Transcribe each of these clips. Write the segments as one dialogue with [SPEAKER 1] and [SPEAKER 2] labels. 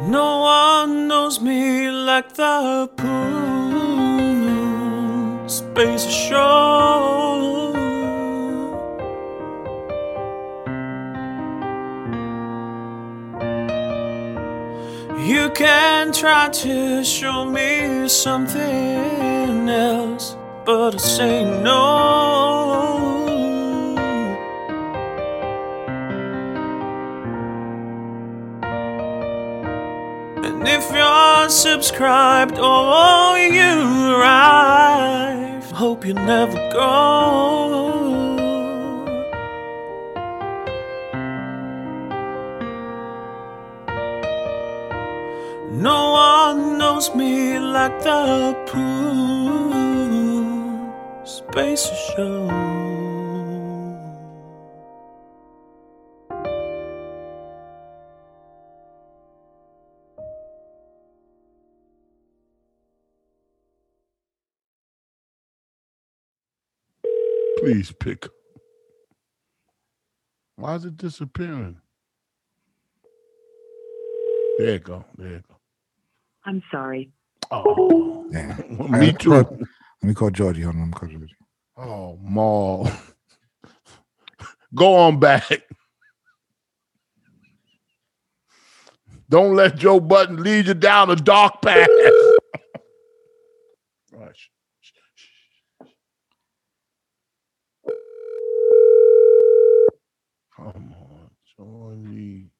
[SPEAKER 1] No one knows me like the pool space shore. You can try to show me something else, but I say no. And if you're subscribed, oh, you arrive. Hope you never go. No one knows me like the pool space show.
[SPEAKER 2] Please pick. Why is it disappearing? There you go. There you go.
[SPEAKER 3] I'm sorry.
[SPEAKER 2] Oh,
[SPEAKER 4] Yeah.
[SPEAKER 2] well,
[SPEAKER 4] All right,
[SPEAKER 2] me
[SPEAKER 4] let's call-
[SPEAKER 2] too.
[SPEAKER 4] Let me call Georgie on. Let me call Georgie.
[SPEAKER 2] Oh, Maul. Go on back. Don't let Joe Button lead you down a dark path. Gosh. Come on, Johnny.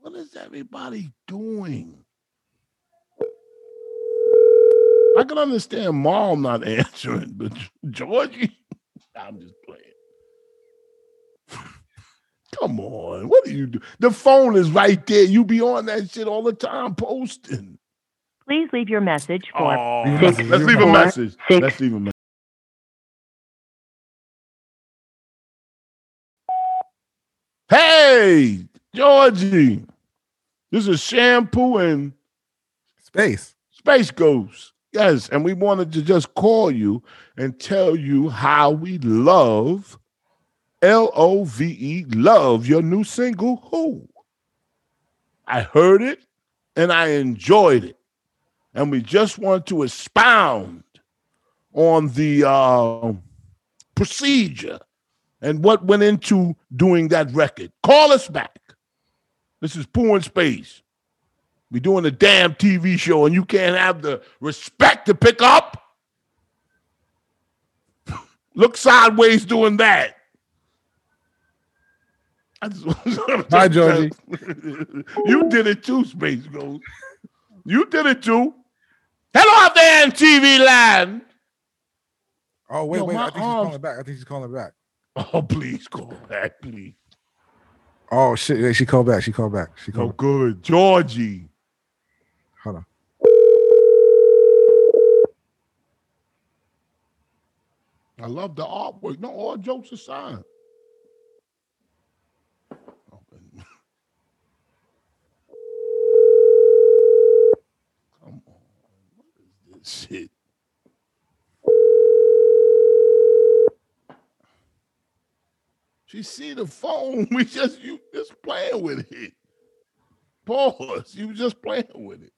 [SPEAKER 2] What is everybody doing? I can understand mom not answering, but Georgie, I'm just playing. Come on, what do you do? The phone is right there. You be on that shit all the time, posting.
[SPEAKER 3] Please leave your message for
[SPEAKER 2] Oh,
[SPEAKER 4] Six,
[SPEAKER 2] let's leave a
[SPEAKER 3] four,
[SPEAKER 2] message.
[SPEAKER 3] six.
[SPEAKER 2] Let's leave a message. Hey, Georgie, this is shampoo and
[SPEAKER 4] Space.
[SPEAKER 2] Space Ghost. Yes, and we wanted to just call you and tell you how we love L O V E love your new single Who. I heard it and I enjoyed it. And we just want to expound on the uh, procedure and what went into doing that record. Call us back. This is Pooh in Space. We're doing a damn TV show and you can't have the respect to pick up. Look sideways doing that. I just-
[SPEAKER 4] Bye, Georgie.
[SPEAKER 2] you did it too, Space Ghost. You did it too. Hello out there in TV land.
[SPEAKER 4] Oh wait,
[SPEAKER 2] Yo,
[SPEAKER 4] wait.
[SPEAKER 2] my
[SPEAKER 4] I think she's
[SPEAKER 2] arms-
[SPEAKER 4] calling back. I think she's calling back.
[SPEAKER 2] Oh, please call back, please.
[SPEAKER 4] Oh shit! Yeah, she called back. She called back. She
[SPEAKER 2] No
[SPEAKER 4] called. back.
[SPEAKER 2] good. Georgie.
[SPEAKER 4] Hold on.
[SPEAKER 2] I love the artwork. No, all jokes aside. Come on. What is this shit? She see the phone. We just you just playing with it. Pause. You just playing with it.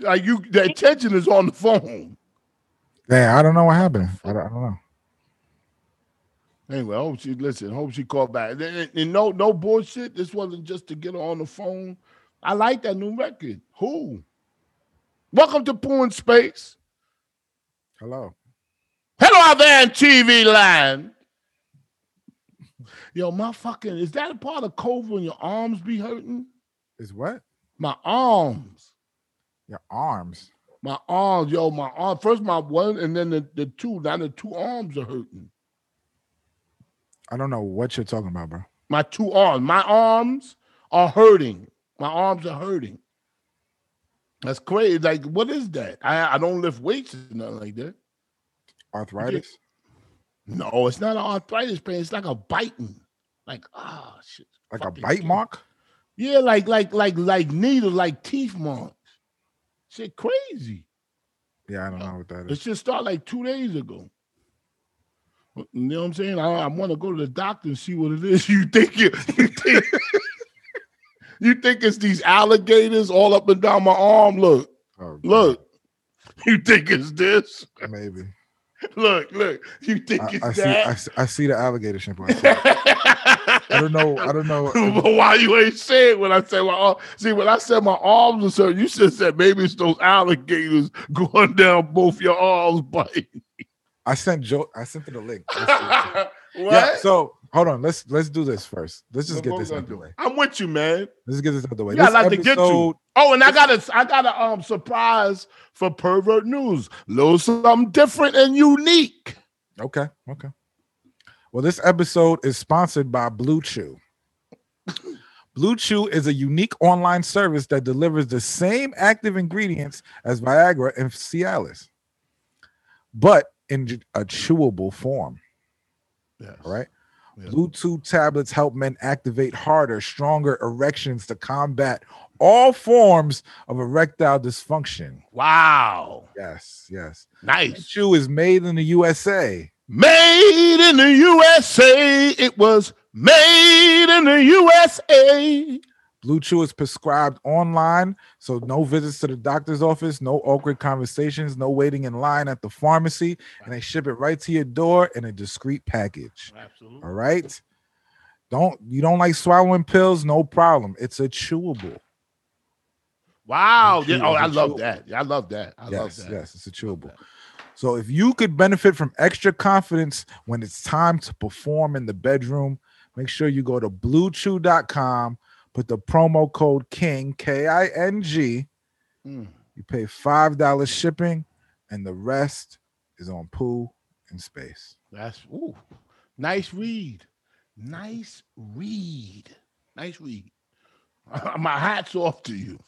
[SPEAKER 2] Like you the attention is on the phone.
[SPEAKER 4] Yeah, I don't know what happened. I don't, I don't know.
[SPEAKER 2] Anyway, I hope she listen. Hope she called back. And, and- and no, no bullshit. This wasn't just to get her on the phone. I like that new record. Who? Welcome to Porn Space.
[SPEAKER 4] Hello.
[SPEAKER 2] Hello out there in TV land. Yo, my fucking is that a part of COVID when your arms be hurting?
[SPEAKER 4] Is what?
[SPEAKER 2] My arms.
[SPEAKER 4] Your arms.
[SPEAKER 2] My arms, yo, my arm. First my one and then the, the two. Now the two arms are hurting.
[SPEAKER 4] I don't know what you're talking about, bro.
[SPEAKER 2] My two arms. My arms are hurting. My arms are hurting. That's crazy. Like, what is that? I, I don't lift weights or nothing like that.
[SPEAKER 4] Arthritis.
[SPEAKER 2] No, it's not an arthritis pain. It's like a biting. Like, ah, shit.
[SPEAKER 4] Like a
[SPEAKER 2] fucking
[SPEAKER 4] bite
[SPEAKER 2] kidding.
[SPEAKER 4] mark.
[SPEAKER 2] Yeah, like, like, like, like needles, like teeth marks. Shit, crazy.
[SPEAKER 4] Yeah, I don't know what that
[SPEAKER 2] It
[SPEAKER 4] is.
[SPEAKER 2] should start like two days ago. You know what I'm saying? I, I want to go to the doctor and see what it is. You think you, you think you think it's these alligators all up and down my arm? Look,
[SPEAKER 4] Oh,
[SPEAKER 2] look. You think it's this?
[SPEAKER 4] God, maybe.
[SPEAKER 2] Look, look. You think
[SPEAKER 4] I,
[SPEAKER 2] it's
[SPEAKER 4] I see. I,
[SPEAKER 2] that?
[SPEAKER 4] see- I see the alligator shampoo. I, see it.
[SPEAKER 2] I,
[SPEAKER 4] I don't know. I don't know.
[SPEAKER 2] but why you ain't saying when I say my arm? See, when I said my arms are certain, you should have said maybe it's those alligators going down both your arms, buddy.
[SPEAKER 4] I sent Joe. I sent her the link. I see it.
[SPEAKER 2] what?
[SPEAKER 4] Yeah, so hold on. Let's let's do this first. Let's just
[SPEAKER 2] What
[SPEAKER 4] get
[SPEAKER 2] we
[SPEAKER 4] this
[SPEAKER 2] gonna
[SPEAKER 4] out the
[SPEAKER 2] do?
[SPEAKER 4] way.
[SPEAKER 2] I'm with you, man.
[SPEAKER 4] Let's get this out the way.
[SPEAKER 2] Yeah, I'd
[SPEAKER 4] This
[SPEAKER 2] like to get you.
[SPEAKER 4] episode-
[SPEAKER 2] Oh, and I got a I got a um surprise for pervert news. Little something different and unique.
[SPEAKER 4] Okay. Okay. Well, this episode is sponsored by Blue Chew. Blue Chew is a unique online service that delivers the same active ingredients as Viagra and Cialis, but in a chewable form.
[SPEAKER 2] Yes.
[SPEAKER 4] All right.
[SPEAKER 2] Yeah.
[SPEAKER 4] Blue Chew tablets help men activate harder, stronger erections to combat all forms of erectile dysfunction.
[SPEAKER 2] Wow.
[SPEAKER 4] Yes. Yes. Blue
[SPEAKER 2] Nice.
[SPEAKER 4] Chew is made in the USA.
[SPEAKER 2] Made in the USA. It was made in the USA.
[SPEAKER 4] Blue Chew is prescribed online, so no visits to the doctor's office, no awkward conversations, no waiting in line at the pharmacy, and they ship it right to your door in a discreet package.
[SPEAKER 2] Absolutely.
[SPEAKER 4] All right. Don't you don't like swallowing pills? No problem. It's a chewable.
[SPEAKER 2] Wow.
[SPEAKER 4] Blue
[SPEAKER 2] Yeah,
[SPEAKER 4] Chew
[SPEAKER 2] oh,
[SPEAKER 4] is
[SPEAKER 2] I
[SPEAKER 4] a
[SPEAKER 2] love
[SPEAKER 4] chew.
[SPEAKER 2] that. I love that. I
[SPEAKER 4] yes,
[SPEAKER 2] love that.
[SPEAKER 4] yes, it's a chewable. So if you could benefit from extra confidence when it's time to perform in the bedroom, make sure you go to bluechew.com, put the promo code KING, K I N G,
[SPEAKER 2] Mm.
[SPEAKER 4] You pay five dollars shipping, and the rest is on pool and space.
[SPEAKER 2] That's ooh, nice read. Nice read. Nice read. My hat's off to you.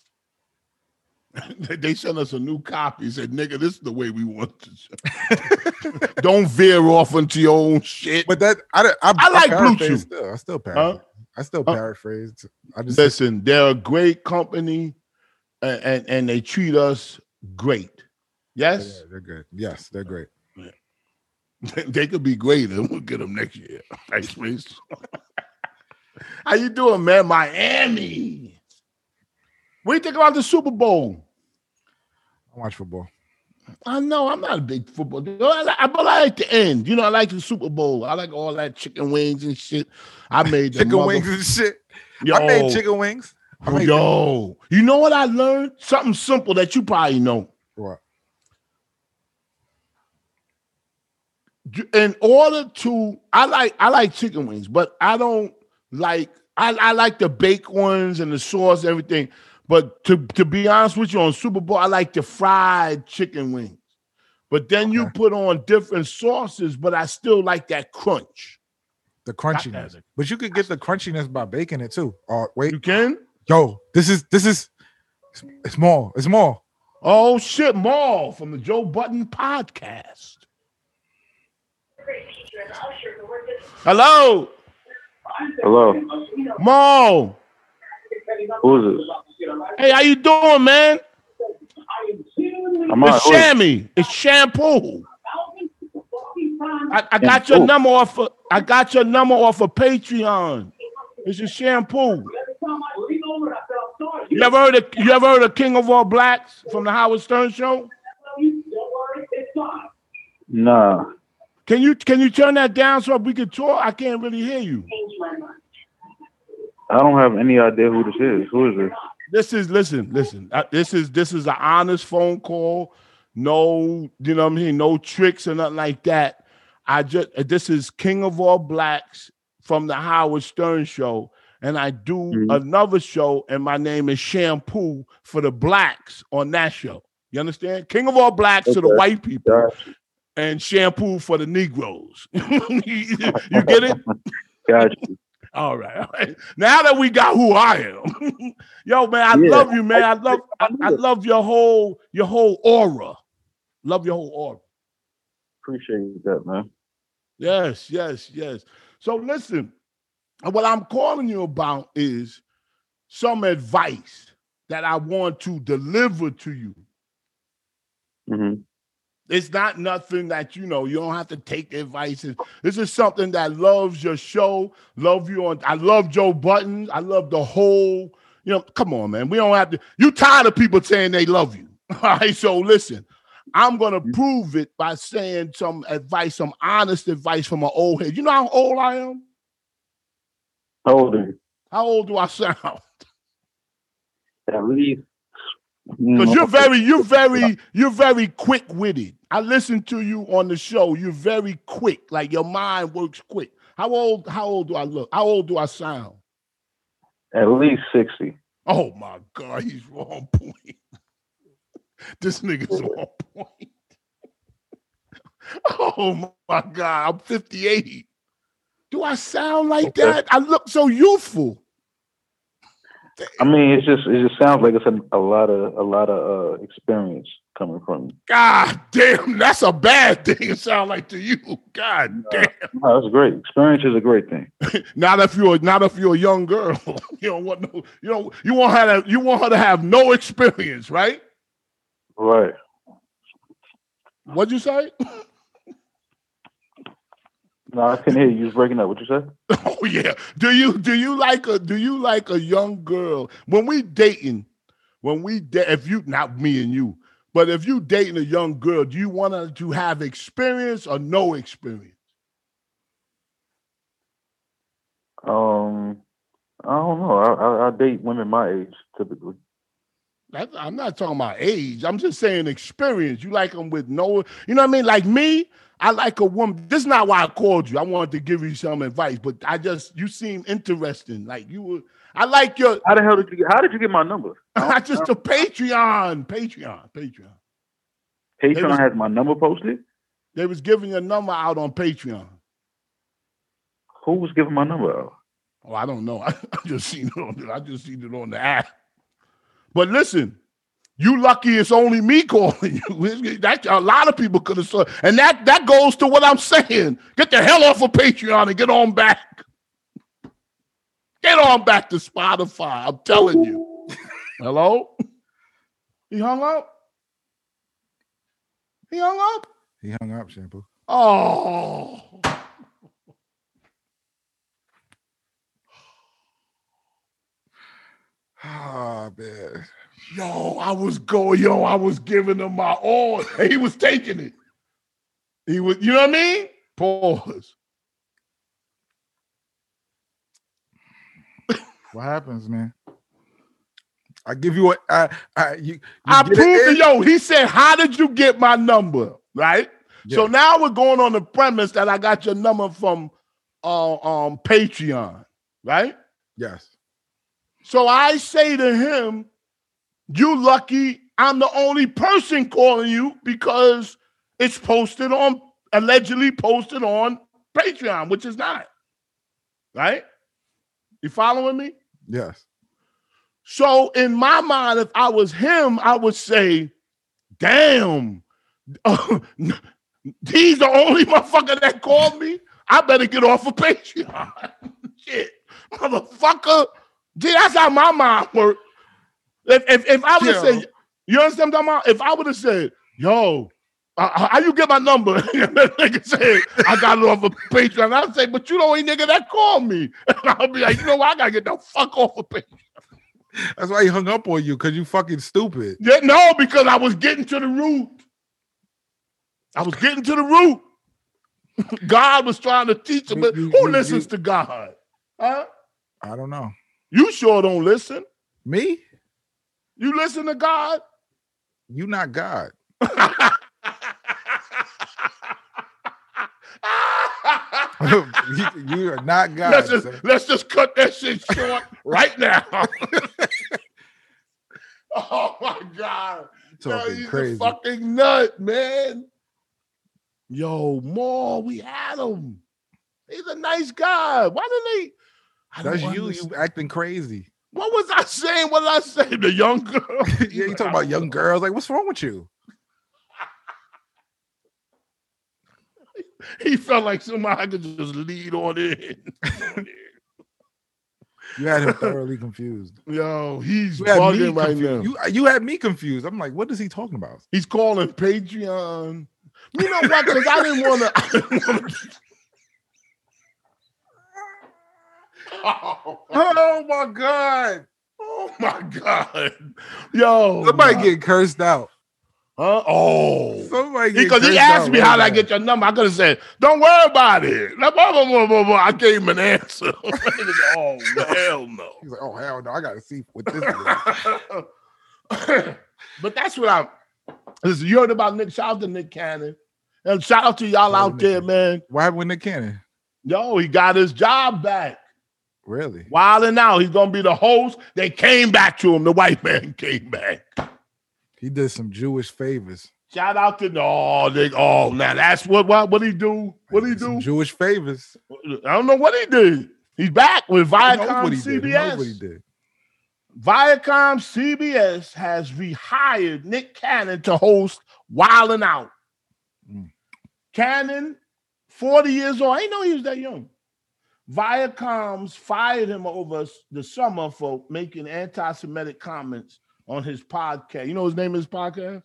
[SPEAKER 2] They- they sent us a new copy. Said, "Nigga, this is the way we want to." show." Don't veer off into your own shit.
[SPEAKER 4] But that I don't- I,
[SPEAKER 2] I like Blue
[SPEAKER 4] paraphrased
[SPEAKER 2] Chew.
[SPEAKER 4] Still, I still paraphrased.
[SPEAKER 2] Huh?
[SPEAKER 4] I still
[SPEAKER 2] Huh?
[SPEAKER 4] paraphrased. I just
[SPEAKER 2] Listen, they're a great company, and and, and they treat us great.
[SPEAKER 4] yeah,
[SPEAKER 2] Yes,
[SPEAKER 4] they're good. Yes, they're great.
[SPEAKER 2] they could be great, and we'll get them next year. Thanks, please. How you doing, man? Miami. What do you think about the Super Bowl?
[SPEAKER 4] I watch football.
[SPEAKER 2] I know I'm not a big football. dude. I like, I- but I like the end. You know, I like the Super Bowl. I like all that chicken wings and shit. I made the
[SPEAKER 4] Chicken
[SPEAKER 2] mother-
[SPEAKER 4] wings and shit.
[SPEAKER 2] Yo,
[SPEAKER 4] I made chicken wings. I made
[SPEAKER 2] yo. You know what I learned? Something simple that you probably know.
[SPEAKER 4] What?
[SPEAKER 2] you- in order to I like I like chicken wings, but I don't like I, I like the baked ones and the sauce and everything. But to to be honest with you, on Super Bowl, I like the fried chicken wings. But then you
[SPEAKER 4] Okay.
[SPEAKER 2] put on different sauces, but I still like that crunch.
[SPEAKER 4] the
[SPEAKER 2] Got
[SPEAKER 4] crunchiness.
[SPEAKER 2] that.
[SPEAKER 4] But you could get the crunchiness by baking it too. Oh wait,
[SPEAKER 2] You can?
[SPEAKER 4] yo, this is this is it's, it's more. It's more.
[SPEAKER 2] Oh shit, Maul from the Joe Button podcast. Hello,
[SPEAKER 5] Hello.
[SPEAKER 2] Maul.
[SPEAKER 5] Who's
[SPEAKER 2] Hey, how you doing, man?
[SPEAKER 5] this? I'm on.
[SPEAKER 2] it's chamois. It's shampoo. I, I got your
[SPEAKER 5] Shampoo.
[SPEAKER 2] number off. Of, I got your number off of Patreon. It's your shampoo. You ever heard of You ever heard of King of All Blacks from the Howard Stern Show?
[SPEAKER 5] Nah.
[SPEAKER 2] Can you Can you turn that down so we can talk? I can't really hear you.
[SPEAKER 5] I don't have any idea who this is. Who is this?
[SPEAKER 2] This is listen, listen. Uh, this is this is an honest phone call. No, you know what I'm saying. No tricks or nothing like that. I just uh, this is King of All Blacks from the Howard Stern Show, and I do
[SPEAKER 5] Mhm.
[SPEAKER 2] another show, and my name is Shampoo for the Blacks on that show. You understand? King of All Blacks to the
[SPEAKER 5] Okay.
[SPEAKER 2] white people,
[SPEAKER 5] Got
[SPEAKER 2] and Shampoo for the Negroes. you get it?
[SPEAKER 5] got you.
[SPEAKER 2] All right, all right. Now that we got who I am, yo, man, I
[SPEAKER 5] Yeah.
[SPEAKER 2] love you, man. I love, I, I love your whole, your whole aura. Love your whole aura.
[SPEAKER 5] Appreciate that, man.
[SPEAKER 2] Yes, yes, yes. So listen, what I'm calling you about is some advice that I want to deliver to you.
[SPEAKER 5] Mm-hmm.
[SPEAKER 2] It's not nothing that you know. You don't have to take their advices. This is something that loves your show. Love you on. I love Joe Button. I love the whole. You know, come on, man. We don't have to. You tired of people saying they love you. All right. So listen, I'm gonna prove it by saying some advice, some honest advice from an old head. You know how old I am?
[SPEAKER 5] Told him
[SPEAKER 2] How old do I sound?
[SPEAKER 5] at least. Mm-hmm.
[SPEAKER 2] Because you're very, you're very, you're very quick witted. I listen to you on the show. You're very quick. Like your mind works quick. How old? How old do I look? How old do I sound?
[SPEAKER 5] at least sixty.
[SPEAKER 2] Oh my God, he's on point. this nigga's on point. oh my God, I'm 58. Do I sound like
[SPEAKER 5] Okay.
[SPEAKER 2] that? I look so youthful.
[SPEAKER 5] I mean, it's just it just sounds like it's a, a lot of a lot of uh, experience coming from. you.
[SPEAKER 2] God damn, that's a bad thing. It sound like to you. God damn.
[SPEAKER 5] No, that's great. Experience is a great thing.
[SPEAKER 2] Not if you're not if you're a young girl. you don't want no, you don't you want her to you want her to have no experience, right?
[SPEAKER 5] Right.
[SPEAKER 2] What'd you say?
[SPEAKER 5] No, I couldn't hear you. You was breaking up. What you said?
[SPEAKER 2] Oh yeah. Do you do you like a do you like a young girl when we dating? When we date, if you not me and you, but if you dating a young girl, do you want her to have experience or no experience?
[SPEAKER 5] Um, I don't know. I, I, I date women my age typically.
[SPEAKER 2] That, I'm not talking about age. I'm just saying experience. You like them with no, you know what I mean? Like me, I like a woman. This is not why I called you. I wanted to give you some advice, but I just you seem interesting. Like you were, I like your.
[SPEAKER 5] How the hell did you? How did you get my number?
[SPEAKER 2] I just a Patreon, Patreon, Patreon.
[SPEAKER 5] Patreon
[SPEAKER 2] was-
[SPEAKER 5] has my number posted.
[SPEAKER 2] They was giving your number out on Patreon.
[SPEAKER 5] Who was giving my number out?
[SPEAKER 2] Oh, I don't know. I, just seen it on the, I just seen it on the app. But listen, you lucky it's only me calling you. That a lot of people could have saw, and that that goes to what I'm saying. Get the hell off of Patreon and get on back. Get on back to Spotify. I'm telling you. Hello? He hung up. He hung up.
[SPEAKER 4] He hung up, shampoo.
[SPEAKER 2] Oh.
[SPEAKER 4] Ah, man.
[SPEAKER 2] Yo, I was going, yo, I was giving him my all. and He was taking it. He was, you know what I mean? Pause.
[SPEAKER 4] What happens, man? I give you what I, I you. you
[SPEAKER 2] I
[SPEAKER 4] get it
[SPEAKER 2] proved it,
[SPEAKER 4] in-
[SPEAKER 2] yo. He said, How did you get my number? Right? So
[SPEAKER 4] Yeah.
[SPEAKER 2] now we're going on the premise that I got your number from uh, um Patreon, right?
[SPEAKER 4] Yes.
[SPEAKER 2] So I say to him, You lucky I'm the only person calling you because it's posted on allegedly posted on Patreon, which is not. Right? You following me?
[SPEAKER 4] Yes.
[SPEAKER 2] So in my mind, if I was him, I would say, damn, he's the only motherfucker that called me. I better get off of Patreon. Shit, motherfucker. Gee, that's how my mind works. If, if, if I would have
[SPEAKER 4] Yo.
[SPEAKER 2] said, you understand what I'm talking about? If I would have said, yo, uh, how you get my number? And that nigga said, I got it off of Patreon. I'd say, but you the only nigga that called me. And I'll be like, you know what? I gotta get the fuck off of Patreon.
[SPEAKER 4] That's why he hung up on you because you fucking stupid.
[SPEAKER 2] Yeah, no, because I was getting to the root. I was getting to the root. God was trying to teach him,
[SPEAKER 4] You-
[SPEAKER 2] but
[SPEAKER 4] you-
[SPEAKER 2] who
[SPEAKER 4] you-
[SPEAKER 2] listens
[SPEAKER 4] you-
[SPEAKER 2] to God? Huh?
[SPEAKER 4] I don't know.
[SPEAKER 2] You sure don't listen.
[SPEAKER 4] Me?
[SPEAKER 2] You listen to God?
[SPEAKER 4] You not God. you, you are not God.
[SPEAKER 2] let's just
[SPEAKER 4] sir.
[SPEAKER 2] let's just cut that shit short right now. oh my God. Yo,
[SPEAKER 4] Talking
[SPEAKER 2] he's a
[SPEAKER 4] crazy.
[SPEAKER 2] fucking nut, man. Yo, Maul, we had him. He's a nice guy. Why didn't they? I don't
[SPEAKER 4] That's you. You
[SPEAKER 2] understand.
[SPEAKER 4] acting crazy.
[SPEAKER 2] What was I saying? What did I say? The young girl.
[SPEAKER 4] yeah, you talking about young girls? Like, what's wrong with you?
[SPEAKER 2] He felt like somebody could just lead on in.
[SPEAKER 4] You had him thoroughly confused.
[SPEAKER 2] Yo, he's
[SPEAKER 4] You had me
[SPEAKER 2] bugging right
[SPEAKER 4] confused.
[SPEAKER 2] now.
[SPEAKER 4] You, you had me confused. I'm like, what is he talking about?
[SPEAKER 2] He's calling Patreon You know what? Because I didn't want to. oh,
[SPEAKER 4] Oh my god!
[SPEAKER 2] oh my god, yo!
[SPEAKER 4] Somebody
[SPEAKER 2] Oh my-
[SPEAKER 4] get cursed out.
[SPEAKER 2] huh? Oh,
[SPEAKER 4] Somebody get
[SPEAKER 2] because he
[SPEAKER 4] cursed
[SPEAKER 2] asked
[SPEAKER 4] out
[SPEAKER 2] me
[SPEAKER 4] right
[SPEAKER 2] how did I
[SPEAKER 4] now.
[SPEAKER 2] get your number. I could have said, "Don't worry about it." Blah, blah, blah, blah, blah, blah. I gave him an answer. He was, oh hell no!
[SPEAKER 4] He's like, oh hell no! I gotta see what this is.
[SPEAKER 2] but that's what I'm. Listen, you heard about Nick. Shout out to Nick Cannon, and shout out to y'all
[SPEAKER 4] Shout out
[SPEAKER 2] out
[SPEAKER 4] to Nick
[SPEAKER 2] there,
[SPEAKER 4] Cannon.
[SPEAKER 2] man.
[SPEAKER 4] What happened with Nick Cannon?
[SPEAKER 2] Yo, he got his job back.
[SPEAKER 4] Really?
[SPEAKER 2] Wilding out. He's gonna be the host. They came back to him. The white man came back.
[SPEAKER 4] He did some Jewish favors.
[SPEAKER 2] Shout out to oh, Nick. Oh, now that's what what what he do? What he
[SPEAKER 4] did some
[SPEAKER 2] do?
[SPEAKER 4] Jewish favors.
[SPEAKER 2] I don't know what he did. He's back with
[SPEAKER 4] Who knows
[SPEAKER 2] Viacom
[SPEAKER 4] what he did? Who knows
[SPEAKER 2] CBS.
[SPEAKER 4] what he did?
[SPEAKER 2] Viacom CBS has rehired Nick Cannon to host Wildin' Out.
[SPEAKER 4] Mm.
[SPEAKER 2] Cannon, 40 years old. I didn't know he was that young. Viacom's fired him over s- the summer for making anti Semitic comments on his podcast. You know his name is podcast?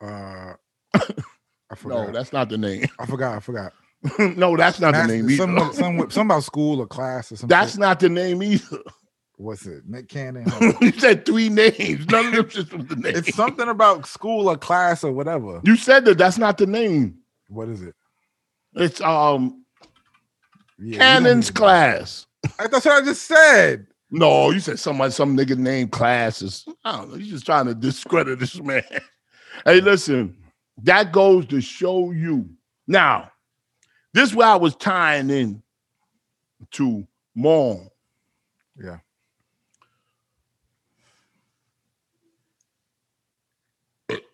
[SPEAKER 4] Uh, I forgot.
[SPEAKER 2] No, that's not the name.
[SPEAKER 4] I forgot. I forgot.
[SPEAKER 2] no, that's not
[SPEAKER 4] Mas-
[SPEAKER 2] the name either.
[SPEAKER 4] some, some, some about school or class or something.
[SPEAKER 2] that's not the name either.
[SPEAKER 4] what's it? Nick Cannon.
[SPEAKER 2] you said three names. None of them shits was the name.
[SPEAKER 4] it's something about school or class or whatever.
[SPEAKER 2] you said that that's not the name.
[SPEAKER 4] What is it?
[SPEAKER 2] It's um
[SPEAKER 4] Yeah, we don't
[SPEAKER 2] Cannon's
[SPEAKER 4] need to-
[SPEAKER 2] class.
[SPEAKER 4] I- That's what I just said.
[SPEAKER 2] No, you said somebody, some nigga named classes. I don't know. you just trying to discredit this man. hey, listen, that goes to show you. Now, this is where I was tying in to Mom.
[SPEAKER 4] Yeah.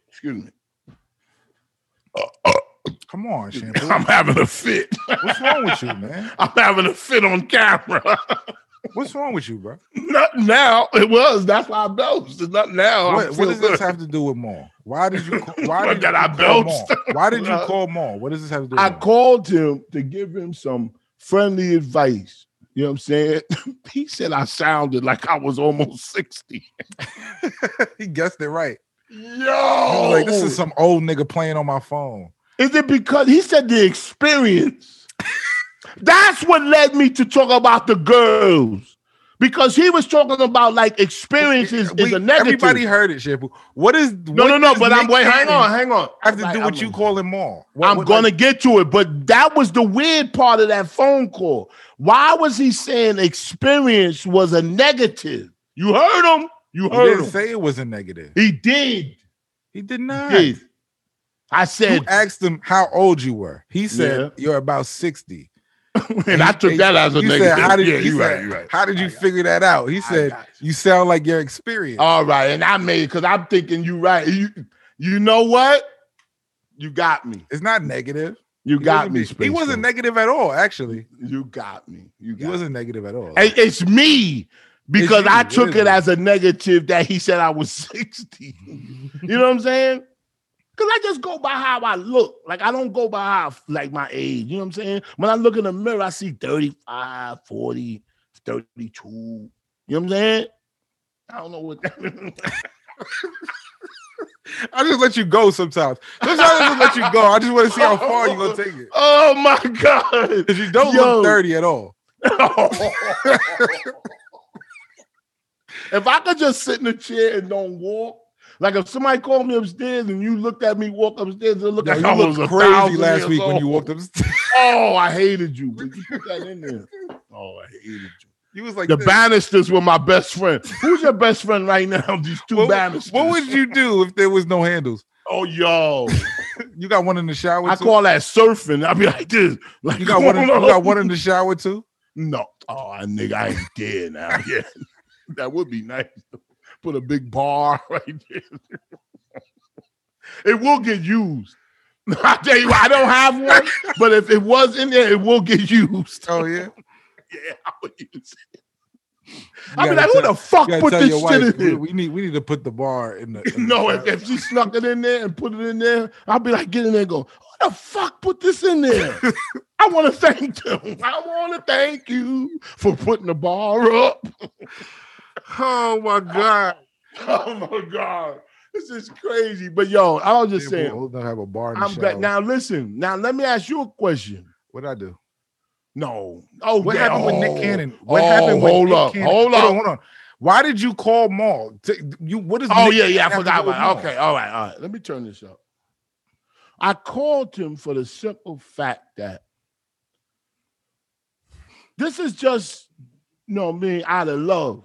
[SPEAKER 2] Excuse me.
[SPEAKER 4] Come on, shampoo.
[SPEAKER 2] I'm having a fit.
[SPEAKER 4] What's wrong with you, man?
[SPEAKER 2] I'm having a fit on camera.
[SPEAKER 4] What's wrong with you, bro?
[SPEAKER 2] Not now. It was. That's why I belched. It's not now. I
[SPEAKER 4] what, what
[SPEAKER 2] feel
[SPEAKER 4] does this
[SPEAKER 2] Oh, good.
[SPEAKER 4] have to do with more? Why did you? ca- Why
[SPEAKER 2] What,
[SPEAKER 4] did
[SPEAKER 2] that
[SPEAKER 4] you
[SPEAKER 2] I
[SPEAKER 4] call
[SPEAKER 2] belched?
[SPEAKER 4] Maul? Why did you
[SPEAKER 2] No.
[SPEAKER 4] call more? What does this have to do? With
[SPEAKER 2] I
[SPEAKER 4] Maul?
[SPEAKER 2] called him to give him some friendly advice. You know what I'm saying? he said I sounded like I was almost 60.
[SPEAKER 4] he guessed it right. He
[SPEAKER 2] Yo.
[SPEAKER 4] was like, this is
[SPEAKER 2] Oh.
[SPEAKER 4] some old nigga playing on my phone.
[SPEAKER 2] Is it because he said the experience? That's what led me to talk about the girls. Because he was talking about like experiences is
[SPEAKER 4] We-
[SPEAKER 2] a negative.
[SPEAKER 4] Everybody heard it, shampoo. What is?
[SPEAKER 2] no,
[SPEAKER 4] what
[SPEAKER 2] no, no.
[SPEAKER 4] does
[SPEAKER 2] But I'm
[SPEAKER 4] Nick
[SPEAKER 2] wait, hang
[SPEAKER 4] Cannon
[SPEAKER 2] on, hang on.
[SPEAKER 4] Have to
[SPEAKER 2] Like,
[SPEAKER 4] do what
[SPEAKER 2] I'm
[SPEAKER 4] you
[SPEAKER 2] a-
[SPEAKER 4] call him more.
[SPEAKER 2] I'm gonna get to it, but that was the weird part of that phone call. Why was he saying experience was a negative? You heard him. You
[SPEAKER 4] He
[SPEAKER 2] heard
[SPEAKER 4] didn't
[SPEAKER 2] him.
[SPEAKER 4] say it was a negative.
[SPEAKER 2] he did.
[SPEAKER 4] He did not.
[SPEAKER 2] Did. I
[SPEAKER 4] You
[SPEAKER 2] said,
[SPEAKER 4] asked him how old you were. He said you're about sixty.
[SPEAKER 2] and I took that as a
[SPEAKER 4] You
[SPEAKER 2] negative.
[SPEAKER 4] said, how did
[SPEAKER 2] yeah,
[SPEAKER 4] you
[SPEAKER 2] you right,
[SPEAKER 4] said,
[SPEAKER 2] you right.
[SPEAKER 4] How did you
[SPEAKER 2] I got
[SPEAKER 4] figure that out? He
[SPEAKER 2] I
[SPEAKER 4] said
[SPEAKER 2] got
[SPEAKER 4] you sound like your experience.
[SPEAKER 2] All right, and I made because I'm thinking you right. You, you know what? You got me.
[SPEAKER 4] it's not negative.
[SPEAKER 2] You
[SPEAKER 4] He
[SPEAKER 2] got
[SPEAKER 4] wasn't
[SPEAKER 2] me.
[SPEAKER 4] be-
[SPEAKER 2] Space
[SPEAKER 4] He wasn't
[SPEAKER 2] Jam.
[SPEAKER 4] negative at all. Actually,
[SPEAKER 2] You got me. You got
[SPEAKER 4] he wasn't negative at all.
[SPEAKER 2] Hey, it's me because
[SPEAKER 4] you,
[SPEAKER 2] I
[SPEAKER 4] what
[SPEAKER 2] took
[SPEAKER 4] is
[SPEAKER 2] it
[SPEAKER 4] it?
[SPEAKER 2] as a negative that he said I was 60. you know what I'm saying? Because I just go by how I look. Like, I don't go by how, like my age. You know what I'm saying? When I look in the mirror, I see 35, 40, 32. You know what I'm saying? I don't know what that
[SPEAKER 4] I just let you go sometimes. Sometimes I just let you go. I just want to see how far you gonna take it.
[SPEAKER 2] Oh my God.
[SPEAKER 4] Because you don't
[SPEAKER 2] Yo.
[SPEAKER 4] look thirty at all.
[SPEAKER 2] if I could just sit in a chair and don't walk, like if somebody called me upstairs and you looked at me walk upstairs and look
[SPEAKER 4] Now,
[SPEAKER 2] like I
[SPEAKER 4] you
[SPEAKER 2] was a
[SPEAKER 4] looked crazy
[SPEAKER 2] thousand
[SPEAKER 4] last
[SPEAKER 2] years
[SPEAKER 4] week when you
[SPEAKER 2] old.
[SPEAKER 4] walked upstairs.
[SPEAKER 2] Oh, I hated you. But you put that in there. Oh, I hated you.
[SPEAKER 4] You was like
[SPEAKER 2] The
[SPEAKER 4] this.
[SPEAKER 2] banisters were my best friend. Who's your best friend right now? These two
[SPEAKER 4] What,
[SPEAKER 2] banisters.
[SPEAKER 4] what would you do if there was no handles?
[SPEAKER 2] Oh, yo,
[SPEAKER 4] You got one in the shower.
[SPEAKER 2] I
[SPEAKER 4] too?
[SPEAKER 2] call that surfing. I'd be like this. Like
[SPEAKER 4] You got one. In,
[SPEAKER 2] hold on.
[SPEAKER 4] you got one in the shower too.
[SPEAKER 2] No. Oh, I- nigga, I ain't dead now. Yeah. that would be nice. Put a big bar right there. it will get used. I tell you what, I don't have one, but if it was in there, it will get used.
[SPEAKER 4] Oh yeah.
[SPEAKER 2] Yeah, I would use it.
[SPEAKER 4] You
[SPEAKER 2] I mean,
[SPEAKER 4] gotta
[SPEAKER 2] like, who the fuck
[SPEAKER 4] You gotta
[SPEAKER 2] put
[SPEAKER 4] tell
[SPEAKER 2] this
[SPEAKER 4] your
[SPEAKER 2] shit
[SPEAKER 4] wife,
[SPEAKER 2] in
[SPEAKER 4] we,
[SPEAKER 2] here?
[SPEAKER 4] we need we need to put the bar in the. in the
[SPEAKER 2] no, if,
[SPEAKER 4] shower.
[SPEAKER 2] if she snuck it in there and put it in there, I'll be like, get in there and go, who the fuck put this in there? I want to thank them. I want to thank you for putting the bar up.
[SPEAKER 4] oh my god.
[SPEAKER 2] Oh my god. This is crazy. But yo, I was just
[SPEAKER 4] They're
[SPEAKER 2] saying.
[SPEAKER 4] old enough to have a bar. In the
[SPEAKER 2] I'm back
[SPEAKER 4] shower.
[SPEAKER 2] now. Listen, now let me ask you a question.
[SPEAKER 4] What I do?
[SPEAKER 2] No. Oh,
[SPEAKER 4] What
[SPEAKER 2] yeah.
[SPEAKER 4] happened with
[SPEAKER 2] Oh.
[SPEAKER 4] Nick Cannon? What
[SPEAKER 2] Oh,
[SPEAKER 4] happened with
[SPEAKER 2] hold
[SPEAKER 4] Nick
[SPEAKER 2] up,
[SPEAKER 4] Cannon?
[SPEAKER 2] hold
[SPEAKER 4] Hold on,
[SPEAKER 2] up.
[SPEAKER 4] hold on. Why did you call Maul? T- You what is?
[SPEAKER 2] Oh
[SPEAKER 4] Nick
[SPEAKER 2] yeah, yeah, I
[SPEAKER 4] Cannon
[SPEAKER 2] forgot
[SPEAKER 4] have to do with
[SPEAKER 2] about.
[SPEAKER 4] Maul?
[SPEAKER 2] Okay, all right, all right. Let me turn this up. I called him for the simple fact that this is just, you know, me out of love.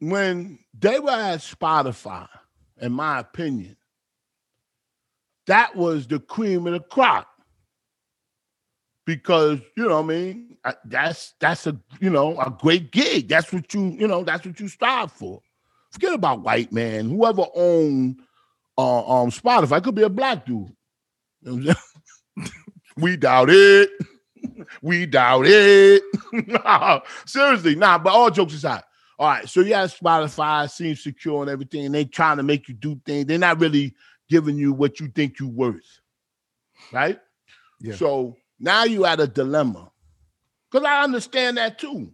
[SPEAKER 2] When they were at Spotify, in my opinion, that was the cream of the crop. because you know what I mean I- that's that's a you know a great gig. That's what you you know that's what you strive for. Forget about white man. Whoever owned uh, um Spotify it could be a black dude. You know what I'm saying? we doubt it. We doubt it. Nah, seriously, nah. But all jokes aside, all right. So you have Spotify, seems secure and everything, and they trying to make you do things. They're not really giving you what you think you worth, right?
[SPEAKER 4] Yeah.
[SPEAKER 2] So now you at a dilemma. Cause I understand that too.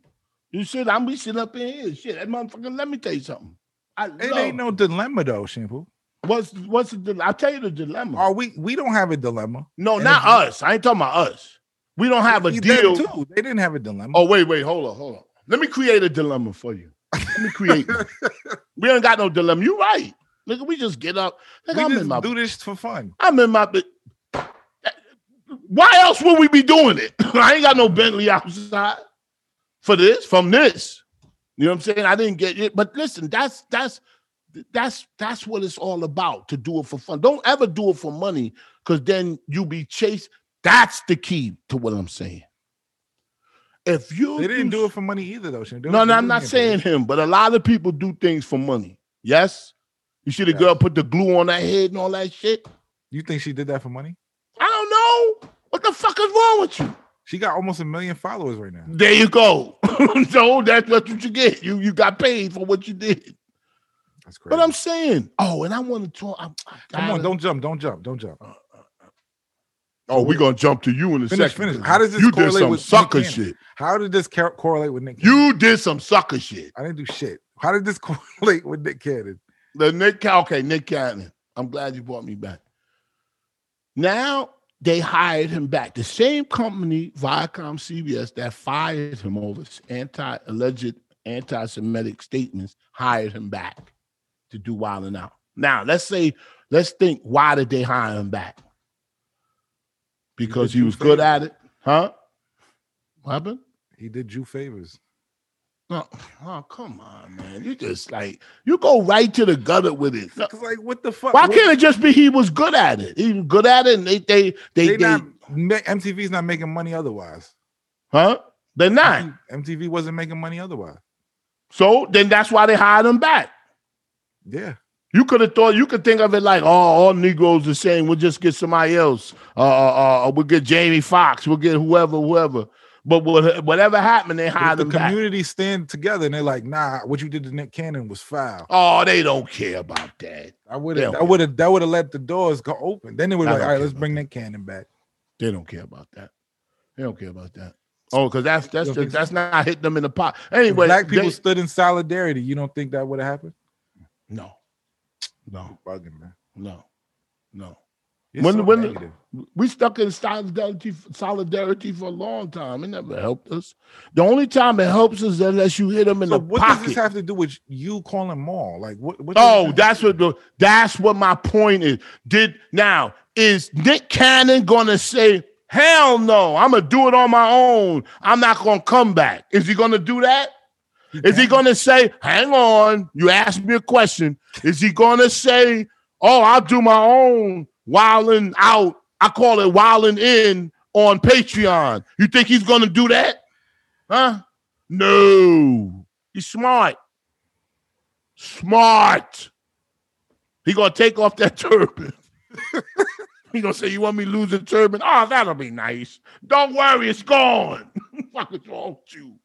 [SPEAKER 2] You said I'm be sitting up in here. Shit, that motherfucker, let me tell you something. I
[SPEAKER 4] It
[SPEAKER 2] love-
[SPEAKER 4] ain't no dilemma though, Shampoo.
[SPEAKER 2] what's what's the dile- I'll tell you the dilemma.
[SPEAKER 4] Are we? We don't have a dilemma.
[SPEAKER 2] no,
[SPEAKER 4] and
[SPEAKER 2] not
[SPEAKER 4] if you-
[SPEAKER 2] us. I ain't talking about us. We don't have a
[SPEAKER 4] Them
[SPEAKER 2] deal.
[SPEAKER 4] too. They didn't have a dilemma.
[SPEAKER 2] Oh, wait, wait, hold on, hold on. Let me create a dilemma for you. Let me create one. we ain't got no dilemma. You right. Nigga, we just get up. Nigga,
[SPEAKER 4] we
[SPEAKER 2] I'm
[SPEAKER 4] just
[SPEAKER 2] in my
[SPEAKER 4] do this for fun.
[SPEAKER 2] I'm in my. Why else would we be doing it? I ain't got no Bentley outside for this from this. You know what I'm saying? I didn't get it, but listen, that's that's that's that's what it's all about to do it for fun. Don't ever do it for money, because then you be chased. That's the key to what I'm saying. If you
[SPEAKER 4] They didn't do it for money either though. Shampoo. They
[SPEAKER 2] no,
[SPEAKER 4] don't
[SPEAKER 2] no,
[SPEAKER 4] do
[SPEAKER 2] I'm not saying
[SPEAKER 4] anything.
[SPEAKER 2] him, but a lot of people do things for money. Yes, you see the girl put the glue on her head and all that shit.
[SPEAKER 4] You think she did that for money?
[SPEAKER 2] I don't know. What the fuck is wrong with you?
[SPEAKER 4] She got almost a million followers right now.
[SPEAKER 2] There you go. so that's what you get. You you got paid for what you did.
[SPEAKER 4] That's crazy.
[SPEAKER 2] But I'm saying, oh, and I want to talk. I'm, I Uh.
[SPEAKER 4] Come on,
[SPEAKER 2] gotta-
[SPEAKER 4] don't jump, don't jump, don't jump.
[SPEAKER 2] Oh, we're gonna jump to you in a
[SPEAKER 4] Finish,
[SPEAKER 2] second.
[SPEAKER 4] finish. How does this
[SPEAKER 2] You did
[SPEAKER 4] correlate
[SPEAKER 2] some
[SPEAKER 4] with Nick
[SPEAKER 2] sucker
[SPEAKER 4] Cannon?
[SPEAKER 2] shit.
[SPEAKER 4] How did this cor- correlate with Nick? Cannon?
[SPEAKER 2] You did some sucker shit.
[SPEAKER 4] I didn't do shit. How did this correlate with Nick Cannon?
[SPEAKER 2] The Nick, Ca- okay, Nick Cannon. I'm glad you brought me back. Now they hired him back. The same company, Viacom CBS, that fired him over his anti alleged anti-Semitic statements, hired him back to do Wild and Out. Now let's say, let's think, why did they hire him back? Because he was good at it, huh? What happened?
[SPEAKER 4] He did you favors.
[SPEAKER 2] No, oh come on, man! You just like you go right to the gutter with it. No,
[SPEAKER 4] It's like what the fuck?
[SPEAKER 2] Uh, Why
[SPEAKER 4] What-
[SPEAKER 2] can't it just be he was good at it? He was good at it, and they they they, they,
[SPEAKER 4] they, not Ma- MTV's not making money otherwise?
[SPEAKER 2] huh? They're
[SPEAKER 4] Mm-hmm.
[SPEAKER 2] not.
[SPEAKER 4] MTV wasn't making money otherwise.
[SPEAKER 2] So then that's why they hired him back.
[SPEAKER 4] Yeah,
[SPEAKER 2] You could have thought you could think of it like, oh, all Negroes the same. We'll just get somebody else. Uh, uh, uh we'll get Jamie Foxx. We'll get whoever, whoever. But what- whatever happened, they
[SPEAKER 4] But
[SPEAKER 2] hired
[SPEAKER 4] the
[SPEAKER 2] him back.
[SPEAKER 4] community stand together and they're like, nah, what you did to Nick Cannon was foul.
[SPEAKER 2] Oh, they don't care about that.
[SPEAKER 4] I would
[SPEAKER 2] Yeah.
[SPEAKER 4] have, I would have, that would have let the doors go open. Then they would
[SPEAKER 2] I
[SPEAKER 4] like,
[SPEAKER 2] don't
[SPEAKER 4] all right,
[SPEAKER 2] care
[SPEAKER 4] let's
[SPEAKER 2] about
[SPEAKER 4] bring Nick Cannon back.
[SPEAKER 2] They don't care about that. They don't care about that. Oh, because that's that's
[SPEAKER 4] You don't think
[SPEAKER 2] just,
[SPEAKER 4] so?
[SPEAKER 2] that's not hitting them in the pot.
[SPEAKER 4] If
[SPEAKER 2] Anyway,
[SPEAKER 4] black people
[SPEAKER 2] they-
[SPEAKER 4] stood in solidarity. You don't think that would have happened?
[SPEAKER 2] no, no,
[SPEAKER 4] Bugging, man.
[SPEAKER 2] no, no.
[SPEAKER 4] You're
[SPEAKER 2] When-
[SPEAKER 4] so
[SPEAKER 2] when-
[SPEAKER 4] negative.
[SPEAKER 2] We stuck in solidarity solidarity for a long time. It never helped us. The only time it helps us is unless you hit them in
[SPEAKER 4] So
[SPEAKER 2] the
[SPEAKER 4] what does
[SPEAKER 2] pocket.
[SPEAKER 4] this have to do with you calling Maul? Like what? what does
[SPEAKER 2] oh,
[SPEAKER 4] this have
[SPEAKER 2] that's
[SPEAKER 4] to do?
[SPEAKER 2] what the, that's what my point is. Did now is Nick Cannon gonna say, hell no, I'm gonna do it on my own. I'm not gonna come back. Is he gonna do that? Is he gonna say, hang on, you asked me a question. Is he gonna say, Oh, I'll do my own wilding out? I call it wilding in on Patreon. You think he's gonna do that? Huh? No. He's smart. Smart. He gonna take off that turban. he gonna say, You want me to lose the turban? Oh, that'll be nice. Don't worry, it's gone. Fuck is wrong with you?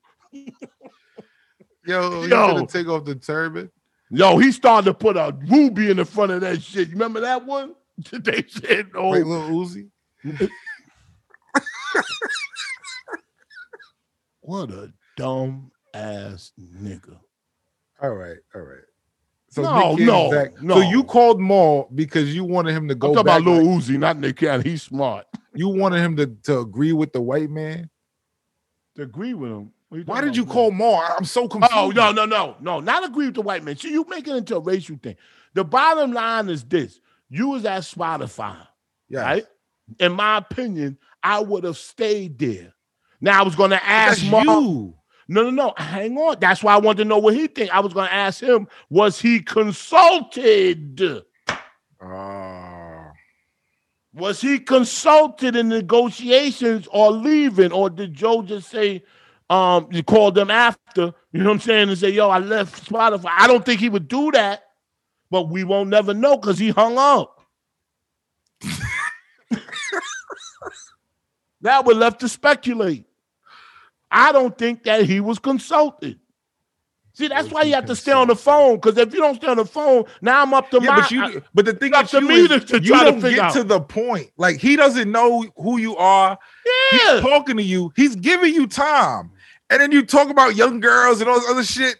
[SPEAKER 4] Yo, you
[SPEAKER 2] Yo.
[SPEAKER 4] gonna take off the turban?
[SPEAKER 2] Yo, he started to put a ruby in the front of that shit. You remember that one? they said, "Oh,
[SPEAKER 4] Like little Uzi.
[SPEAKER 2] what a dumb ass nigga."
[SPEAKER 4] All right, all right.
[SPEAKER 2] No,
[SPEAKER 4] Nick Cannon's
[SPEAKER 2] no,
[SPEAKER 4] back.
[SPEAKER 2] no.
[SPEAKER 4] So you called Maul because you wanted him to go
[SPEAKER 2] I'm talking
[SPEAKER 4] back.
[SPEAKER 2] about Lil Uzi, not Nick Cannon. He's smart.
[SPEAKER 4] you wanted him to, to agree with the white man.
[SPEAKER 2] To agree with him. What you
[SPEAKER 4] Why
[SPEAKER 2] talking
[SPEAKER 4] did you
[SPEAKER 2] about?
[SPEAKER 4] call Maul? I- I'm so confused.
[SPEAKER 2] Oh no, no, no, no! Not agree with the white man. See, you make it into a racial thing. The bottom line is this: you was at Spotify,
[SPEAKER 4] Yes.
[SPEAKER 2] right? In my opinion, I would have stayed there. Now I was going to ask
[SPEAKER 4] That's
[SPEAKER 2] Mark.
[SPEAKER 4] you.
[SPEAKER 2] No, no, no. Hang on. That's why I wanted to know what he think. I was going to ask him: Was he consulted?
[SPEAKER 4] Oh,
[SPEAKER 2] Was he consulted in negotiations or leaving, or did Joe just say, um, you called them after? You know what I'm saying? And say, yo, I left Spotify. I don't think he would do that, but we won't never know because he hung up. that we're left to speculate. I don't think that he was consulted. See, that's
[SPEAKER 4] Was
[SPEAKER 2] why
[SPEAKER 4] he
[SPEAKER 2] you have to stay on the phone.
[SPEAKER 4] consulted?
[SPEAKER 2] Because if you don't stay on the phone, now I'm up to
[SPEAKER 4] yeah,
[SPEAKER 2] my.
[SPEAKER 4] but you. But the thing
[SPEAKER 2] It's up
[SPEAKER 4] is,
[SPEAKER 2] to
[SPEAKER 4] you,
[SPEAKER 2] me
[SPEAKER 4] is
[SPEAKER 2] to- to
[SPEAKER 4] you
[SPEAKER 2] try to
[SPEAKER 4] don't
[SPEAKER 2] figure
[SPEAKER 4] get
[SPEAKER 2] out.
[SPEAKER 4] to the point. Like he doesn't know who you are.
[SPEAKER 2] yeah.
[SPEAKER 4] He's talking to you. He's giving you time, and then you talk about young girls and all this other shit.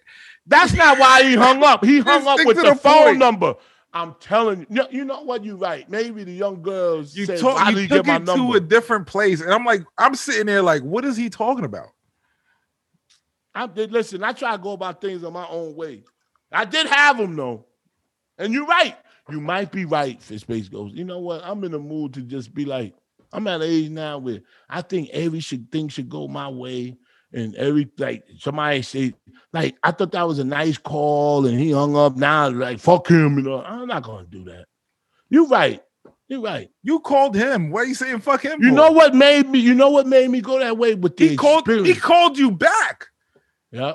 [SPEAKER 2] That's not why he hung up. He hung
[SPEAKER 4] Just
[SPEAKER 2] up
[SPEAKER 4] stick
[SPEAKER 2] with
[SPEAKER 4] to
[SPEAKER 2] the,
[SPEAKER 4] the
[SPEAKER 2] phone
[SPEAKER 4] point.
[SPEAKER 2] number. I'm telling you, you, you know what? You're right. Maybe the young girls
[SPEAKER 4] You
[SPEAKER 2] say,
[SPEAKER 4] talk.
[SPEAKER 2] "Why
[SPEAKER 4] You
[SPEAKER 2] did he get
[SPEAKER 4] took
[SPEAKER 2] my
[SPEAKER 4] it to
[SPEAKER 2] number?"
[SPEAKER 4] a different place, and I'm like, I'm sitting there like, what is he talking about?
[SPEAKER 2] I did listen. I try to go about things in my own way. I did have him though, and you're right. You might be right. For space goes. You know what? I'm in the mood to just be like, I'm at an age now where I think every should thing should go my way, and every like somebody say like I thought that was a nice call, and he hung up. Now like fuck him. You know I'm not gonna do that. You're right. You're right.
[SPEAKER 4] You called him. Why are you saying fuck him?
[SPEAKER 2] You
[SPEAKER 4] for?
[SPEAKER 2] know what made me? You know what made me go that way with the
[SPEAKER 4] He called. He
[SPEAKER 2] experience?
[SPEAKER 4] called you back.
[SPEAKER 2] yeah.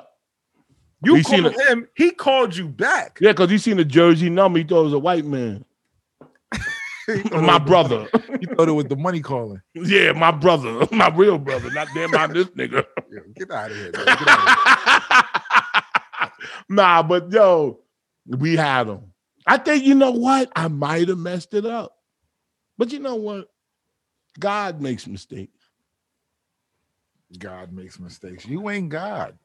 [SPEAKER 4] You
[SPEAKER 2] He seen
[SPEAKER 4] called him. He called you back.
[SPEAKER 2] Yeah, because he seen the jersey number, he thought it was a white man.
[SPEAKER 4] He thought it
[SPEAKER 2] My
[SPEAKER 4] was the-
[SPEAKER 2] brother.
[SPEAKER 4] He thought it was the money calling.
[SPEAKER 2] yeah, my brother. My real brother. Not damn about this nigga.
[SPEAKER 4] Yeah, get out of here. man. Get outta here.
[SPEAKER 2] nah, but yo, we had him. I think you know what? I might have messed it up. But you know what? God makes mistakes.
[SPEAKER 4] God makes mistakes. You ain't God.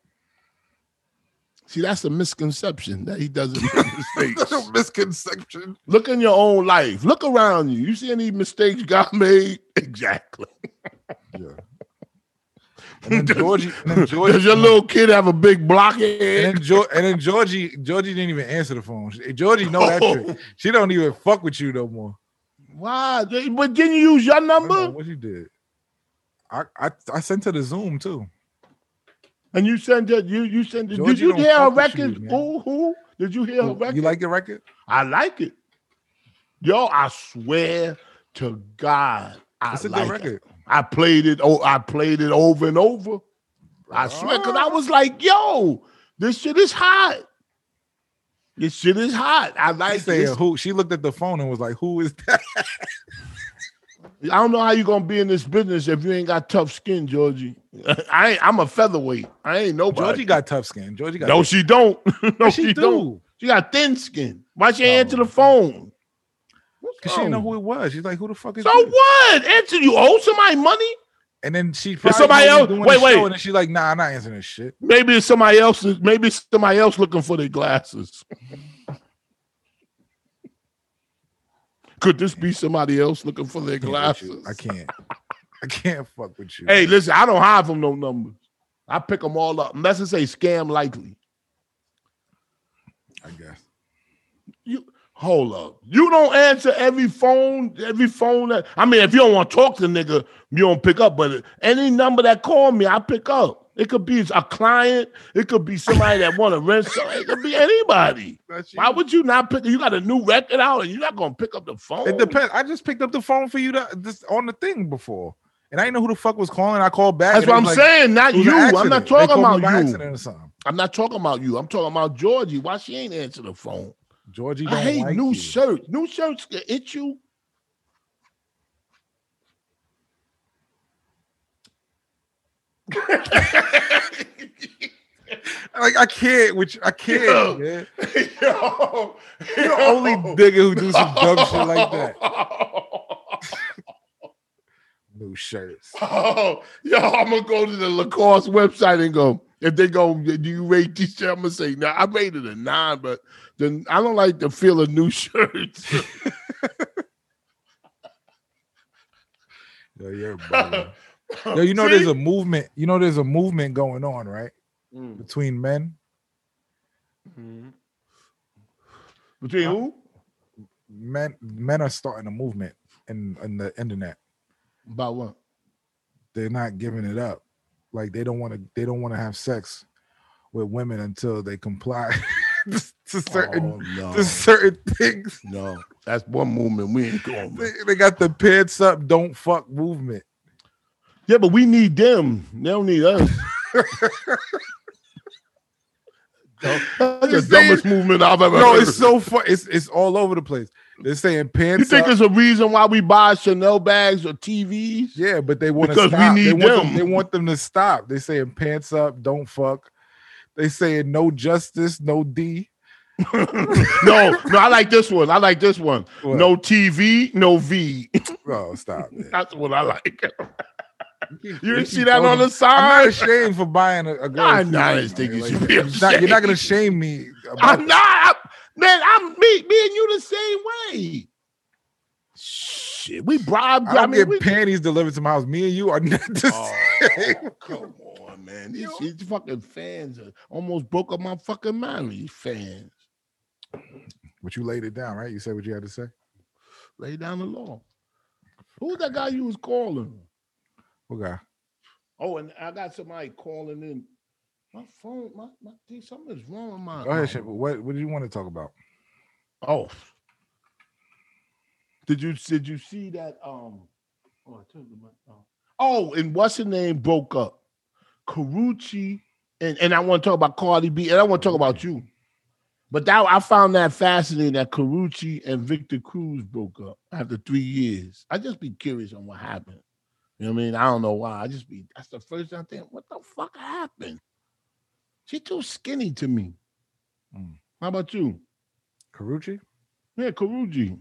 [SPEAKER 2] See, that's a misconception that he doesn't make mistakes.
[SPEAKER 4] misconception.
[SPEAKER 2] Look in your own life. Look around you. You see any mistakes God made? Exactly.
[SPEAKER 4] Yeah. And then Georgie. And then Georgie
[SPEAKER 2] Does your little kid have a big blockhead?
[SPEAKER 4] and then, Geor- and then Georgie, Georgie didn't even answer the phone. She- Georgie know that trick. She don't even fuck with you no more.
[SPEAKER 2] Why? They- But didn't you use your
[SPEAKER 4] I don't know
[SPEAKER 2] number?
[SPEAKER 4] what you did. I, I I sent her the Zoom too.
[SPEAKER 2] And you sent it. You you sent it. Did
[SPEAKER 4] Georgie
[SPEAKER 2] you
[SPEAKER 4] don't
[SPEAKER 2] hear her
[SPEAKER 4] fuck with you,
[SPEAKER 2] record?
[SPEAKER 4] man.
[SPEAKER 2] Who who? Did you hear her record?
[SPEAKER 4] You like the record?
[SPEAKER 2] I like it. Yo, I swear to God, I
[SPEAKER 4] It's a
[SPEAKER 2] like
[SPEAKER 4] good
[SPEAKER 2] it.
[SPEAKER 4] record.
[SPEAKER 2] I played it. Oh, I played it over and over. I swear, because I was like, yo, this shit is hot. This shit is hot. I
[SPEAKER 4] I
[SPEAKER 2] like
[SPEAKER 4] said
[SPEAKER 2] this.
[SPEAKER 4] who she looked at the phone and was like, Who is that?
[SPEAKER 2] I don't know how you gonna be in this business if you ain't got tough skin, Georgie. I ain't, I'm a featherweight. I ain't nobody.
[SPEAKER 4] Georgie got tough skin. Georgie got
[SPEAKER 2] No,
[SPEAKER 4] tough-
[SPEAKER 2] she don't. no,
[SPEAKER 4] Yes,
[SPEAKER 2] she, don't. She got thin skin. Why she ain't
[SPEAKER 4] Oh.
[SPEAKER 2] answer the phone?
[SPEAKER 4] Cause she didn't know who it was. She's like, who the fuck is
[SPEAKER 2] So
[SPEAKER 4] you?
[SPEAKER 2] what? Answer you owe somebody money?
[SPEAKER 4] And then she
[SPEAKER 2] somebody
[SPEAKER 4] know you
[SPEAKER 2] else-
[SPEAKER 4] doing
[SPEAKER 2] wait,
[SPEAKER 4] the show,
[SPEAKER 2] wait.
[SPEAKER 4] And then she's like, nah, I'm not answering this shit.
[SPEAKER 2] Maybe it's somebody else's. Maybe it's somebody else looking for their glasses. Could this be somebody else looking for their
[SPEAKER 4] I can't with you.
[SPEAKER 2] glasses?
[SPEAKER 4] I can't. I can't fuck with you.
[SPEAKER 2] Hey, listen, I don't hide from no numbers. I pick them all up. Unless it say scam likely.
[SPEAKER 4] I guess.
[SPEAKER 2] You hold up. You don't answer every phone, every phone that I mean, if you don't want to talk to nigga, you don't pick up. But any number that call me, I pick up. It could be a client, it could be somebody that want to rent something, it could be anybody.
[SPEAKER 4] That's
[SPEAKER 2] Why would you not pick you got a new record out and you're not gonna pick up the phone?
[SPEAKER 4] it depends. I just picked up the phone for you to just on the thing before. And I didn't know who the fuck was calling. I called back.
[SPEAKER 2] That's
[SPEAKER 4] and it
[SPEAKER 2] what I'm
[SPEAKER 4] was like-
[SPEAKER 2] saying, not
[SPEAKER 4] it was
[SPEAKER 2] you.
[SPEAKER 4] an
[SPEAKER 2] I'm
[SPEAKER 4] accident.
[SPEAKER 2] not
[SPEAKER 4] They
[SPEAKER 2] talking
[SPEAKER 4] called me
[SPEAKER 2] about
[SPEAKER 4] by
[SPEAKER 2] you.
[SPEAKER 4] accident or something.
[SPEAKER 2] I'm not talking about you. I'm talking about Georgie. Why she ain't answer the phone?
[SPEAKER 4] Georgie don't
[SPEAKER 2] I hate
[SPEAKER 4] like
[SPEAKER 2] new
[SPEAKER 4] you.
[SPEAKER 2] shirts. New shirts can itch you.
[SPEAKER 4] Like I can't, which I can't.
[SPEAKER 2] Yo.
[SPEAKER 4] man.
[SPEAKER 2] Yo,
[SPEAKER 4] You're the only nigga who do some dumb shit like that. New shirts.
[SPEAKER 2] Oh, yo, I'm gonna go to the Lacoste website and go. If they go, do you rate these? I'm gonna say, no, I rated a nine, but then I don't like the feel of new shirts.
[SPEAKER 4] Yo, you're bugging. Yo, you know there's a movement. You know there's a movement going on, right?
[SPEAKER 2] Mm.
[SPEAKER 4] Between men,
[SPEAKER 2] between who?
[SPEAKER 4] men, men are starting a movement in in the internet.
[SPEAKER 2] About what?
[SPEAKER 4] They're not giving it up. Like they don't want to. They don't want to have sex with women until they comply to certain
[SPEAKER 2] Oh, no,
[SPEAKER 4] to certain things.
[SPEAKER 2] no, that's one movement we ain't going.
[SPEAKER 4] They,
[SPEAKER 2] with.
[SPEAKER 4] they got the pants up, don't fuck movement.
[SPEAKER 2] Yeah, but we need them. They don't need us. That's the
[SPEAKER 4] You saying-
[SPEAKER 2] dumbest movement I've ever.
[SPEAKER 4] No,
[SPEAKER 2] heard.
[SPEAKER 4] it's so fun. It's it's all over the place. They're saying
[SPEAKER 2] You
[SPEAKER 4] pants
[SPEAKER 2] think
[SPEAKER 4] up.
[SPEAKER 2] there's a reason why we buy Chanel bags or TVs?
[SPEAKER 4] Yeah, but they want to
[SPEAKER 2] Because we
[SPEAKER 4] stop. they,
[SPEAKER 2] need
[SPEAKER 4] want them.
[SPEAKER 2] them.
[SPEAKER 4] they want them to stop. They saying pants up, don't fuck. They saying no justice, no D.
[SPEAKER 2] no, no, I like this one. I like this one.
[SPEAKER 4] What?
[SPEAKER 2] No TV, no V.
[SPEAKER 4] Oh, stop. man.
[SPEAKER 2] That's what I like. you
[SPEAKER 4] They
[SPEAKER 2] didn't
[SPEAKER 4] keep
[SPEAKER 2] see that on
[SPEAKER 4] throwing-
[SPEAKER 2] the
[SPEAKER 4] I'm not
[SPEAKER 2] side?
[SPEAKER 4] ashamed for buying a, a girl.
[SPEAKER 2] Nah,
[SPEAKER 4] a
[SPEAKER 2] nah, I
[SPEAKER 4] TV,
[SPEAKER 2] just think
[SPEAKER 4] man.
[SPEAKER 2] you should be
[SPEAKER 4] you're not, you're not gonna shame me. About
[SPEAKER 2] I'm not. I'm- man, I'm me, me and you the same way. Shit, we bribed.
[SPEAKER 4] I don't
[SPEAKER 2] I mean,
[SPEAKER 4] get
[SPEAKER 2] we,
[SPEAKER 4] panties delivered to my house. Me and you are not the
[SPEAKER 2] Oh,
[SPEAKER 4] same.
[SPEAKER 2] come on, man. These, these fucking fans are, almost broke up my fucking mind. These fans
[SPEAKER 4] But you laid it down, right? You said what you had to say.
[SPEAKER 2] lay down the law. Who's that guy you was calling?
[SPEAKER 4] Okay.
[SPEAKER 2] Oh, and I got somebody calling in. My phone, my, my thing, something is wrong with my.
[SPEAKER 4] Go ahead,
[SPEAKER 2] my-
[SPEAKER 4] Shep. What what do you want to talk about?
[SPEAKER 2] Oh, did you did you see that? Um, oh, I told you my, oh. oh, and what's her name broke up? Carucci, and and I want to talk about Cardi B, and I want to talk about you. But that I found that fascinating that Carucci and Victor Cruz broke up after three years. I just be curious on what happened. You know what I mean? I don't know why. I just be that's the first thing I think. What the fuck happened? She too skinny to me.
[SPEAKER 4] Mm.
[SPEAKER 2] How about you?
[SPEAKER 4] Carucci?
[SPEAKER 2] Yeah, Carucci.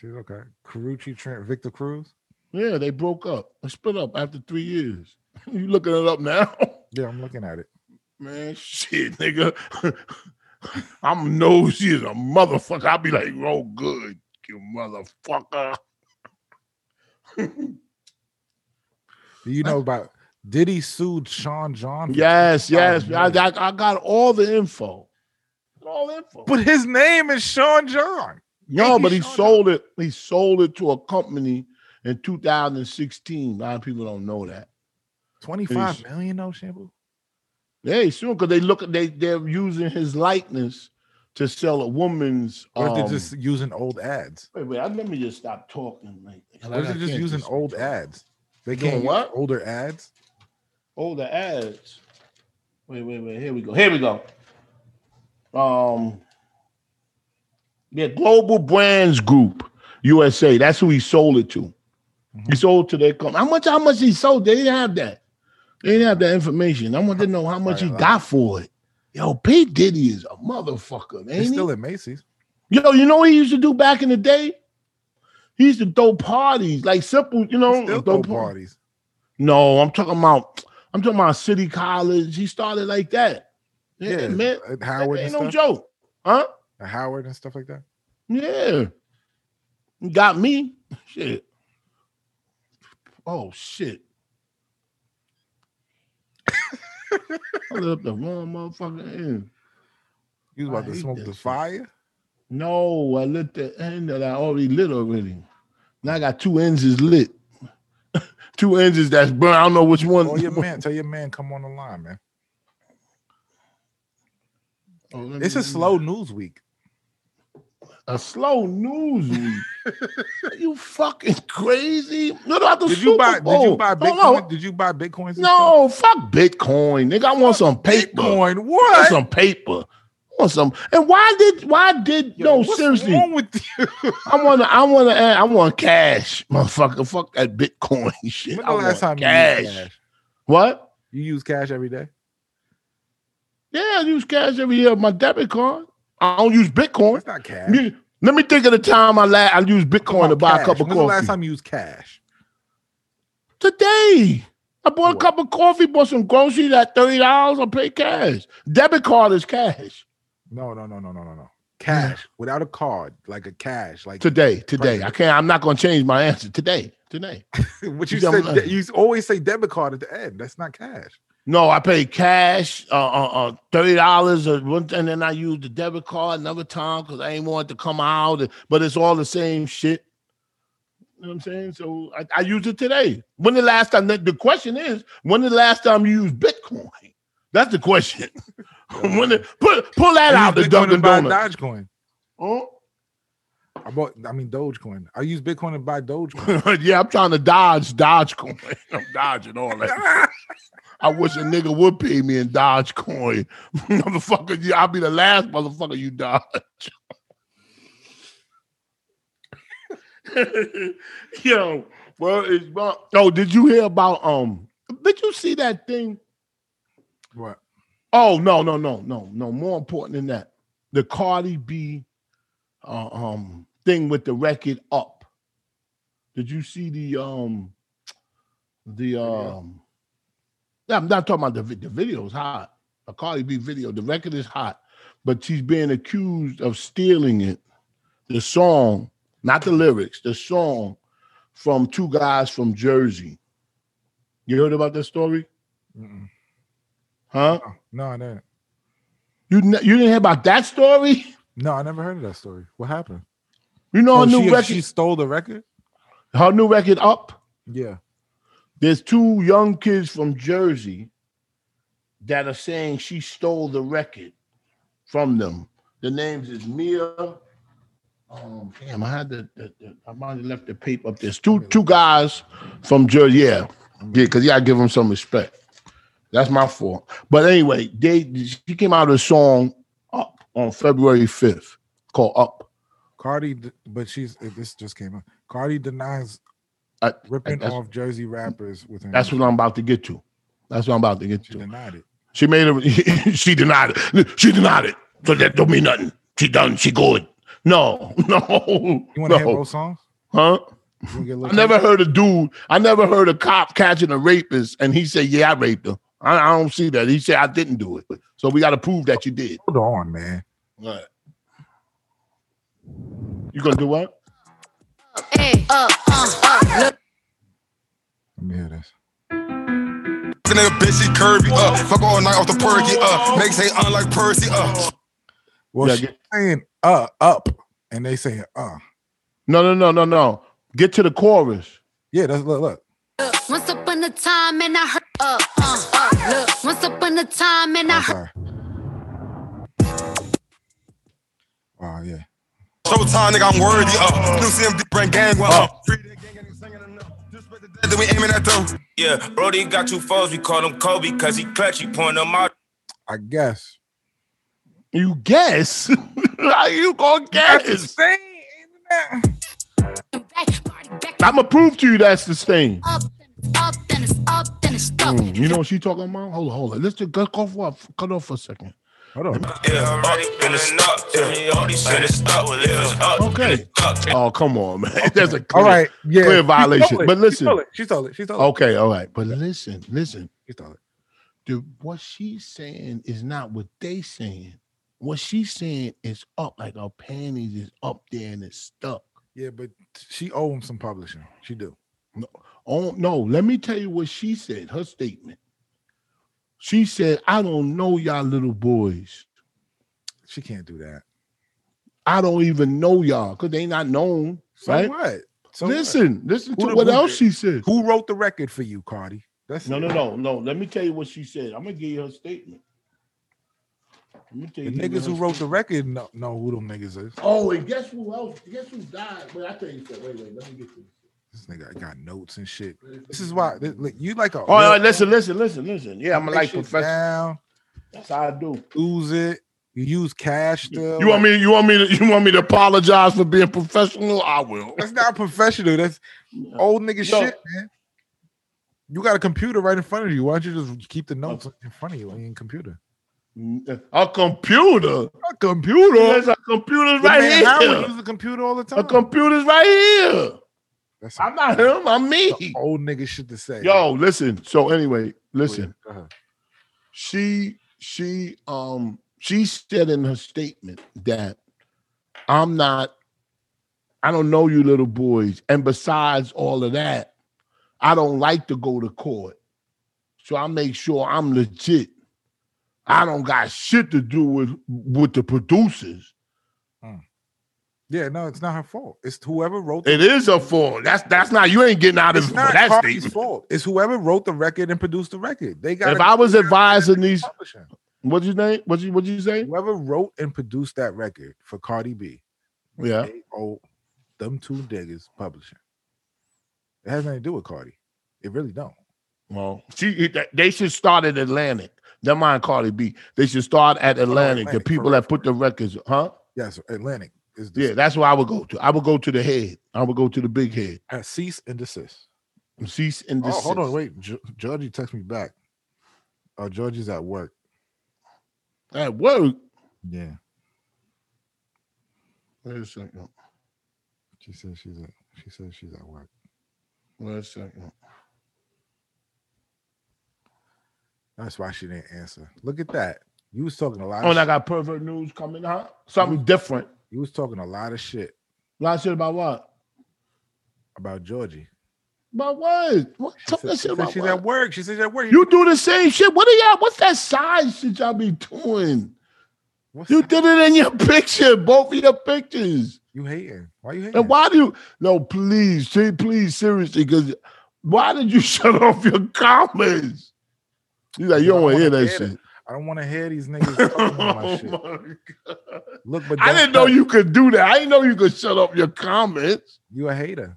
[SPEAKER 4] She's okay. Carucci, Trent, Victor Cruz.
[SPEAKER 2] Yeah, they broke up. They split up after three years. you looking it up now?
[SPEAKER 4] Yeah, I'm looking at it.
[SPEAKER 2] Man, shit, nigga. I'm nosy as a motherfucker. I'll be like, roll good, you motherfucker.
[SPEAKER 4] Do you know about Diddy sued Sean John? for
[SPEAKER 2] Yes, yes. I,
[SPEAKER 4] $2,000?
[SPEAKER 2] I, I got all the info. All the info.
[SPEAKER 4] but his name is Sean John.
[SPEAKER 2] no,
[SPEAKER 4] Yankee
[SPEAKER 2] but he
[SPEAKER 4] Sean
[SPEAKER 2] sold it. He sold it to a company in 2016. A lot of people don't know that.
[SPEAKER 4] Twenty-five
[SPEAKER 2] Peace.
[SPEAKER 4] million though, Shampoo.
[SPEAKER 2] They soon because they look they they're using his likeness to sell a woman's.
[SPEAKER 4] Or is
[SPEAKER 2] um,
[SPEAKER 4] it just using old ads?
[SPEAKER 2] Wait, wait. I, let me just stop talking. Like,
[SPEAKER 4] Or is it just using old ads? They
[SPEAKER 2] Doing
[SPEAKER 4] getting
[SPEAKER 2] what?
[SPEAKER 4] older ads?
[SPEAKER 2] older Oh, ads? Wait, wait, wait. Here we go. Here we go. Um, yeah, Global Brands Group USA. That's who he sold it to. He
[SPEAKER 4] Mhm.
[SPEAKER 2] sold to their company. How much? How much he sold? They didn't have that. They didn't have that information. I want to know how much he
[SPEAKER 4] Right, right.
[SPEAKER 2] got for it. Yo, P Diddy is a motherfucker.
[SPEAKER 4] It's
[SPEAKER 2] Ain't he?
[SPEAKER 4] still at Macy's.
[SPEAKER 2] Yo, you know what he used to do back in the day? He used to throw parties, like simple, you know,
[SPEAKER 4] They still
[SPEAKER 2] throw
[SPEAKER 4] throw
[SPEAKER 2] par-
[SPEAKER 4] parties.
[SPEAKER 2] No, I'm talking about, I'm talking about City College. He started like that. Yeah,
[SPEAKER 4] Yeah,
[SPEAKER 2] man,
[SPEAKER 4] at
[SPEAKER 2] that
[SPEAKER 4] Howard and
[SPEAKER 2] ain't no
[SPEAKER 4] stuff.
[SPEAKER 2] joke, huh?
[SPEAKER 4] At Howard and stuff like that.
[SPEAKER 2] Yeah, You got me. Shit. Oh shit. I lit up the wrong motherfucking end.
[SPEAKER 4] You
[SPEAKER 2] I
[SPEAKER 4] was about to
[SPEAKER 2] hate
[SPEAKER 4] smoke
[SPEAKER 2] that
[SPEAKER 4] the
[SPEAKER 2] shit.
[SPEAKER 4] fire.
[SPEAKER 2] No, I lit the end that I already lit already. Now I got two ends is lit. two ends is that's burn. I don't know which one.
[SPEAKER 4] Call Oh, your man. Tell your man come on the line, man.
[SPEAKER 2] Oh, let me-
[SPEAKER 4] It's a
[SPEAKER 2] let me-
[SPEAKER 4] slow news week.
[SPEAKER 2] a slow news week. Are you fucking crazy? No, no, after
[SPEAKER 4] Did you buy? Did you buy
[SPEAKER 2] Bitcoin?
[SPEAKER 4] Bitcoin? Did you buy Bitcoins? and stuff?
[SPEAKER 2] Oh, No, fuck Bitcoin, nigga. I want some paper.
[SPEAKER 4] Bitcoin.
[SPEAKER 2] I want
[SPEAKER 4] What?
[SPEAKER 2] some paper. I want some. And why did? Why did?
[SPEAKER 4] Yo,
[SPEAKER 2] no,
[SPEAKER 4] what's
[SPEAKER 2] seriously.
[SPEAKER 4] wrong with you?
[SPEAKER 2] I want to. I want to. I want cash, motherfucker. Fuck that Bitcoin shit.
[SPEAKER 4] When
[SPEAKER 2] I
[SPEAKER 4] the last
[SPEAKER 2] want
[SPEAKER 4] time you
[SPEAKER 2] cash.
[SPEAKER 4] used Oh, cash?
[SPEAKER 2] What?
[SPEAKER 4] You use cash every day?
[SPEAKER 2] Yeah, I use cash every year. on My debit card. I don't use Bitcoin.
[SPEAKER 4] That's not cash.
[SPEAKER 2] Me- Let me think of the time I la- I used
[SPEAKER 4] Talking
[SPEAKER 2] Bitcoin to
[SPEAKER 4] about
[SPEAKER 2] buy
[SPEAKER 4] cash.
[SPEAKER 2] a cup of
[SPEAKER 4] When's
[SPEAKER 2] coffee.
[SPEAKER 4] the last time you used cash?
[SPEAKER 2] Today. I bought a cup of coffee, bought some groceries at thirty dollars. I paid cash. Debit card is cash.
[SPEAKER 4] No, no, no, no, no, no, no. Cash without a card, like a cash, like
[SPEAKER 2] Today, today, I can't. I'm not going to change my answer. Today, today.
[SPEAKER 4] what you
[SPEAKER 2] You
[SPEAKER 4] said.
[SPEAKER 2] don't know.
[SPEAKER 4] de- You always say debit card at the end. That's not cash.
[SPEAKER 2] No, I paid cash, uh, uh, uh thirty dollars, or one, and then I used the debit card another time because I ain't want it to come out. But it's all the same shit. You know what I'm saying? So I, I used it today. When the last time? The, the question is, when the last time you used Bitcoin? That's the question. when the, put pull that
[SPEAKER 4] I
[SPEAKER 2] out the
[SPEAKER 4] use Bitcoin to
[SPEAKER 2] Dunkin'
[SPEAKER 4] buy
[SPEAKER 2] Donuts.
[SPEAKER 4] Dogecoin.
[SPEAKER 2] Huh?
[SPEAKER 4] I bought. I mean Dogecoin. I use Bitcoin to buy Dogecoin.
[SPEAKER 2] yeah, I'm trying to dodge Dodge coin. I'm dodging all that. I wish a nigga would pay me in Dodge coin. motherfucker, you- I'll be the last motherfucker you dodge. Yo, well, it's wrong. Oh, did you hear about um did you see that thing?
[SPEAKER 4] what?
[SPEAKER 2] Oh no, no, no, no, no. More important than that. The Cardi B uh, um thing with the record up. Did you see the um the um yeah, I'm not talking about the vi- the video is hot. A Cardi B video, the record is hot, but she's being accused of stealing it, the song, not the lyrics, the song from two guys from Jersey. You heard about that story?
[SPEAKER 4] Mm-mm.
[SPEAKER 2] Huh?
[SPEAKER 4] Oh, no, I didn't.
[SPEAKER 2] You ne- you didn't hear about that story?
[SPEAKER 4] No, I never heard of that story. What happened?
[SPEAKER 2] You know
[SPEAKER 4] Oh,
[SPEAKER 2] her new
[SPEAKER 4] she,
[SPEAKER 2] record.
[SPEAKER 4] she stole the record.
[SPEAKER 2] her new record up.
[SPEAKER 4] Yeah.
[SPEAKER 2] There's two young kids from Jersey that are saying she stole the record from them. The names is Mia. Um, damn, I had the, the, the I might have left the paper up. There's two two guys from Jersey. Yeah, yeah, because you gotta give them some respect. That's my fault. But anyway, they she came out with a song up on February 5th called Up.
[SPEAKER 4] Cardi, d- but she's eh, this just came up. Cardi denies
[SPEAKER 2] I- I-
[SPEAKER 4] ripping
[SPEAKER 2] that's-
[SPEAKER 4] off Jersey rappers with her.
[SPEAKER 2] That's
[SPEAKER 4] name.
[SPEAKER 2] what I'm about to get to. That's what I'm about to get
[SPEAKER 4] she
[SPEAKER 2] to.
[SPEAKER 4] denied it.
[SPEAKER 2] She made it. She denied it. She denied it. So that don't mean nothing. She done. She good. No, no,
[SPEAKER 4] You want to hear
[SPEAKER 2] no.
[SPEAKER 4] both songs?
[SPEAKER 2] Huh?
[SPEAKER 4] You wanna get a
[SPEAKER 2] I
[SPEAKER 4] little
[SPEAKER 2] never heard a dude. I never heard a cop catching a rapist and he said, "Yeah, I raped her." I, I don't see that. He said, "I didn't do it." So we got to prove that you did.
[SPEAKER 4] Hold on, man.
[SPEAKER 2] Right. You gonna do what?
[SPEAKER 6] Hey, up, up, up. Look,
[SPEAKER 4] Let me hear this.
[SPEAKER 7] Fucking nigga, bitch, she curvy, uh. Fuck all night off the perky, uh. Makes say unlike Percy, uh.
[SPEAKER 4] Well,
[SPEAKER 2] Yeah,
[SPEAKER 4] she's
[SPEAKER 2] get-
[SPEAKER 4] saying uh up, and they saying uh.
[SPEAKER 2] No, no, no, no, no. Get to the chorus.
[SPEAKER 4] Yeah, that's look. Look,
[SPEAKER 6] look. Once upon a time, and I heard up, uh, up. Look, once upon a time, and I
[SPEAKER 4] I'm
[SPEAKER 6] heard
[SPEAKER 4] sorry. Wow, yeah.
[SPEAKER 7] Showtime, nigga, I'm worthy, uh. New CMD brand gang, well, uh. Free that gang, gang, singing enough. Disrespect the dead, then we aiming at them.
[SPEAKER 8] Yeah, Brody got two foes. We call him Kobe because he clutch. He point them out.
[SPEAKER 4] I guess.
[SPEAKER 2] You guess? How you gonna guess?
[SPEAKER 6] him back, party back.
[SPEAKER 2] I'ma prove to you that's the same.
[SPEAKER 6] Up, then it's up, then it's up, then it's up.
[SPEAKER 2] Mm, You know what she talking about? Hold on, hold on. Let's just cut off, off- cut off for a second.
[SPEAKER 4] Hold on.
[SPEAKER 8] Yeah, already been stuck. Yeah, already been stuck. Well, it was up.
[SPEAKER 2] Okay. Oh, come on, man. That's a
[SPEAKER 4] All
[SPEAKER 2] clear,
[SPEAKER 4] right. Yeah.
[SPEAKER 2] clear
[SPEAKER 4] She
[SPEAKER 2] violation.
[SPEAKER 4] stole it.
[SPEAKER 2] But
[SPEAKER 4] She
[SPEAKER 2] listen. Oh.
[SPEAKER 4] stole it. She stole it. She stole it.
[SPEAKER 2] Okay, all right. But listen, listen.
[SPEAKER 4] She stole it.
[SPEAKER 2] The, what she's saying is not what they saying. What she's saying is up, like her panties is up there and it's stuck.
[SPEAKER 4] Yeah, but she owe him some publishing. She do.
[SPEAKER 2] Oh no, let me tell you what she said. Her statement. She said, "I don't know y'all little boys.
[SPEAKER 4] She can't do that.
[SPEAKER 2] I don't even know y'all because they not known,
[SPEAKER 4] So
[SPEAKER 2] right?
[SPEAKER 4] what? So what?
[SPEAKER 2] listen, listen
[SPEAKER 4] Who
[SPEAKER 2] to
[SPEAKER 4] the-
[SPEAKER 2] what
[SPEAKER 4] who
[SPEAKER 2] else
[SPEAKER 4] did-
[SPEAKER 2] she said.
[SPEAKER 4] Who wrote the record for you, Cardi? That's
[SPEAKER 2] No,
[SPEAKER 4] it.
[SPEAKER 2] no, no, no. Let me tell you what she said. I'm gonna give you her statement. Let me tell
[SPEAKER 4] The
[SPEAKER 2] you
[SPEAKER 4] niggas who
[SPEAKER 2] her
[SPEAKER 4] wrote the record know, know who them niggas is.
[SPEAKER 2] statement. Oh, and guess who else? Guess who died? Wait, I tell you something. Wait, wait. Let me get this.
[SPEAKER 4] This nigga got notes and shit. This is why th- look, you like a.
[SPEAKER 2] Oh, no, listen, listen, listen, listen. Yeah, I'm a
[SPEAKER 4] Take
[SPEAKER 2] like
[SPEAKER 4] shit
[SPEAKER 2] professor.
[SPEAKER 4] Down,
[SPEAKER 2] That's how I do.
[SPEAKER 4] lose it. You use cash still.
[SPEAKER 2] You want me? You want me? To, you want me to apologize for being professional? I will.
[SPEAKER 4] That's not professional. That's old nigga
[SPEAKER 2] No.
[SPEAKER 4] shit, man. You got a computer right in front of you. Why don't you just keep the notes in front of you on your computer?
[SPEAKER 2] A computer.
[SPEAKER 4] A computer.
[SPEAKER 2] There's a computer
[SPEAKER 4] Right
[SPEAKER 2] right
[SPEAKER 4] man, Howard
[SPEAKER 2] here.
[SPEAKER 4] uses a computer all the time.
[SPEAKER 2] A computer's right here.
[SPEAKER 4] That's
[SPEAKER 2] I'm not him. I'm me.
[SPEAKER 4] old nigga shit to say.
[SPEAKER 2] Yo, listen. So anyway,
[SPEAKER 4] Go
[SPEAKER 2] listen.
[SPEAKER 4] ahead, go ahead.
[SPEAKER 2] she she um she said in her statement that I'm not I don't know you little boys and besides all of that I don't like to go to court so I make sure I'm legit I don't got shit to do with with the producers
[SPEAKER 4] Yeah, no, it's not her fault. It's whoever wrote.
[SPEAKER 2] it is a fault that's that's not you ain't getting out of it
[SPEAKER 4] it's
[SPEAKER 2] for
[SPEAKER 4] not
[SPEAKER 2] that
[SPEAKER 4] Cardi's
[SPEAKER 2] statement
[SPEAKER 4] fault. It's whoever wrote the record and produced the record. They got.
[SPEAKER 2] if I was advising these
[SPEAKER 4] publishing.
[SPEAKER 2] what's your name what you what you say
[SPEAKER 4] Whoever wrote and produced that record for Cardi B,
[SPEAKER 2] yeah
[SPEAKER 4] they owe them two niggas publishing. It has nothing to do with Cardi. It really don't.
[SPEAKER 2] Well, she they should start at Atlantic. Don't mind Cardi B. They should start at Atlantic. The
[SPEAKER 4] Atlantic,
[SPEAKER 2] people that put the records, huh?
[SPEAKER 4] Yes, Atlantic is
[SPEAKER 2] Yeah, that's where I would go to. I would go to the head. I would go to the big head.
[SPEAKER 4] yeah. Uh, cease and desist.
[SPEAKER 2] Cease and
[SPEAKER 4] Oh,
[SPEAKER 2] desist.
[SPEAKER 4] hold on, wait. Ge- Georgie text me back. Oh, Georgie's at work.
[SPEAKER 2] At work.
[SPEAKER 4] Yeah,
[SPEAKER 2] Wait a second.
[SPEAKER 4] she says she's at. She says she's at work.
[SPEAKER 2] Wait a second.
[SPEAKER 4] That's why she didn't answer. Look at that. You was talking a lot.
[SPEAKER 2] Oh,
[SPEAKER 4] Of
[SPEAKER 2] and I
[SPEAKER 4] shit.
[SPEAKER 2] got pervert news coming out. Something different.
[SPEAKER 4] You was talking a lot of shit
[SPEAKER 2] Lot of shit about what?
[SPEAKER 4] about Georgie.
[SPEAKER 2] About what? What
[SPEAKER 4] She
[SPEAKER 2] talk
[SPEAKER 4] said-
[SPEAKER 2] that
[SPEAKER 4] she
[SPEAKER 2] shit
[SPEAKER 4] said
[SPEAKER 2] about
[SPEAKER 4] she's
[SPEAKER 2] what?
[SPEAKER 4] at work. She says she's at work.
[SPEAKER 2] You do the same shit. What are y'all? What's that side shit y'all be doing?
[SPEAKER 4] What's
[SPEAKER 2] You
[SPEAKER 4] that?
[SPEAKER 2] did it in your picture, both of your pictures.
[SPEAKER 4] you hating? Why you hating?
[SPEAKER 2] And why do you no please, say please, seriously, because why did you shut off your comments? You like you don't want to hear that shit.
[SPEAKER 4] I don't want to hear these niggas talking about my
[SPEAKER 2] Oh
[SPEAKER 4] shit.
[SPEAKER 2] my God.
[SPEAKER 4] Look, but
[SPEAKER 2] I
[SPEAKER 4] don't
[SPEAKER 2] didn't know
[SPEAKER 4] cut.
[SPEAKER 2] you could do that. I didn't know you could shut off your comments.
[SPEAKER 4] You a hater.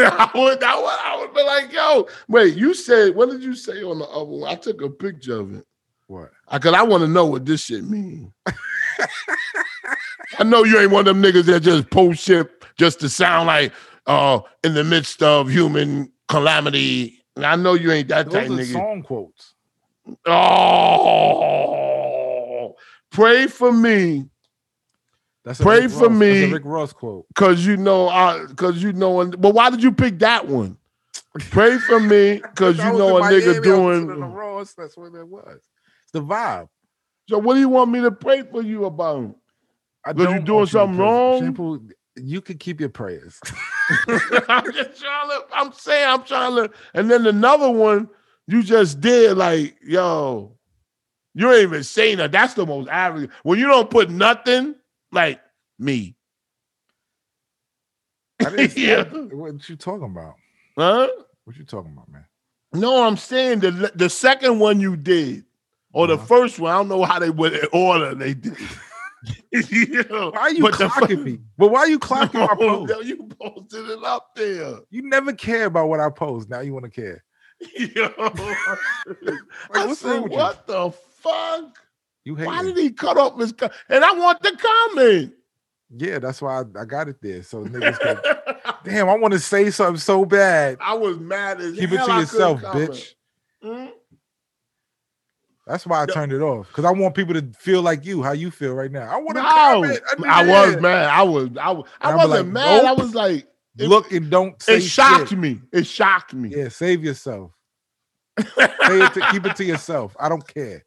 [SPEAKER 2] I would, I would, I would be like, yo, wait, you said, what did you say on the other one? I took a picture of it.
[SPEAKER 4] What?
[SPEAKER 2] I, Cause I want to know what this shit mean. I know you ain't one of them niggas that just post shit just to sound like uh in the midst of human calamity. And I know you ain't that
[SPEAKER 4] Those
[SPEAKER 2] type
[SPEAKER 4] are
[SPEAKER 2] nigga.
[SPEAKER 4] song quotes.
[SPEAKER 2] oh, pray for me,
[SPEAKER 4] That's a
[SPEAKER 2] Pray
[SPEAKER 4] Rick
[SPEAKER 2] for
[SPEAKER 4] Ross- that's a
[SPEAKER 2] me.
[SPEAKER 4] Rick Ross quote.
[SPEAKER 2] cause you know, I, cause you know. and- But why did you pick that one? Pray for me, cause you
[SPEAKER 4] I was
[SPEAKER 2] know a
[SPEAKER 4] in Miami, I
[SPEAKER 2] nigga
[SPEAKER 4] was listening to
[SPEAKER 2] doing.
[SPEAKER 4] Ross. That's what it was. It's the vibe.
[SPEAKER 2] So what do you want me to pray for you about?
[SPEAKER 4] I
[SPEAKER 2] Was you
[SPEAKER 4] don't
[SPEAKER 2] doing
[SPEAKER 4] want in
[SPEAKER 2] something
[SPEAKER 4] prison.
[SPEAKER 2] wrong?
[SPEAKER 4] Simple, you could keep your prayers.
[SPEAKER 2] I'm just trying to, I'm saying, I'm trying to, and then another one you just did, like, yo, you ain't even saying that. That's the most average. When you don't put nothing, like me,
[SPEAKER 4] I didn't say-
[SPEAKER 2] Yeah.
[SPEAKER 4] What you talking about?
[SPEAKER 2] huh?
[SPEAKER 4] What you talking about, man?
[SPEAKER 2] No, I'm saying the the second one you did, or the
[SPEAKER 4] Uh-huh.
[SPEAKER 2] first one, I don't know how they would in order they did. yeah.
[SPEAKER 4] Why are you
[SPEAKER 2] But the
[SPEAKER 4] clocking
[SPEAKER 2] fir-
[SPEAKER 4] me? But why are you clocking my
[SPEAKER 2] No,
[SPEAKER 4] post?
[SPEAKER 2] yo, you posted it up there.
[SPEAKER 4] You never care about what I post. Now you want to care.
[SPEAKER 2] Yo. I
[SPEAKER 4] what's
[SPEAKER 2] said,
[SPEAKER 4] wrong with you?
[SPEAKER 2] what the fuck?
[SPEAKER 4] You
[SPEAKER 2] Why
[SPEAKER 4] hate.
[SPEAKER 2] did he cut off his co- and I want the comment?
[SPEAKER 4] Yeah, that's why I, I got it there. So niggas, can, damn, I want to say something so bad.
[SPEAKER 2] I was mad as
[SPEAKER 4] Keep it
[SPEAKER 2] hell
[SPEAKER 4] to
[SPEAKER 2] I
[SPEAKER 4] yourself,
[SPEAKER 2] couldn't comment.
[SPEAKER 4] bitch.
[SPEAKER 2] Mm?
[SPEAKER 4] That's why I
[SPEAKER 2] No.
[SPEAKER 4] turned it off because I want people to feel like you, how you feel right now. I want to comment.
[SPEAKER 2] No, I was mad. I was I, was, I
[SPEAKER 4] And I be
[SPEAKER 2] wasn't
[SPEAKER 4] like,
[SPEAKER 2] mad. I
[SPEAKER 4] nope.
[SPEAKER 2] was like, it-
[SPEAKER 4] Look and don't say
[SPEAKER 2] it shocked
[SPEAKER 4] shit.
[SPEAKER 2] me. It shocked me.
[SPEAKER 4] Yeah, save yourself. Say it to, keep it to yourself. I don't care.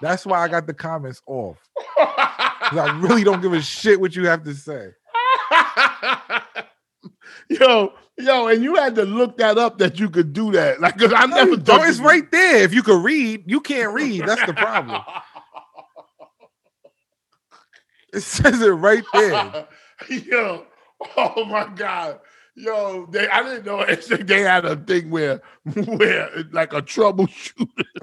[SPEAKER 4] That's why I got the comments off. 'cause I really don't give a shit what you have to say.
[SPEAKER 2] yo, yo, and you had to look that up that you could do that. Like, cause I
[SPEAKER 4] No,
[SPEAKER 2] never
[SPEAKER 4] you
[SPEAKER 2] thought
[SPEAKER 4] don't.
[SPEAKER 2] you
[SPEAKER 4] It's
[SPEAKER 2] could-
[SPEAKER 4] right there. If you could read, you can't read. That's the problem. It says it right there.
[SPEAKER 2] Yo, oh my god. Yo, they I didn't know it's like they had a thing where where it's like a troubleshooter.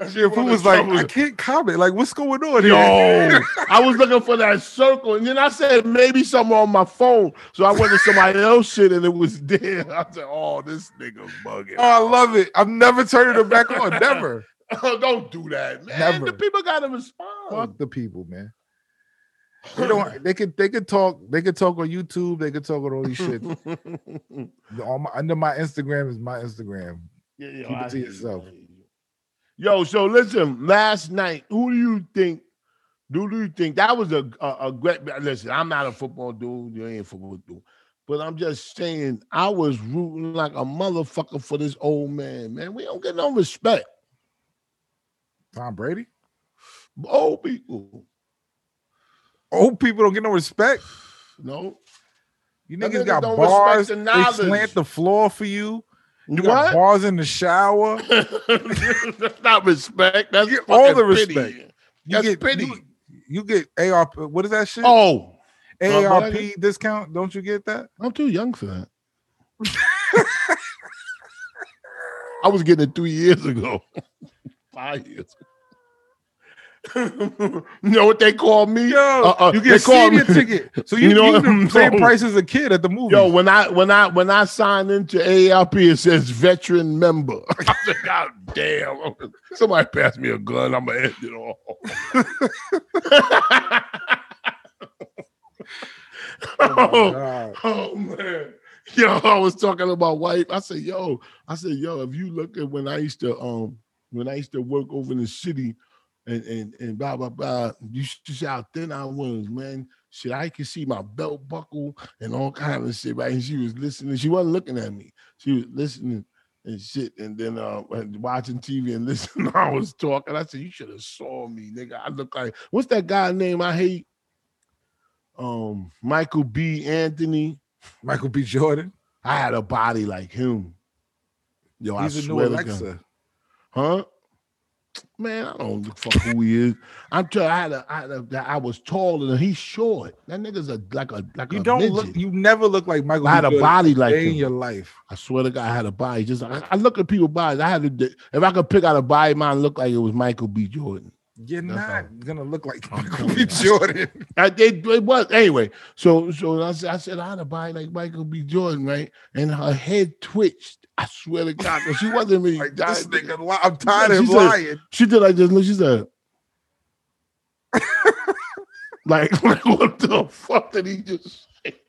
[SPEAKER 4] If it was like, I can't comment. Like, what's going on here?
[SPEAKER 2] Yo, I was looking for that circle, and then I said maybe something on my phone. So I went to somebody else shit, and it was there. I said, "Oh, this nigga bugging."
[SPEAKER 4] Oh, I love it. I'm never turning it back on. Never.
[SPEAKER 2] don't do that, man. The
[SPEAKER 4] Never.
[SPEAKER 2] people gotta respond.
[SPEAKER 4] Fuck the people, man. They don't. They could. They could talk. They could talk on YouTube. They could talk on all these shit. The- all my- under my Instagram is my Instagram.
[SPEAKER 2] Yeah, yeah,
[SPEAKER 4] Keep it
[SPEAKER 2] I
[SPEAKER 4] to
[SPEAKER 2] hear you,
[SPEAKER 4] yourself.
[SPEAKER 2] I hear you. Yo, so listen, last night, who do you think Do you think that was a, a a great? Listen, I'm not a football dude. You ain't a football dude. But I'm just saying, I was rooting like a motherfucker for this old man. Man, we don't get no respect.
[SPEAKER 4] Tom Brady.
[SPEAKER 2] Old people,
[SPEAKER 4] Old people don't get no respect.
[SPEAKER 2] no.
[SPEAKER 4] You
[SPEAKER 2] Them
[SPEAKER 4] niggas
[SPEAKER 2] niggas
[SPEAKER 4] got
[SPEAKER 2] don't
[SPEAKER 4] bars.
[SPEAKER 2] respect the
[SPEAKER 4] they
[SPEAKER 2] knowledge.
[SPEAKER 4] slant the floor for you. You got
[SPEAKER 2] what?
[SPEAKER 4] bars in the shower.
[SPEAKER 2] that's not respect. That's
[SPEAKER 4] You get all
[SPEAKER 2] fucking
[SPEAKER 4] the
[SPEAKER 2] pity.
[SPEAKER 4] respect. You
[SPEAKER 2] That's
[SPEAKER 4] get
[SPEAKER 2] pity.
[SPEAKER 4] You, you get ARP. What is that shit?
[SPEAKER 2] oh,
[SPEAKER 4] ARP discount. Don't you get that?
[SPEAKER 2] I'm too young for that. I was getting it three years ago. Five years. you know what they call me?
[SPEAKER 4] Yo,
[SPEAKER 2] Uh-uh.
[SPEAKER 4] you
[SPEAKER 2] They
[SPEAKER 4] get
[SPEAKER 2] call
[SPEAKER 4] senior
[SPEAKER 2] me-
[SPEAKER 4] ticket. So
[SPEAKER 2] You
[SPEAKER 4] you, you
[SPEAKER 2] know-
[SPEAKER 4] the same
[SPEAKER 2] no.
[SPEAKER 4] price as a kid at the movie.
[SPEAKER 2] Yo, when I when I when I signed into AARP, it says veteran member. I said, God damn! Somebody pass me a gun. I'm gonna end it all. oh,
[SPEAKER 4] God.
[SPEAKER 2] Oh man. Yo, I was talking about wife. I said, yo, I said, yo, if you look at when I used to um when I used to work over in the city and and and blah blah blah, you should see how thin I was, man. Shit, I could see my belt buckle and all kind of shit, right? And she was listening, she wasn't looking at me, she was listening and shit, and then uh and watching TV and listening. I was talking. I said, You should have saw me, nigga. I look like what's that guy name I hate? Um Michael B. Anthony.
[SPEAKER 4] Michael B. Jordan.
[SPEAKER 2] I had a body like him. Yo, I
[SPEAKER 4] He's a new
[SPEAKER 2] swear to God.
[SPEAKER 4] Alexa.
[SPEAKER 2] Huh? Man, I don't give a fuck who he is. I'm telling. I had a, I had a, I was taller than he's short. That nigga's a like a like
[SPEAKER 4] You
[SPEAKER 2] a
[SPEAKER 4] don't
[SPEAKER 2] midget.
[SPEAKER 4] look. You never look like Michael.
[SPEAKER 2] I had
[SPEAKER 4] B.
[SPEAKER 2] a
[SPEAKER 4] Jordan
[SPEAKER 2] body like
[SPEAKER 4] day in
[SPEAKER 2] him.
[SPEAKER 4] your life.
[SPEAKER 2] I swear to God, I had a body. Just I, I look at people's bodies. I had to. d- If I could pick out a body, mine looked like it was Michael B. Jordan.
[SPEAKER 4] You're
[SPEAKER 2] That's
[SPEAKER 4] not
[SPEAKER 2] all.
[SPEAKER 4] gonna look like
[SPEAKER 2] I'm
[SPEAKER 4] Michael
[SPEAKER 2] telling
[SPEAKER 4] B.
[SPEAKER 2] you.
[SPEAKER 4] Jordan.
[SPEAKER 2] I did it was anyway. So so I said I said I had a body like Michael B. Jordan, right? And her head twitched. I swear to God, 'cause she wasn't really
[SPEAKER 4] Like this
[SPEAKER 2] dying.
[SPEAKER 4] nigga, li- I'm tired of
[SPEAKER 2] She
[SPEAKER 4] him
[SPEAKER 2] said-
[SPEAKER 4] lying.
[SPEAKER 2] She did like this. Look, she said, like, like, what the fuck did he just?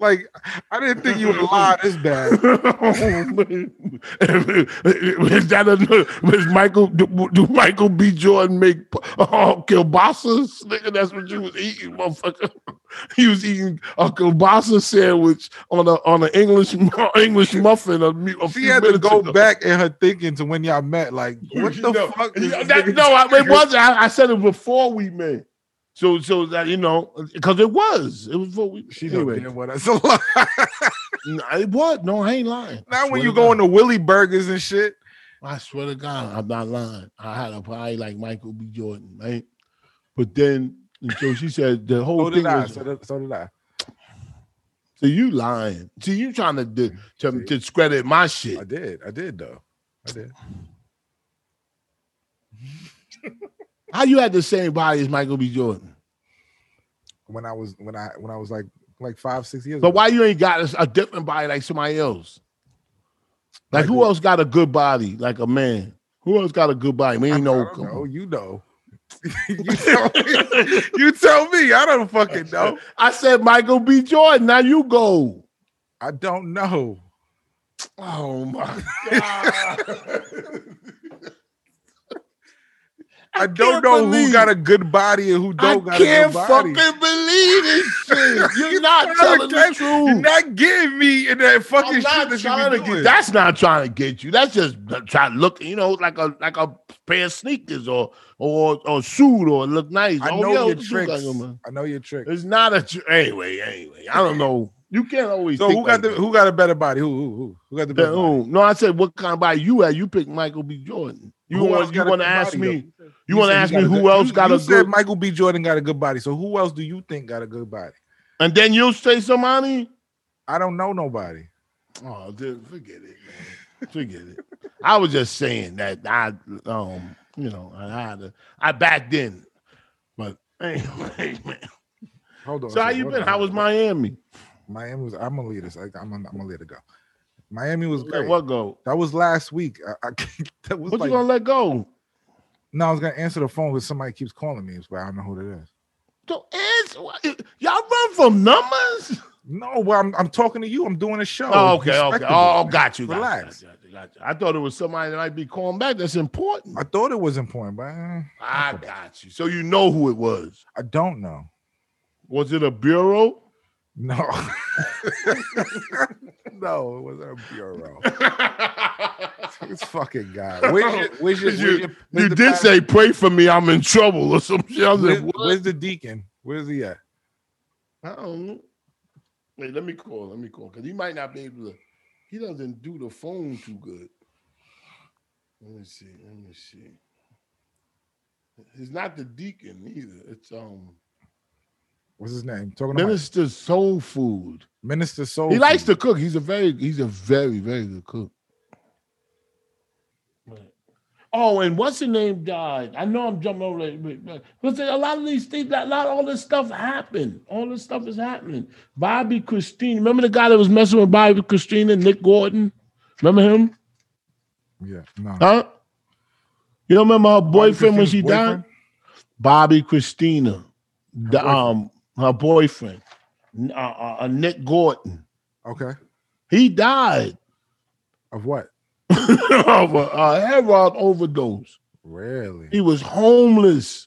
[SPEAKER 4] Like I didn't think you would lie this bad.
[SPEAKER 2] Is that a, was Michael? Do, do Michael B. Jordan make uh, kielbasas? Nigga, that's what you was eating, motherfucker. He was eating a kielbasa sandwich on a on an English mu- English muffin. A, mu- a
[SPEAKER 4] She
[SPEAKER 2] few
[SPEAKER 4] had to
[SPEAKER 2] minutes
[SPEAKER 4] go
[SPEAKER 2] ago.
[SPEAKER 4] back in her thinking to when y'all met. Like what
[SPEAKER 2] You
[SPEAKER 4] the
[SPEAKER 2] know,
[SPEAKER 4] fuck?
[SPEAKER 2] you
[SPEAKER 4] is
[SPEAKER 2] know,
[SPEAKER 4] this
[SPEAKER 2] that-
[SPEAKER 4] nigga
[SPEAKER 2] no, I, it
[SPEAKER 4] doing?
[SPEAKER 2] wasn't. I, I said it before we met. So, so that you know, because it was, it was before we.
[SPEAKER 4] She don't
[SPEAKER 2] anyway,
[SPEAKER 4] care what that's a lie.
[SPEAKER 2] no, it was. No, I ain't lying. I
[SPEAKER 4] Now
[SPEAKER 2] swear
[SPEAKER 4] when you
[SPEAKER 2] to
[SPEAKER 4] going
[SPEAKER 2] God.
[SPEAKER 4] to Willie Burgers and shit,
[SPEAKER 2] I swear to God, I'm not lying. I had a body like Michael B. Jordan, right? But then, and so she said the whole
[SPEAKER 4] so
[SPEAKER 2] thing
[SPEAKER 4] Oh, did I.
[SPEAKER 2] was.
[SPEAKER 4] So did, so did I.
[SPEAKER 2] so you lying? See, you trying to di- to discredit my shit?
[SPEAKER 4] I did. I did though. I did.
[SPEAKER 2] How you had the same body as Michael B. Jordan?
[SPEAKER 4] When I was when I when I was like like five six years.
[SPEAKER 2] But
[SPEAKER 4] ago.
[SPEAKER 2] why you ain't got a, a different body like somebody else? Like
[SPEAKER 4] Like
[SPEAKER 2] who
[SPEAKER 4] who?
[SPEAKER 2] else got a good body like a man? Who else got a good body? We
[SPEAKER 4] I
[SPEAKER 2] ain't know.
[SPEAKER 4] don't
[SPEAKER 2] come
[SPEAKER 4] know.
[SPEAKER 2] on.
[SPEAKER 4] You know. you, tell me, you tell me. I don't fucking know.
[SPEAKER 2] I said Michael B. Jordan. Now you go.
[SPEAKER 4] I don't know.
[SPEAKER 2] Oh my god.
[SPEAKER 4] I, don't
[SPEAKER 2] can't
[SPEAKER 4] know who
[SPEAKER 2] believe-
[SPEAKER 4] got a good body and who
[SPEAKER 2] I
[SPEAKER 4] don't got a
[SPEAKER 2] can't
[SPEAKER 4] good body.
[SPEAKER 2] fucking believe this shit. You're not
[SPEAKER 4] trying
[SPEAKER 2] telling
[SPEAKER 4] to
[SPEAKER 2] the
[SPEAKER 4] get-
[SPEAKER 2] truth.
[SPEAKER 4] You're not getting me in that fucking
[SPEAKER 2] I'm
[SPEAKER 4] shit
[SPEAKER 2] not
[SPEAKER 4] that
[SPEAKER 2] trying
[SPEAKER 4] you
[SPEAKER 2] to
[SPEAKER 4] be
[SPEAKER 2] get.
[SPEAKER 4] doing.
[SPEAKER 2] That's not trying to get you. That's just trying to look, you know, like a like a pair of sneakers or or or suit or look nice.
[SPEAKER 4] I
[SPEAKER 2] Oh,
[SPEAKER 4] know
[SPEAKER 2] yeah,
[SPEAKER 4] your
[SPEAKER 2] what you got
[SPEAKER 4] tricks.
[SPEAKER 2] on, man?
[SPEAKER 4] I know your tricks.
[SPEAKER 2] It's not a tr- anyway. Anyway, I don't know. You can't always.
[SPEAKER 4] So
[SPEAKER 2] think
[SPEAKER 4] who got
[SPEAKER 2] like
[SPEAKER 4] the
[SPEAKER 2] that.
[SPEAKER 4] who got a better body? Who who who, who got the
[SPEAKER 2] Yeah,
[SPEAKER 4] better body?
[SPEAKER 2] who? No, I said what kind of body you had. You picked Michael B. Jordan. You
[SPEAKER 4] Who else
[SPEAKER 2] want you
[SPEAKER 4] got a
[SPEAKER 2] want to
[SPEAKER 4] good
[SPEAKER 2] ask
[SPEAKER 4] body,
[SPEAKER 2] me? You
[SPEAKER 4] said
[SPEAKER 2] want to
[SPEAKER 4] he
[SPEAKER 2] ask
[SPEAKER 4] got
[SPEAKER 2] me
[SPEAKER 4] a
[SPEAKER 2] who
[SPEAKER 4] good-
[SPEAKER 2] else
[SPEAKER 4] you-
[SPEAKER 2] got
[SPEAKER 4] you
[SPEAKER 2] a
[SPEAKER 4] said
[SPEAKER 2] good?
[SPEAKER 4] Michael B. Jordan got a good body. So who else do you think got a good body?
[SPEAKER 2] And then you'll say somebody.
[SPEAKER 4] I don't know nobody.
[SPEAKER 2] Oh, dude, forget it, man. Forget it. I was just saying that I, um, you know, I had a, I back then, but anyway, man.
[SPEAKER 4] Hold on.
[SPEAKER 2] So how
[SPEAKER 4] shit,
[SPEAKER 2] you
[SPEAKER 4] hold
[SPEAKER 2] been?
[SPEAKER 4] on,
[SPEAKER 2] How
[SPEAKER 4] hold
[SPEAKER 2] was
[SPEAKER 4] on.
[SPEAKER 2] Miami?
[SPEAKER 4] Miami was. I'm gonna leave this. I, I'm gonna, I'm gonna let it go. Miami was
[SPEAKER 2] Let
[SPEAKER 4] great.
[SPEAKER 2] what go?
[SPEAKER 4] That was last week. I, I can't- that was
[SPEAKER 2] What
[SPEAKER 4] like,
[SPEAKER 2] you gonna let go?
[SPEAKER 4] no, I was gonna answer the phone because somebody keeps calling me, but I don't know who it is.
[SPEAKER 2] Don't answer. What- Y'all run from numbers.
[SPEAKER 4] No, well, I'm, I'm talking to you. I'm doing a show.
[SPEAKER 2] Oh, okay, okay.
[SPEAKER 4] Respectable.
[SPEAKER 2] Oh, got you. Got you,
[SPEAKER 4] Relax.
[SPEAKER 2] Got you, got you. I thought it was somebody that might be calling back. That's important.
[SPEAKER 4] I thought it was important, but eh,
[SPEAKER 2] I got you. So you know who it was.
[SPEAKER 4] I don't know.
[SPEAKER 2] Was it a bureau?
[SPEAKER 4] No. no, it wasn't a bureau. This fucking guy. Where's your, where's your,
[SPEAKER 2] You-
[SPEAKER 4] where's your- where's
[SPEAKER 2] you
[SPEAKER 4] the
[SPEAKER 2] did
[SPEAKER 4] pastor?
[SPEAKER 2] say, pray for me, I'm in trouble or some shit. I was
[SPEAKER 4] Where-
[SPEAKER 2] like, what?
[SPEAKER 4] where's the deacon? Where's he at?
[SPEAKER 2] I don't know. Wait, let me call. Let me call. Because he might not be able to. He doesn't do the phone too good. Let me see. Let me see. It's not the deacon either. It's um
[SPEAKER 4] What's his name? Talking about Minister,
[SPEAKER 2] Minister Soul Food.
[SPEAKER 4] Soul.
[SPEAKER 2] He likes
[SPEAKER 4] Food.
[SPEAKER 2] to cook. He's a very, he's a very, very good cook. Oh, and what's the name died? I know I'm jumping over it, but- but but a lot of these things, a lot all this stuff happened. All this stuff is happening. Bobby Christine, remember the guy that was messing with Bobby Christina, Nick Gordon? Remember him?
[SPEAKER 4] Yeah, no.
[SPEAKER 2] Huh? You don't remember her
[SPEAKER 4] Bobby
[SPEAKER 2] boyfriend when
[SPEAKER 4] Christina's
[SPEAKER 2] she
[SPEAKER 4] boyfriend?
[SPEAKER 2] died? Bobby Christina, the,
[SPEAKER 4] boyfriend.
[SPEAKER 2] um, her boyfriend, uh, uh, uh, Nick Gordon.
[SPEAKER 4] Okay.
[SPEAKER 2] He died.
[SPEAKER 4] Of what?
[SPEAKER 2] of a, a heroin overdose.
[SPEAKER 4] Really?
[SPEAKER 2] He was homeless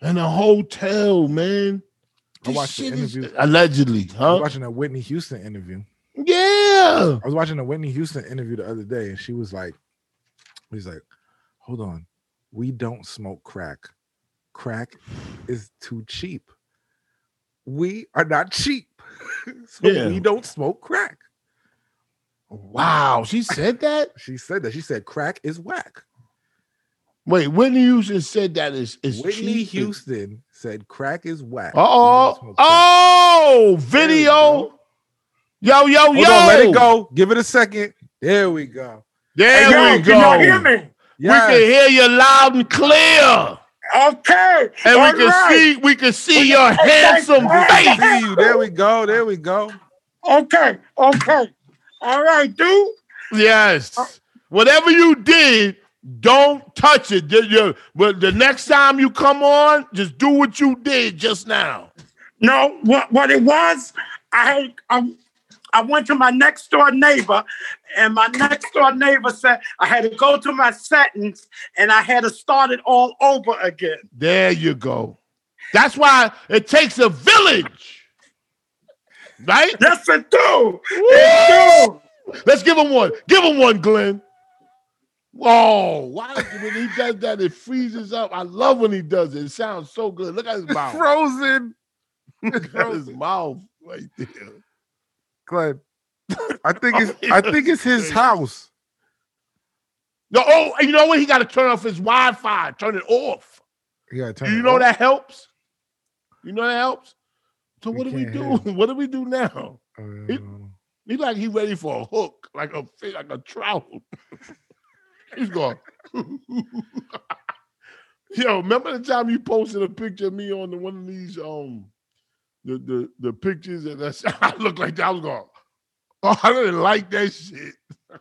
[SPEAKER 2] in a hotel, man.
[SPEAKER 4] I
[SPEAKER 2] This
[SPEAKER 4] watched the
[SPEAKER 2] shit is-
[SPEAKER 4] interview.
[SPEAKER 2] allegedly,
[SPEAKER 4] I was
[SPEAKER 2] huh?
[SPEAKER 4] watching a Whitney Houston interview.
[SPEAKER 2] Yeah.
[SPEAKER 4] I was watching a Whitney Houston interview the other day, and she was like, "He's like, hold on, we don't smoke crack. Crack is too cheap. We are not cheap, so
[SPEAKER 2] Yeah.
[SPEAKER 4] we don't smoke crack."
[SPEAKER 2] Wow, she said that.
[SPEAKER 4] She said that. She said crack is whack.
[SPEAKER 2] Wait, Whitney Houston said that is is
[SPEAKER 4] Whitney
[SPEAKER 2] cheap.
[SPEAKER 4] Houston said crack is whack. We
[SPEAKER 2] Uh oh.
[SPEAKER 4] don't smoke crack."
[SPEAKER 2] Oh,
[SPEAKER 4] There we
[SPEAKER 2] video.
[SPEAKER 4] go.
[SPEAKER 2] Yo, yo,
[SPEAKER 4] Hold
[SPEAKER 2] yo.
[SPEAKER 4] on, let it go. Give it a second. There we go.
[SPEAKER 2] There
[SPEAKER 4] Hey,
[SPEAKER 2] we
[SPEAKER 4] yo,
[SPEAKER 2] go.
[SPEAKER 4] can y'all hear
[SPEAKER 2] We can
[SPEAKER 4] Yes.
[SPEAKER 2] hear you loud and clear.
[SPEAKER 9] Okay.
[SPEAKER 2] And
[SPEAKER 9] all
[SPEAKER 2] we can
[SPEAKER 9] right.
[SPEAKER 2] see we can see your handsome
[SPEAKER 9] Hey,
[SPEAKER 4] We
[SPEAKER 2] face.
[SPEAKER 4] can see you. There we go. There we go.
[SPEAKER 9] Okay. Okay. All right, dude.
[SPEAKER 2] Yes. Whatever you did, don't touch it. You- you- but the next time you come on, just do what you did just now.
[SPEAKER 9] No, what what it was, I I, I went to my next door neighbor, and my next door neighbor said I had to go to my sentence and I had to start it all over again.
[SPEAKER 2] There you go. That's why it takes a village. Right?
[SPEAKER 9] Yes, it do. It
[SPEAKER 2] Woo! Let's give him one. Give him one, Glenn. Oh, why when he does that, it freezes up. I love when he does it. It sounds so good. Look at his mouth.
[SPEAKER 4] Frozen.
[SPEAKER 2] Look at his mouth right there.
[SPEAKER 4] Glenn. I think it's I think it's his house.
[SPEAKER 2] No, oh, and you know what? He got to turn off his Wi-Fi. Turn it off.
[SPEAKER 4] Yeah,
[SPEAKER 2] Do you know that helps? You know that helps. So
[SPEAKER 4] We
[SPEAKER 2] what do we
[SPEAKER 4] can't
[SPEAKER 2] do?
[SPEAKER 4] hear
[SPEAKER 2] What do we do now? He like he ready for a hook, like a fish, like a trout. He's going. Yo, remember the time you posted a picture of me on the, one of these um the the the pictures and that's I look like that. I was going, oh, I didn't like that shit.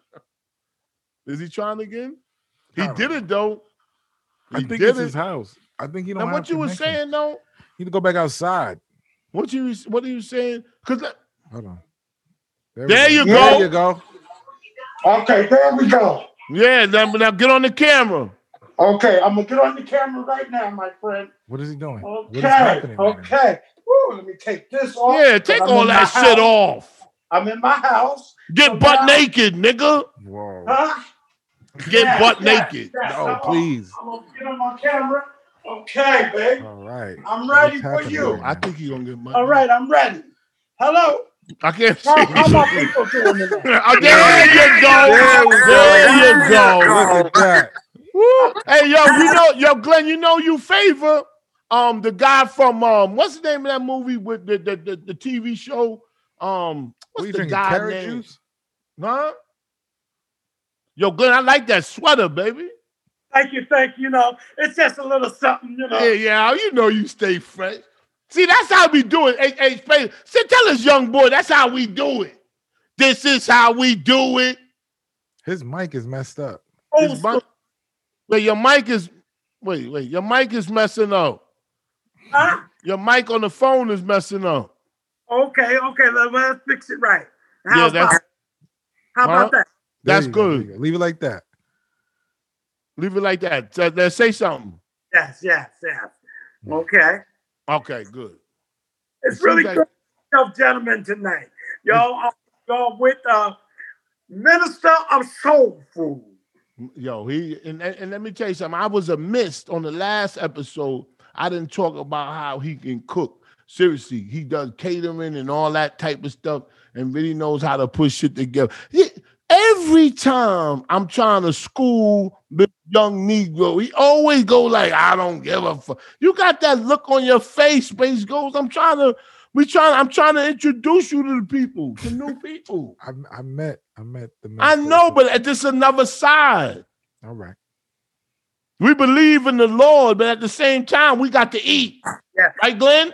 [SPEAKER 2] Is he trying again? He
[SPEAKER 4] I don't
[SPEAKER 2] did it though.
[SPEAKER 4] I
[SPEAKER 2] He
[SPEAKER 4] think
[SPEAKER 2] did
[SPEAKER 4] it's
[SPEAKER 2] it.
[SPEAKER 4] his house. I think he don't.
[SPEAKER 2] And
[SPEAKER 4] have
[SPEAKER 2] what you were
[SPEAKER 4] connection.
[SPEAKER 2] saying though,
[SPEAKER 4] He need to go back outside.
[SPEAKER 2] what you was- what are you saying? Because
[SPEAKER 4] Hold on. There,
[SPEAKER 2] There
[SPEAKER 4] we
[SPEAKER 2] you
[SPEAKER 4] There
[SPEAKER 2] go.
[SPEAKER 4] you go.
[SPEAKER 9] Okay, there we go.
[SPEAKER 2] yeah, now, now get on the camera.
[SPEAKER 9] Okay, I'm gonna get on the camera right now, my friend.
[SPEAKER 4] What is he doing? What
[SPEAKER 9] Okay,
[SPEAKER 4] is happening? right now?
[SPEAKER 9] okay. Woo, let me take this off.
[SPEAKER 2] Yeah, take
[SPEAKER 9] I'm
[SPEAKER 2] all
[SPEAKER 9] in
[SPEAKER 2] that
[SPEAKER 9] my
[SPEAKER 2] shit
[SPEAKER 9] house.
[SPEAKER 2] off.
[SPEAKER 9] I'm in my house.
[SPEAKER 2] Get
[SPEAKER 9] So
[SPEAKER 2] butt
[SPEAKER 9] now-
[SPEAKER 2] naked, nigga.
[SPEAKER 4] Whoa.
[SPEAKER 9] Huh?
[SPEAKER 2] Get
[SPEAKER 9] Yes,
[SPEAKER 2] butt
[SPEAKER 9] yes,
[SPEAKER 2] naked.
[SPEAKER 9] yes,
[SPEAKER 4] No,
[SPEAKER 9] I'm on-
[SPEAKER 4] please.
[SPEAKER 9] I'm gonna get on my camera. Okay, babe.
[SPEAKER 4] All right.
[SPEAKER 2] Oh,
[SPEAKER 9] I'm
[SPEAKER 4] What's
[SPEAKER 9] ready for
[SPEAKER 4] happening
[SPEAKER 9] you.
[SPEAKER 4] right now?
[SPEAKER 2] think he's gonna get money.
[SPEAKER 9] All right, I'm ready. Hello.
[SPEAKER 2] I can't see.
[SPEAKER 9] How, how my
[SPEAKER 2] oh,
[SPEAKER 9] people doing today?
[SPEAKER 2] there you
[SPEAKER 4] There
[SPEAKER 2] go.
[SPEAKER 4] we go.
[SPEAKER 2] There you go.
[SPEAKER 4] Look at that.
[SPEAKER 2] Woo. Hey, yo, you know, yo, Glenn, you know you favor um the guy from um what's the name of that movie with the the, the, the TV show? Um what's
[SPEAKER 4] What you
[SPEAKER 2] the
[SPEAKER 4] drinking?
[SPEAKER 2] guy
[SPEAKER 4] Carrot
[SPEAKER 2] name?
[SPEAKER 4] juice?
[SPEAKER 2] Huh? Yo, Glenn, I like that sweater, baby.
[SPEAKER 9] Thank you, thank you. You know, it's just a little something, you know.
[SPEAKER 2] Yeah, yeah, you know you stay fresh. See, that's how we do it. H H Pay. Say, tell us, young boy, that's how we do it. This is how we do it.
[SPEAKER 4] His mic is messed up.
[SPEAKER 9] Old
[SPEAKER 2] His
[SPEAKER 9] school.
[SPEAKER 2] mic- wait, your mic is wait, wait, your mic is messing up.
[SPEAKER 9] Huh?
[SPEAKER 2] Your mic on the phone is messing up.
[SPEAKER 9] Okay, okay, let, us fix it right.
[SPEAKER 2] Yeah,
[SPEAKER 9] How
[SPEAKER 2] that's-
[SPEAKER 9] about how
[SPEAKER 2] Huh?
[SPEAKER 9] about that?
[SPEAKER 4] There
[SPEAKER 2] That's
[SPEAKER 4] you go, there
[SPEAKER 2] good.
[SPEAKER 4] you go. Leave it like that.
[SPEAKER 2] Leave it like that. So, let's say something.
[SPEAKER 9] Yes, yes, yes. Okay,
[SPEAKER 2] Okay, good.
[SPEAKER 9] it's
[SPEAKER 2] seems
[SPEAKER 9] really
[SPEAKER 2] like-
[SPEAKER 9] good stuff, gentlemen tonight. Y'all, uh, y'all with uh, Minister of Soul Food.
[SPEAKER 2] Yo, he and, and and let me tell you something. I was amiss on the last episode. I didn't talk about how he can cook. Seriously, he does catering and all that type of stuff, and really knows how to put shit together. He- every time I'm trying to school the young Negro, he always go like, "I don't give a fuck." You got that look on your face, Space Goes. I'm trying to, we trying, I'm trying to introduce you to the people, to new people.
[SPEAKER 4] I, I met I met the
[SPEAKER 2] I
[SPEAKER 4] minister.
[SPEAKER 2] know, but this is another side.
[SPEAKER 4] all right.
[SPEAKER 2] We believe in the Lord, but at the same time, we got to eat.
[SPEAKER 9] Yeah.
[SPEAKER 2] Right, Glenn?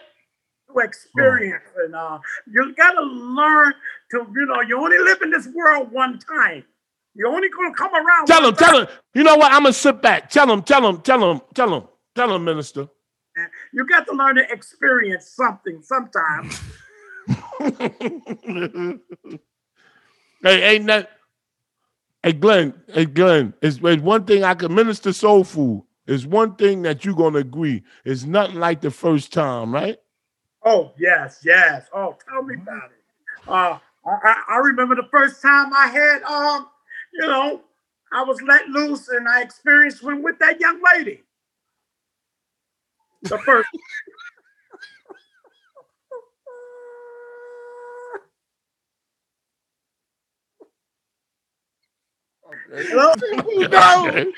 [SPEAKER 9] to experience and uh, you gotta learn to you know you only live in this world one time you're only gonna come around
[SPEAKER 2] Tell
[SPEAKER 9] one
[SPEAKER 2] him, tell him. You know what? I'm gonna sit back. Tell him, tell him, tell him, tell him, tell him, minister.
[SPEAKER 9] time. you got to learn to experience something sometime
[SPEAKER 2] hey, ain't that hey Glenn, hey Glenn, it's, it's one thing I can minister soul food. It's one thing that you're gonna agree. It's nothing like the first time, right?
[SPEAKER 9] oh yes yes oh tell me about it uh I- I, I remember the first time i had um you know i was let loose and i experienced one with that young lady the first Hello?
[SPEAKER 2] no,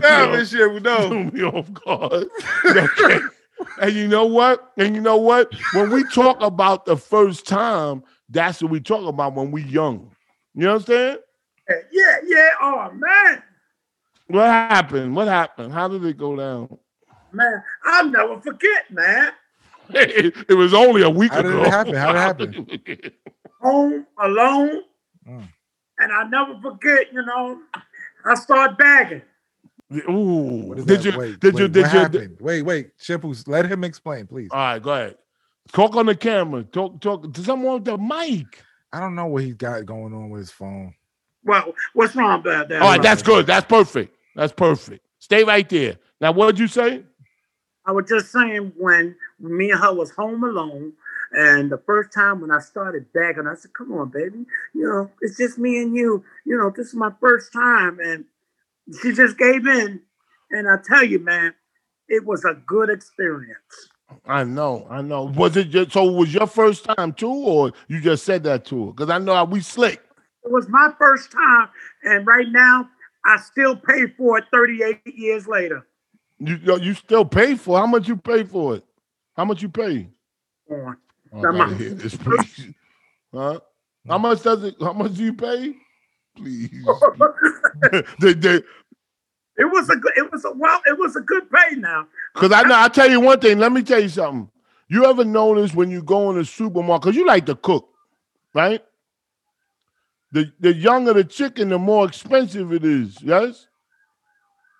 [SPEAKER 4] Damn, this shit, we know.
[SPEAKER 2] threw me oh, off guard. Okay. and you know what? And you know what? When we talk about the first time, that's what we talk about when we young. You understand?
[SPEAKER 9] yeah yeah oh man
[SPEAKER 2] What happened? What happened? How did it go down?
[SPEAKER 9] man i'll never forget man
[SPEAKER 2] It, was only a week
[SPEAKER 4] How did it
[SPEAKER 2] ago.
[SPEAKER 4] happen? How did it happen?
[SPEAKER 2] happen?
[SPEAKER 9] home alone,
[SPEAKER 4] Mm.
[SPEAKER 9] and I never forget. You know, I start bagging.
[SPEAKER 2] Ooh.
[SPEAKER 4] What is
[SPEAKER 2] Did
[SPEAKER 4] that?
[SPEAKER 2] you,
[SPEAKER 4] wait,
[SPEAKER 2] did
[SPEAKER 4] wait,
[SPEAKER 2] you?
[SPEAKER 4] what
[SPEAKER 2] Did you?
[SPEAKER 4] happened? Wait, wait, Shippus, let him explain, please.
[SPEAKER 2] All right, go ahead. Talk on the camera. Talk, talk to someone with the mic.
[SPEAKER 4] I don't know what he's got going on with his phone.
[SPEAKER 9] Well, what's wrong about that?
[SPEAKER 2] All right, that's good. That's perfect. That's perfect. Stay right there. Now, what did you say?
[SPEAKER 9] I was just saying when me and her was home alone, and the first time when I started bagging, I said, "Come on, baby, you know, it's just me and you. You know, this is my first time," and she just gave in. And I tell you, man, it was a good experience.
[SPEAKER 2] I know, I know. Was it just, so? Was your first time too, or you just said that to her? Because I know how we slick.
[SPEAKER 9] It was my first time, and right now I still pay for it 38 years later.
[SPEAKER 2] You you- you still pay for it. how much you pay for it? How much you pay?
[SPEAKER 9] on.
[SPEAKER 2] Oh, I
[SPEAKER 9] That
[SPEAKER 2] gotta
[SPEAKER 9] much.
[SPEAKER 2] hear this, please. Huh? How much does it? How much do you pay? Please. they, they,
[SPEAKER 9] it was a good, it was a well, it was a good pay now.
[SPEAKER 2] Cause I know I tell you one thing. Let me tell you something. You ever notice when you go in the supermarket? Cause you like to cook, right? The the younger the chicken, the more expensive it is. Yes.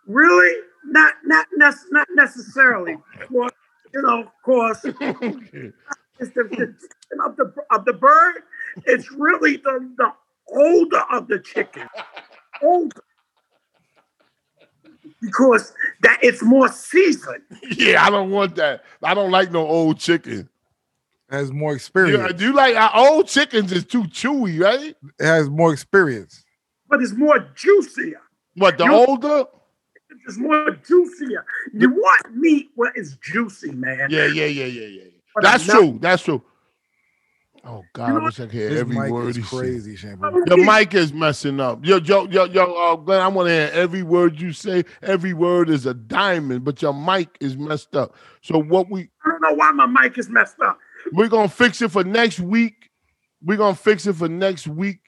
[SPEAKER 9] Really, not not nec- not necessarily. Well, you know, of course, it's the, the chicken of the of the bird. It's really the the older of the chicken, older, because that it's more seasoned.
[SPEAKER 2] yeah, I don't want that. I don't like no old chicken.
[SPEAKER 4] Has more
[SPEAKER 2] You,
[SPEAKER 4] experience.
[SPEAKER 2] you like uh, old chickens is too chewy, right?
[SPEAKER 4] It has more experience.
[SPEAKER 9] But it's more juicier.
[SPEAKER 2] What the
[SPEAKER 9] You-
[SPEAKER 2] older?
[SPEAKER 9] It's more juicier. You want meat where it's juicy, man.
[SPEAKER 2] Yeah, yeah, yeah, yeah, yeah.
[SPEAKER 9] But
[SPEAKER 2] That's
[SPEAKER 9] I'm not-
[SPEAKER 2] true. That's true. Oh God,
[SPEAKER 9] know
[SPEAKER 2] I wish I could hear
[SPEAKER 4] His
[SPEAKER 2] every
[SPEAKER 4] mic
[SPEAKER 2] word
[SPEAKER 4] is
[SPEAKER 2] he said.
[SPEAKER 4] crazy, Shampoo.
[SPEAKER 2] Your mic is messing up. Yo, yo, yo, yo, uh, Glenn, I want to hear every word you say. Every word is a diamond, but your mic is messed up. So what we
[SPEAKER 9] I don't know why my mic is messed up.
[SPEAKER 2] we're gonna fix it for next week. We're gonna fix it for next week.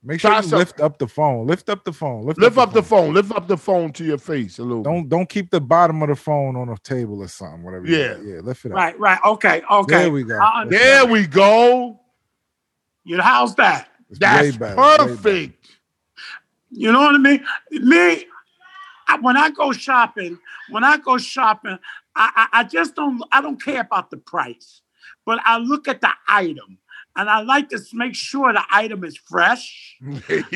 [SPEAKER 4] Make sure
[SPEAKER 2] Try
[SPEAKER 4] you
[SPEAKER 2] something.
[SPEAKER 4] lift up the phone. Lift up the phone. Lift,
[SPEAKER 2] Lift up the phone. Lift up the phone to your face a little. bit.
[SPEAKER 4] Don't don't keep the bottom of the phone on a table or something. Whatever. you
[SPEAKER 2] Yeah.
[SPEAKER 4] got. yeah. Lift it up.
[SPEAKER 9] Right, right. Okay, okay.
[SPEAKER 4] There we go.
[SPEAKER 9] I
[SPEAKER 4] That's
[SPEAKER 2] There we go.
[SPEAKER 9] You know, how's that?
[SPEAKER 4] It's way
[SPEAKER 2] That's
[SPEAKER 4] better, way better.
[SPEAKER 2] perfect.
[SPEAKER 9] You know what I mean? Me, I, when I go shopping, when I go shopping, I, I I just don't I don't care about the price. but I look at the item and I like to make sure the item is fresh.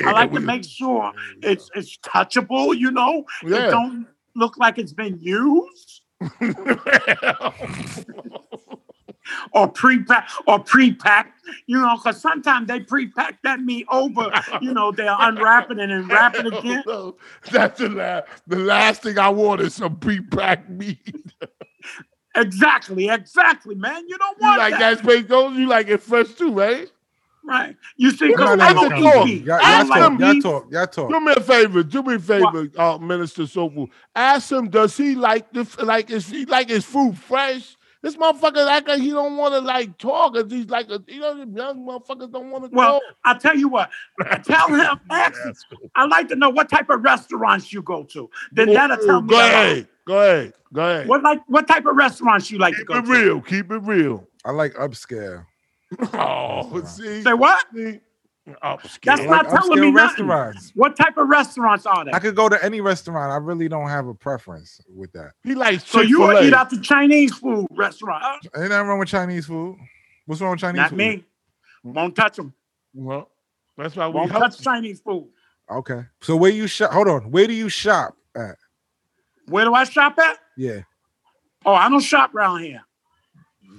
[SPEAKER 9] I like to make sure it's it's touchable, you know.
[SPEAKER 2] Yeah.
[SPEAKER 9] It don't look like it's been used. or pre or pre-packed, you know, because sometimes they pre-pack that meat over, you know, they're unwrapping it and wrapping it again.
[SPEAKER 2] No, that's the last. The last thing I want is some pre-packed meat.
[SPEAKER 9] Exactly, exactly, man. You don't
[SPEAKER 2] You
[SPEAKER 9] want
[SPEAKER 2] like
[SPEAKER 9] that.
[SPEAKER 2] that space goes? You like it fresh too, right?
[SPEAKER 9] Right. You see,
[SPEAKER 2] You
[SPEAKER 9] because
[SPEAKER 2] don't
[SPEAKER 9] I
[SPEAKER 2] like
[SPEAKER 9] don't
[SPEAKER 2] the
[SPEAKER 9] eat
[SPEAKER 2] dog.
[SPEAKER 9] meat.
[SPEAKER 4] Y'all,
[SPEAKER 9] I
[SPEAKER 4] y'all
[SPEAKER 9] don't like
[SPEAKER 4] talk,
[SPEAKER 9] meat.
[SPEAKER 4] y'all talk, y'all
[SPEAKER 2] Do
[SPEAKER 4] talk.
[SPEAKER 2] me a favor. Do me a favor, uh, Minister Sofu. Ask him. Does he like the f- like? Is he like his food fresh? This motherfucker act like he don't want to like talk. 'cause He's like a, you know them young motherfuckers don't want to
[SPEAKER 9] Well,
[SPEAKER 2] talk.
[SPEAKER 9] I tell you what, tell him. Ask him. I like to know what type of restaurants you go to. Then that'll tell me.
[SPEAKER 2] Go
[SPEAKER 9] a lot.
[SPEAKER 2] ahead. Go ahead. Go ahead.
[SPEAKER 9] What like what type of restaurants you like to
[SPEAKER 2] Keep
[SPEAKER 9] go
[SPEAKER 2] it
[SPEAKER 9] to?
[SPEAKER 2] real. Keep it real.
[SPEAKER 4] I like upscale.
[SPEAKER 2] Oh, see,
[SPEAKER 9] Say what?
[SPEAKER 2] see?
[SPEAKER 9] That's
[SPEAKER 4] I
[SPEAKER 2] upscale.
[SPEAKER 4] like
[SPEAKER 9] not telling me
[SPEAKER 4] upscale
[SPEAKER 9] nothing.
[SPEAKER 4] restaurants.
[SPEAKER 9] What type of restaurants are they?
[SPEAKER 4] I could go to any restaurant. I really don't have a preference with that.
[SPEAKER 2] He likes
[SPEAKER 9] So you
[SPEAKER 2] Chick-fil-A.
[SPEAKER 9] would eat out the Chinese food restaurant? Uh,
[SPEAKER 4] Ain't nothing wrong with Chinese food. What's wrong with Chinese
[SPEAKER 9] Not
[SPEAKER 4] food?
[SPEAKER 9] me. Won't touch them.
[SPEAKER 2] Well, that's why we
[SPEAKER 9] Won't
[SPEAKER 2] help.
[SPEAKER 9] touch Chinese food.
[SPEAKER 4] Okay. So where you shop? Hold on. Where do you shop at?
[SPEAKER 9] Where do I shop at?
[SPEAKER 4] Yeah.
[SPEAKER 9] Oh, I don't shop around here.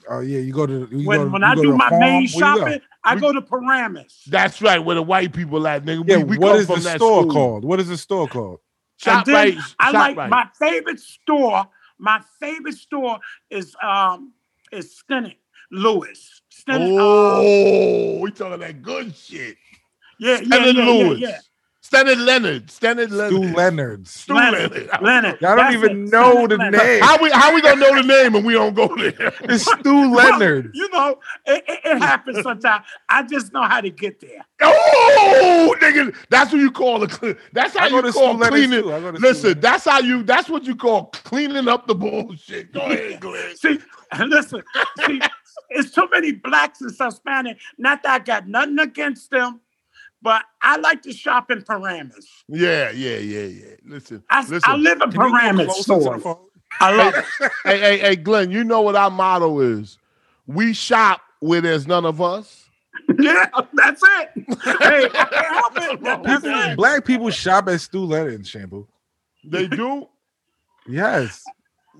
[SPEAKER 4] Oh yeah. You go to you
[SPEAKER 9] When,
[SPEAKER 4] go to-
[SPEAKER 9] when
[SPEAKER 4] you
[SPEAKER 9] I
[SPEAKER 4] go
[SPEAKER 9] do
[SPEAKER 4] to a
[SPEAKER 9] my
[SPEAKER 4] farm.
[SPEAKER 9] main
[SPEAKER 4] Where you go?
[SPEAKER 9] shopping, I
[SPEAKER 2] We-
[SPEAKER 9] go to Paramus.
[SPEAKER 2] That's right. Where the white people at, nigga.
[SPEAKER 4] Yeah.
[SPEAKER 2] we, we
[SPEAKER 4] what
[SPEAKER 2] come
[SPEAKER 4] is the
[SPEAKER 2] from that
[SPEAKER 4] store
[SPEAKER 2] school.
[SPEAKER 4] called? What is the store called?
[SPEAKER 2] Shop
[SPEAKER 9] and then
[SPEAKER 2] right.
[SPEAKER 9] I
[SPEAKER 2] shop
[SPEAKER 9] like
[SPEAKER 2] right.
[SPEAKER 9] my favorite store. My favorite store is um is Stinnett Lewis. Stinnett, um,
[SPEAKER 2] Oh, we talking that good shit.
[SPEAKER 9] yeah, yeah,
[SPEAKER 2] Stanley
[SPEAKER 9] yeah,
[SPEAKER 2] Lewis.
[SPEAKER 9] yeah, yeah.
[SPEAKER 2] Stanley Leonard. Stanley
[SPEAKER 4] Stu
[SPEAKER 2] Leonard.
[SPEAKER 4] Leonard's.
[SPEAKER 2] Stu
[SPEAKER 9] Leonard,
[SPEAKER 2] Leonard.
[SPEAKER 9] Leonard.
[SPEAKER 4] Y'all don't
[SPEAKER 9] That's
[SPEAKER 4] even
[SPEAKER 9] it,
[SPEAKER 4] know
[SPEAKER 9] Stinnett
[SPEAKER 4] the
[SPEAKER 9] Leonard.
[SPEAKER 4] name.
[SPEAKER 2] How we how we gonna know the name and we don't go there?
[SPEAKER 4] It's Stu
[SPEAKER 9] Well,
[SPEAKER 4] Leonard.
[SPEAKER 9] you know, it, it, it happens sometimes. I just know how to get there.
[SPEAKER 2] Oh, nigga, that's what you call a clean. That's how
[SPEAKER 4] I go to
[SPEAKER 2] you
[SPEAKER 4] Stu
[SPEAKER 2] call
[SPEAKER 4] Leonard's
[SPEAKER 2] cleaning.
[SPEAKER 4] too. I go to Stu
[SPEAKER 2] Listen,
[SPEAKER 4] Leonard's.
[SPEAKER 2] that's how you. That's what you call cleaning up the bullshit. Go ahead, go ahead.
[SPEAKER 9] See, listen, see, it's too many blacks and Hispanic. Not that I got nothing against them, but I like to shop in Paramus.
[SPEAKER 2] Yeah, yeah, yeah, yeah. Listen,
[SPEAKER 9] I,
[SPEAKER 2] listen.
[SPEAKER 9] I live in
[SPEAKER 4] Can you go
[SPEAKER 9] Paramus
[SPEAKER 4] closer to the
[SPEAKER 9] stores.
[SPEAKER 4] phone?
[SPEAKER 9] I love it.
[SPEAKER 2] hey, hey, hey, Glenn. You know what our motto is? We shop where there's none of us.
[SPEAKER 9] Yeah, that's it. Hey, I can't help it. That- That's
[SPEAKER 4] People-
[SPEAKER 9] it.
[SPEAKER 4] Black people shop at Stu Leonard's, Shampoo.
[SPEAKER 2] They do.
[SPEAKER 4] Yes.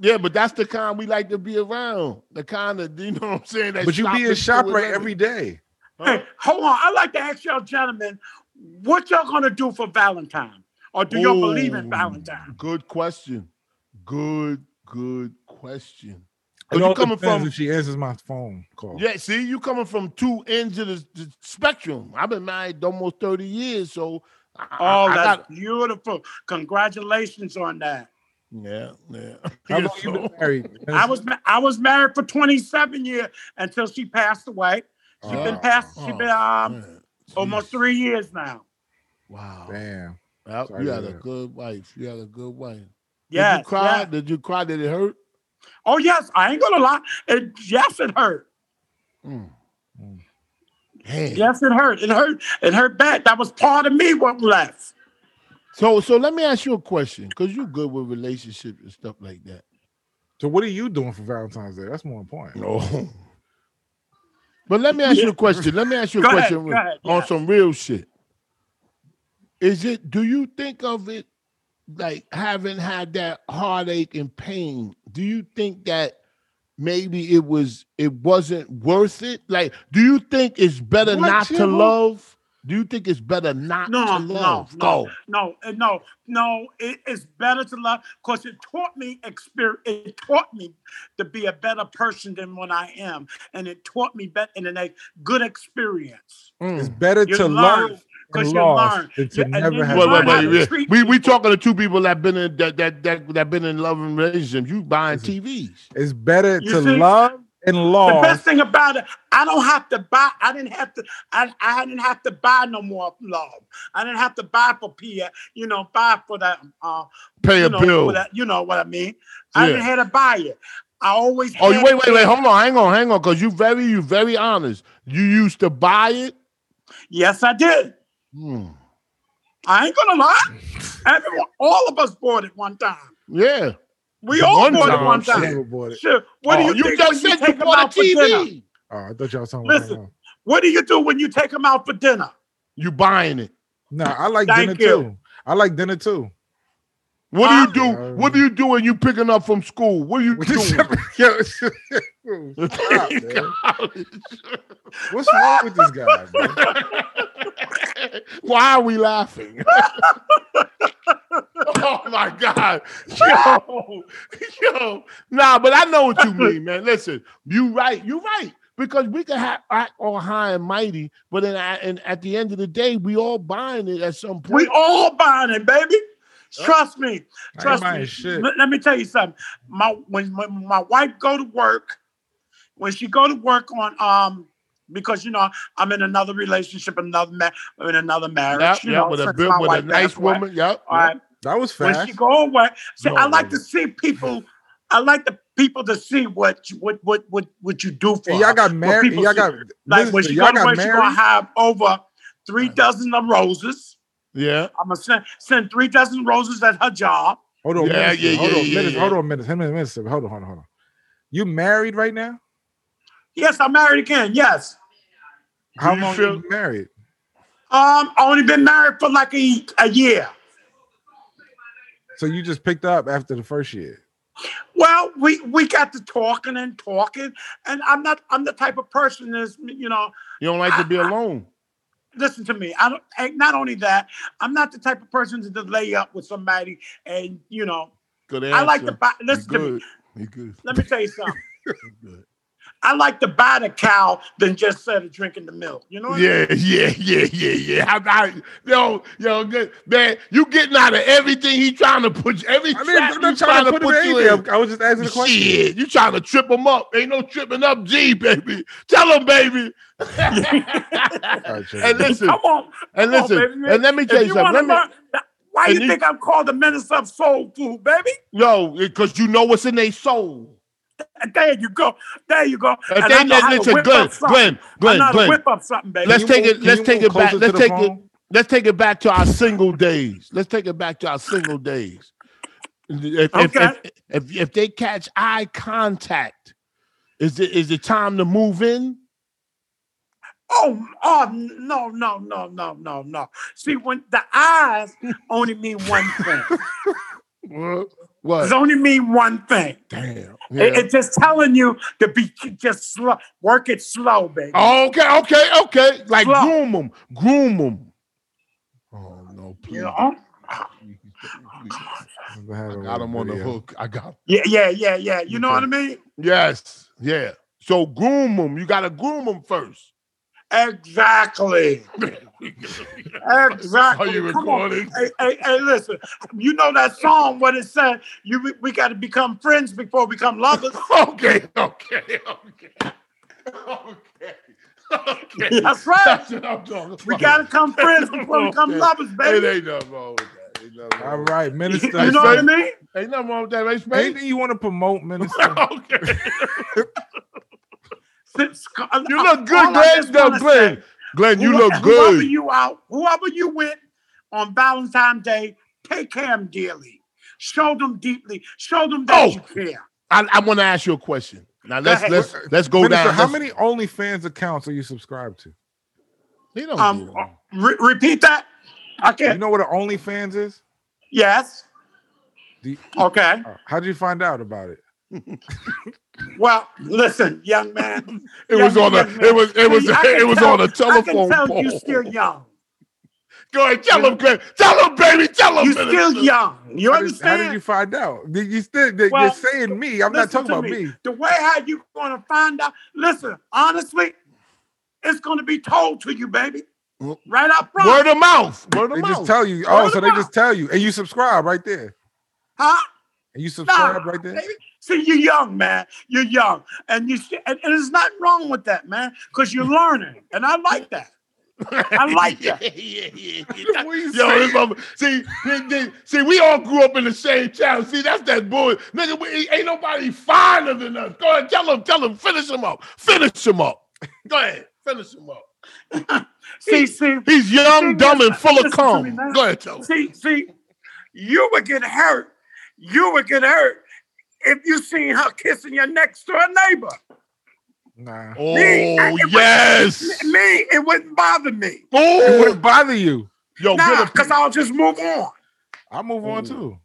[SPEAKER 2] Yeah, but that's the kind we like to be around. The kind of you know what I'm saying. That
[SPEAKER 4] But you be in
[SPEAKER 2] shopping
[SPEAKER 4] shop
[SPEAKER 2] store
[SPEAKER 4] right
[SPEAKER 2] level.
[SPEAKER 4] every day.
[SPEAKER 9] Hey, hold on. I like to ask y'all gentlemen, what y'all gonna do for Valentine? Or do y'all believe in
[SPEAKER 2] Ooh,
[SPEAKER 9] Valentine?
[SPEAKER 2] Good question. Good, good question.
[SPEAKER 4] It
[SPEAKER 2] 'Cause
[SPEAKER 4] all
[SPEAKER 2] you coming
[SPEAKER 4] depends
[SPEAKER 2] from
[SPEAKER 4] if she answers my phone call.
[SPEAKER 2] yeah, see, you coming from two ends of the, the spectrum. I've been married almost 30 years, so I, I-
[SPEAKER 9] Oh,
[SPEAKER 2] I
[SPEAKER 9] that's
[SPEAKER 2] got
[SPEAKER 9] beautiful. Congratulations on that.
[SPEAKER 2] yeah, yeah. Yeah,
[SPEAKER 4] How long you been
[SPEAKER 2] so-
[SPEAKER 4] married?
[SPEAKER 9] I was ma- I was married for 27 years until she passed away. She's been
[SPEAKER 4] Oh,
[SPEAKER 9] passed, she
[SPEAKER 2] oh,
[SPEAKER 9] been um,
[SPEAKER 2] man.
[SPEAKER 9] almost
[SPEAKER 2] Jeez.
[SPEAKER 9] three years now.
[SPEAKER 2] Wow.
[SPEAKER 4] Damn.
[SPEAKER 2] Yep,
[SPEAKER 4] Sorry
[SPEAKER 2] you
[SPEAKER 4] to
[SPEAKER 2] had
[SPEAKER 4] hear
[SPEAKER 2] a
[SPEAKER 4] that.
[SPEAKER 2] good wife. You had a good wife. Did
[SPEAKER 9] Yes.
[SPEAKER 2] you cry?
[SPEAKER 9] yes.
[SPEAKER 2] Did you cry? Did it hurt?
[SPEAKER 9] Oh yes, I ain't gonna lie. It, yes, it hurt.
[SPEAKER 2] Mm.
[SPEAKER 4] Mm.
[SPEAKER 2] Damn.
[SPEAKER 9] Yes, it hurt. It hurt. It hurt bad. That was part of me what left.
[SPEAKER 2] So, so let me ask you a question, because you're good with relationships and stuff like that.
[SPEAKER 4] So what are you doing for Valentine's Day? That's more important.
[SPEAKER 2] No. But let me ask you a question. Let me ask you a
[SPEAKER 9] Go ahead,
[SPEAKER 2] question
[SPEAKER 9] go ahead,
[SPEAKER 2] on
[SPEAKER 9] yeah.
[SPEAKER 2] some real shit. Is it? Do you think of it like having had that heartache and pain? Do you think that maybe it was it wasn't worth it? Like, do you think it's better
[SPEAKER 4] What,
[SPEAKER 2] not to
[SPEAKER 4] Jimbo?
[SPEAKER 2] love? Do you think it's better not
[SPEAKER 9] No,
[SPEAKER 2] to
[SPEAKER 9] no,
[SPEAKER 2] love?
[SPEAKER 9] no.
[SPEAKER 2] Go.
[SPEAKER 9] No, uh, no, no. It, it's better to love because it taught me experience. It taught me to be a better person than what I am, and it taught me better and a good experience.
[SPEAKER 4] It's
[SPEAKER 2] Mm.
[SPEAKER 4] better
[SPEAKER 9] You
[SPEAKER 4] to
[SPEAKER 9] learn,
[SPEAKER 4] love and
[SPEAKER 9] 'cause you
[SPEAKER 4] lost
[SPEAKER 9] learn.
[SPEAKER 4] than to
[SPEAKER 9] You- and
[SPEAKER 4] never
[SPEAKER 9] then
[SPEAKER 4] have.
[SPEAKER 2] Wait,
[SPEAKER 9] you
[SPEAKER 2] wait,
[SPEAKER 9] learn how
[SPEAKER 2] wait.
[SPEAKER 9] to
[SPEAKER 2] yeah.
[SPEAKER 9] treat
[SPEAKER 2] We we
[SPEAKER 9] people.
[SPEAKER 2] talking to two people that been in that that that that been in loving relationships. You buying
[SPEAKER 4] Listen.
[SPEAKER 2] TVs.
[SPEAKER 4] It's better
[SPEAKER 9] You
[SPEAKER 4] to
[SPEAKER 9] see?
[SPEAKER 4] love and
[SPEAKER 9] The best
[SPEAKER 2] Oh.
[SPEAKER 4] lost.
[SPEAKER 9] thing about it, I don't have to buy. I didn't have to. I, I didn't have to buy no more love. I didn't have to buy for Pia. You know, buy for that. Uh,
[SPEAKER 2] Pay
[SPEAKER 9] you
[SPEAKER 2] a
[SPEAKER 9] know,
[SPEAKER 2] bill.
[SPEAKER 9] for that- you know what I mean. I
[SPEAKER 2] Yeah.
[SPEAKER 9] didn't have to buy it. I always.
[SPEAKER 2] Oh, you-
[SPEAKER 9] had
[SPEAKER 2] wait, wait,
[SPEAKER 9] it.
[SPEAKER 2] wait. Hold on, hang on, hang on, because you very, you very honest. You used to buy it.
[SPEAKER 9] Yes, I did.
[SPEAKER 2] Hmm.
[SPEAKER 9] I ain't gonna lie. Everyone, all of us bought it one time.
[SPEAKER 2] Yeah,
[SPEAKER 9] We all
[SPEAKER 2] One
[SPEAKER 9] bought it
[SPEAKER 2] time,
[SPEAKER 9] one
[SPEAKER 2] shit.
[SPEAKER 9] time.
[SPEAKER 4] Shit, bought it.
[SPEAKER 9] Shit, what do
[SPEAKER 2] Oh,
[SPEAKER 9] you, think
[SPEAKER 2] just
[SPEAKER 9] when
[SPEAKER 2] said
[SPEAKER 9] you
[SPEAKER 2] you
[SPEAKER 9] take them
[SPEAKER 2] bought
[SPEAKER 9] out
[SPEAKER 2] a
[SPEAKER 9] for dinner?
[SPEAKER 2] TV.
[SPEAKER 4] Oh, I thought y'all was talking
[SPEAKER 9] Listen.
[SPEAKER 4] about
[SPEAKER 9] What do you do when you take them out for dinner?
[SPEAKER 2] You buying it?
[SPEAKER 4] No, I like
[SPEAKER 9] Thank
[SPEAKER 4] dinner
[SPEAKER 9] you.
[SPEAKER 4] too. I like dinner too.
[SPEAKER 2] What
[SPEAKER 9] Huh?
[SPEAKER 2] do you do? What do you do when you picking up from school? What are you doing?
[SPEAKER 4] Yo, stop,
[SPEAKER 2] Mm.
[SPEAKER 4] man. What's wrong with this guy? man?
[SPEAKER 2] Why are we laughing? oh my God. Yo, yo. Nah, but I know what you mean, man. Listen, you right, you right. Because we can have act all high and mighty, but then I, and at the end of the day, we all buying it at some point.
[SPEAKER 9] We all buying it, baby. Trust me.
[SPEAKER 4] I ain't
[SPEAKER 9] Trust me.
[SPEAKER 4] buying shit.
[SPEAKER 9] Let, let me tell you something. My when, when my wife go to work, when she go to work on um because you know I'm in another relationship, another ma- I'm in another marriage.
[SPEAKER 2] Yep,
[SPEAKER 9] you
[SPEAKER 2] yep,
[SPEAKER 9] know,
[SPEAKER 2] with a
[SPEAKER 9] since
[SPEAKER 2] big,
[SPEAKER 9] my
[SPEAKER 2] with a
[SPEAKER 9] wife
[SPEAKER 2] nice
[SPEAKER 9] passed away.
[SPEAKER 2] woman. Yep.
[SPEAKER 9] All right.
[SPEAKER 4] That was
[SPEAKER 9] When
[SPEAKER 4] fast.
[SPEAKER 9] she go away, see,
[SPEAKER 2] No,
[SPEAKER 9] I like
[SPEAKER 2] baby.
[SPEAKER 9] to see people. I like the people to see what you, what what what what you do for.
[SPEAKER 4] And y'all
[SPEAKER 9] her.
[SPEAKER 4] got
[SPEAKER 9] Well,
[SPEAKER 4] married.
[SPEAKER 9] people
[SPEAKER 4] Y'all
[SPEAKER 9] see-
[SPEAKER 4] got
[SPEAKER 9] Like
[SPEAKER 4] listen
[SPEAKER 9] when
[SPEAKER 4] to-
[SPEAKER 9] she
[SPEAKER 4] y'all
[SPEAKER 9] go to
[SPEAKER 4] got
[SPEAKER 9] work, she gonna
[SPEAKER 4] married?
[SPEAKER 9] have over three dozen of roses.
[SPEAKER 2] Yeah.
[SPEAKER 9] I'm gonna send, send three dozen roses at her job.
[SPEAKER 4] Hold on,
[SPEAKER 2] Yeah,
[SPEAKER 4] yeah,
[SPEAKER 2] yeah,
[SPEAKER 4] hold
[SPEAKER 2] yeah,
[SPEAKER 4] on,
[SPEAKER 2] yeah,
[SPEAKER 4] minutes,
[SPEAKER 2] yeah.
[SPEAKER 4] hold on, minutes, hold on, minutes, hold on, hold on, hold on. You married right now?
[SPEAKER 9] Yes, I'm married again. Yes,
[SPEAKER 4] How
[SPEAKER 2] you
[SPEAKER 4] long
[SPEAKER 2] feel-
[SPEAKER 4] you been married?
[SPEAKER 9] um, I only been married for like a, a year.
[SPEAKER 4] So you just picked up after the first year.
[SPEAKER 9] Well, we we got to talking and talking, and I'm not I'm the type of person that's you know
[SPEAKER 2] You don't like to be alone.
[SPEAKER 9] listen to me. I don't. And not only that, I'm not the type of person to just lay up with somebody, and you know,
[SPEAKER 2] Good
[SPEAKER 9] I like to
[SPEAKER 2] answer.
[SPEAKER 9] buy.
[SPEAKER 2] You
[SPEAKER 9] Listen to me.
[SPEAKER 2] good. You good.
[SPEAKER 9] Let me tell you something.
[SPEAKER 2] You good.
[SPEAKER 9] I like to buy the cow than just set a drink in the milk. You know? What I mean?
[SPEAKER 2] Yeah, yeah, yeah, yeah, yeah. How about yo, yo, good man? You getting out of everything he trying to put you- every
[SPEAKER 4] I mean,
[SPEAKER 2] trap
[SPEAKER 4] I'm not
[SPEAKER 2] he
[SPEAKER 4] trying to put, it
[SPEAKER 2] you
[SPEAKER 4] in. there. I was just asking the question.
[SPEAKER 2] Shit, you trying to trip him up? Ain't no tripping up, G baby. Tell him, baby.
[SPEAKER 4] All
[SPEAKER 2] and
[SPEAKER 4] right, Jay.
[SPEAKER 2] listen,
[SPEAKER 9] Come on.
[SPEAKER 2] and
[SPEAKER 9] come on,
[SPEAKER 2] listen,
[SPEAKER 9] baby.
[SPEAKER 2] and let me tell you
[SPEAKER 9] If you
[SPEAKER 2] something.
[SPEAKER 9] want to
[SPEAKER 2] Let me,
[SPEAKER 9] learn, why
[SPEAKER 2] and
[SPEAKER 9] you
[SPEAKER 2] you-
[SPEAKER 9] think I'm called the minister of soul food, baby?
[SPEAKER 2] no, because you know what's in their soul.
[SPEAKER 9] And there you go. There you go.
[SPEAKER 2] If
[SPEAKER 9] And
[SPEAKER 2] they
[SPEAKER 9] I know
[SPEAKER 2] let-
[SPEAKER 9] how to
[SPEAKER 2] listen,
[SPEAKER 9] whip
[SPEAKER 2] Glenn,
[SPEAKER 9] up something.
[SPEAKER 2] Glenn,
[SPEAKER 9] I
[SPEAKER 2] Glenn,
[SPEAKER 9] know how to
[SPEAKER 2] Glenn.
[SPEAKER 9] whip up something, baby.
[SPEAKER 2] Let's
[SPEAKER 4] you
[SPEAKER 2] take
[SPEAKER 4] move-
[SPEAKER 2] it.
[SPEAKER 4] can
[SPEAKER 2] Let's
[SPEAKER 4] you
[SPEAKER 2] take
[SPEAKER 4] move
[SPEAKER 2] it back.
[SPEAKER 4] closer
[SPEAKER 2] Let's
[SPEAKER 4] to the
[SPEAKER 2] take it.
[SPEAKER 4] phone?
[SPEAKER 2] Let's take it back to our single days. Let's take it back to our single days. If, if-
[SPEAKER 9] Okay.
[SPEAKER 2] if, if, if they catch eye contact, is it is it time to move in?
[SPEAKER 9] Oh, oh no, no, no, no, no, no. See, when the eyes only mean one thing. It's
[SPEAKER 2] What?
[SPEAKER 9] only mean one thing.
[SPEAKER 2] Damn.
[SPEAKER 9] It-
[SPEAKER 2] Yeah.
[SPEAKER 9] it's just telling you to be just slow, work it slow, baby.
[SPEAKER 2] Oh, Okay, okay, okay. Like
[SPEAKER 9] Slow.
[SPEAKER 2] groom them, groom them. Oh no, please.
[SPEAKER 9] You know?
[SPEAKER 4] I
[SPEAKER 2] I got him on the hook. I got.
[SPEAKER 9] Yeah, yeah, yeah, yeah. You know
[SPEAKER 4] Okay.
[SPEAKER 9] what I mean?
[SPEAKER 2] Yes. Yeah. So groom them. You got to groom them first.
[SPEAKER 9] Exactly.
[SPEAKER 2] Are
[SPEAKER 9] Exactly.
[SPEAKER 2] you
[SPEAKER 9] Come on.
[SPEAKER 2] recording?
[SPEAKER 9] Hey, hey, hey, listen. You know that song? What it said? You we- we got to become friends before we become lovers.
[SPEAKER 2] Okay, okay, okay. Okay. Okay.
[SPEAKER 9] That's right.
[SPEAKER 2] That's what I'm talking about.
[SPEAKER 9] We got to come friends before we become
[SPEAKER 2] Okay.
[SPEAKER 9] lovers,
[SPEAKER 2] It
[SPEAKER 9] baby.
[SPEAKER 2] ain't nothing wrong with that. Ain't nothing
[SPEAKER 4] All
[SPEAKER 2] wrong with
[SPEAKER 4] right, minister.
[SPEAKER 9] You know what I mean?
[SPEAKER 2] that. Ain't nothing wrong with that, right, Spade?
[SPEAKER 4] Anything you want to promote, minister?
[SPEAKER 2] okay.
[SPEAKER 9] Since- uh,
[SPEAKER 2] You look
[SPEAKER 9] all I
[SPEAKER 2] good, Glenn.
[SPEAKER 9] just
[SPEAKER 2] No,
[SPEAKER 9] wanna
[SPEAKER 2] Glenn. Glenn, you
[SPEAKER 9] Whoe-
[SPEAKER 2] look
[SPEAKER 9] Whoever
[SPEAKER 2] good.
[SPEAKER 9] you out, whoever you with on Valentine's Day, take care of them dearly. Show them deeply. Show them that
[SPEAKER 2] Oh.
[SPEAKER 9] you care.
[SPEAKER 2] I, I want to ask you a question. Now let's
[SPEAKER 9] ahead. Uh,
[SPEAKER 2] let's let's go
[SPEAKER 4] minister,
[SPEAKER 2] down.
[SPEAKER 4] how
[SPEAKER 2] Let's-
[SPEAKER 4] many OnlyFans accounts are you subscribed to?
[SPEAKER 2] They don't do
[SPEAKER 9] Um,
[SPEAKER 2] that.
[SPEAKER 9] re- repeat that.
[SPEAKER 4] You
[SPEAKER 9] Okay.
[SPEAKER 4] know what an OnlyFans is?
[SPEAKER 9] Yes.
[SPEAKER 4] Do you-
[SPEAKER 9] Okay.
[SPEAKER 4] uh, how'd you find out about it?
[SPEAKER 9] Well, listen, young man.
[SPEAKER 2] It was
[SPEAKER 9] young-
[SPEAKER 2] on a
[SPEAKER 9] young man.
[SPEAKER 2] it was it was
[SPEAKER 9] See, I can
[SPEAKER 2] it was
[SPEAKER 9] tell-
[SPEAKER 2] on a telephone
[SPEAKER 9] I can tell
[SPEAKER 2] pole.
[SPEAKER 9] you still young.
[SPEAKER 2] Go ahead, tell him, Glenn. Tell him, baby, tell him.
[SPEAKER 9] You still young. You
[SPEAKER 4] How did, how
[SPEAKER 9] understand?
[SPEAKER 4] did you find out? Did you still? Did,
[SPEAKER 9] Well,
[SPEAKER 4] you're saying me. I'm not talking
[SPEAKER 9] Listen to
[SPEAKER 4] about me.
[SPEAKER 9] The way how you gonna find out? Listen, honestly, it's gonna be told to you, baby.
[SPEAKER 2] Mm.
[SPEAKER 9] Right up front.
[SPEAKER 2] Word of mouth. Word of
[SPEAKER 4] They
[SPEAKER 2] mouth.
[SPEAKER 4] just tell you.
[SPEAKER 9] Word
[SPEAKER 4] Oh,
[SPEAKER 9] of
[SPEAKER 4] so they
[SPEAKER 9] mouth.
[SPEAKER 4] just tell you, and you subscribe right there,
[SPEAKER 9] huh?
[SPEAKER 4] and you
[SPEAKER 9] Nah,
[SPEAKER 4] subscribe right there.
[SPEAKER 9] baby. See, you're young, man. You're young, and you sh- and, and there's nothing wrong with that, man, because you're learning, and I like that. I like that.
[SPEAKER 2] yeah, yeah,
[SPEAKER 4] What are
[SPEAKER 2] Yo,
[SPEAKER 4] you saying?
[SPEAKER 2] this mother, see, they- they- see, we all grew up in the same town. See, that's that boy. Nigga, we, ain't nobody finer than us. Go ahead, tell him, tell him, finish him up. Finish him up. Go ahead, finish him up.
[SPEAKER 9] See, see,
[SPEAKER 2] He's young,
[SPEAKER 9] thing
[SPEAKER 2] dumb,
[SPEAKER 9] is,
[SPEAKER 2] and full
[SPEAKER 9] listen
[SPEAKER 2] of
[SPEAKER 9] to me
[SPEAKER 2] cum.
[SPEAKER 9] now.
[SPEAKER 2] Go ahead, tell him.
[SPEAKER 9] see, see. You would get hurt. You would get hurt if you seen her kissing your next door neighbor.
[SPEAKER 4] Nah.
[SPEAKER 2] Oh
[SPEAKER 9] Me, I- it was-
[SPEAKER 2] yes.
[SPEAKER 9] Me, it wouldn't bother me.
[SPEAKER 4] It
[SPEAKER 2] Oh,
[SPEAKER 4] wouldn't bother you.
[SPEAKER 2] yo,
[SPEAKER 9] Nah,
[SPEAKER 2] get a
[SPEAKER 9] because I'll just move on.
[SPEAKER 4] I move on too.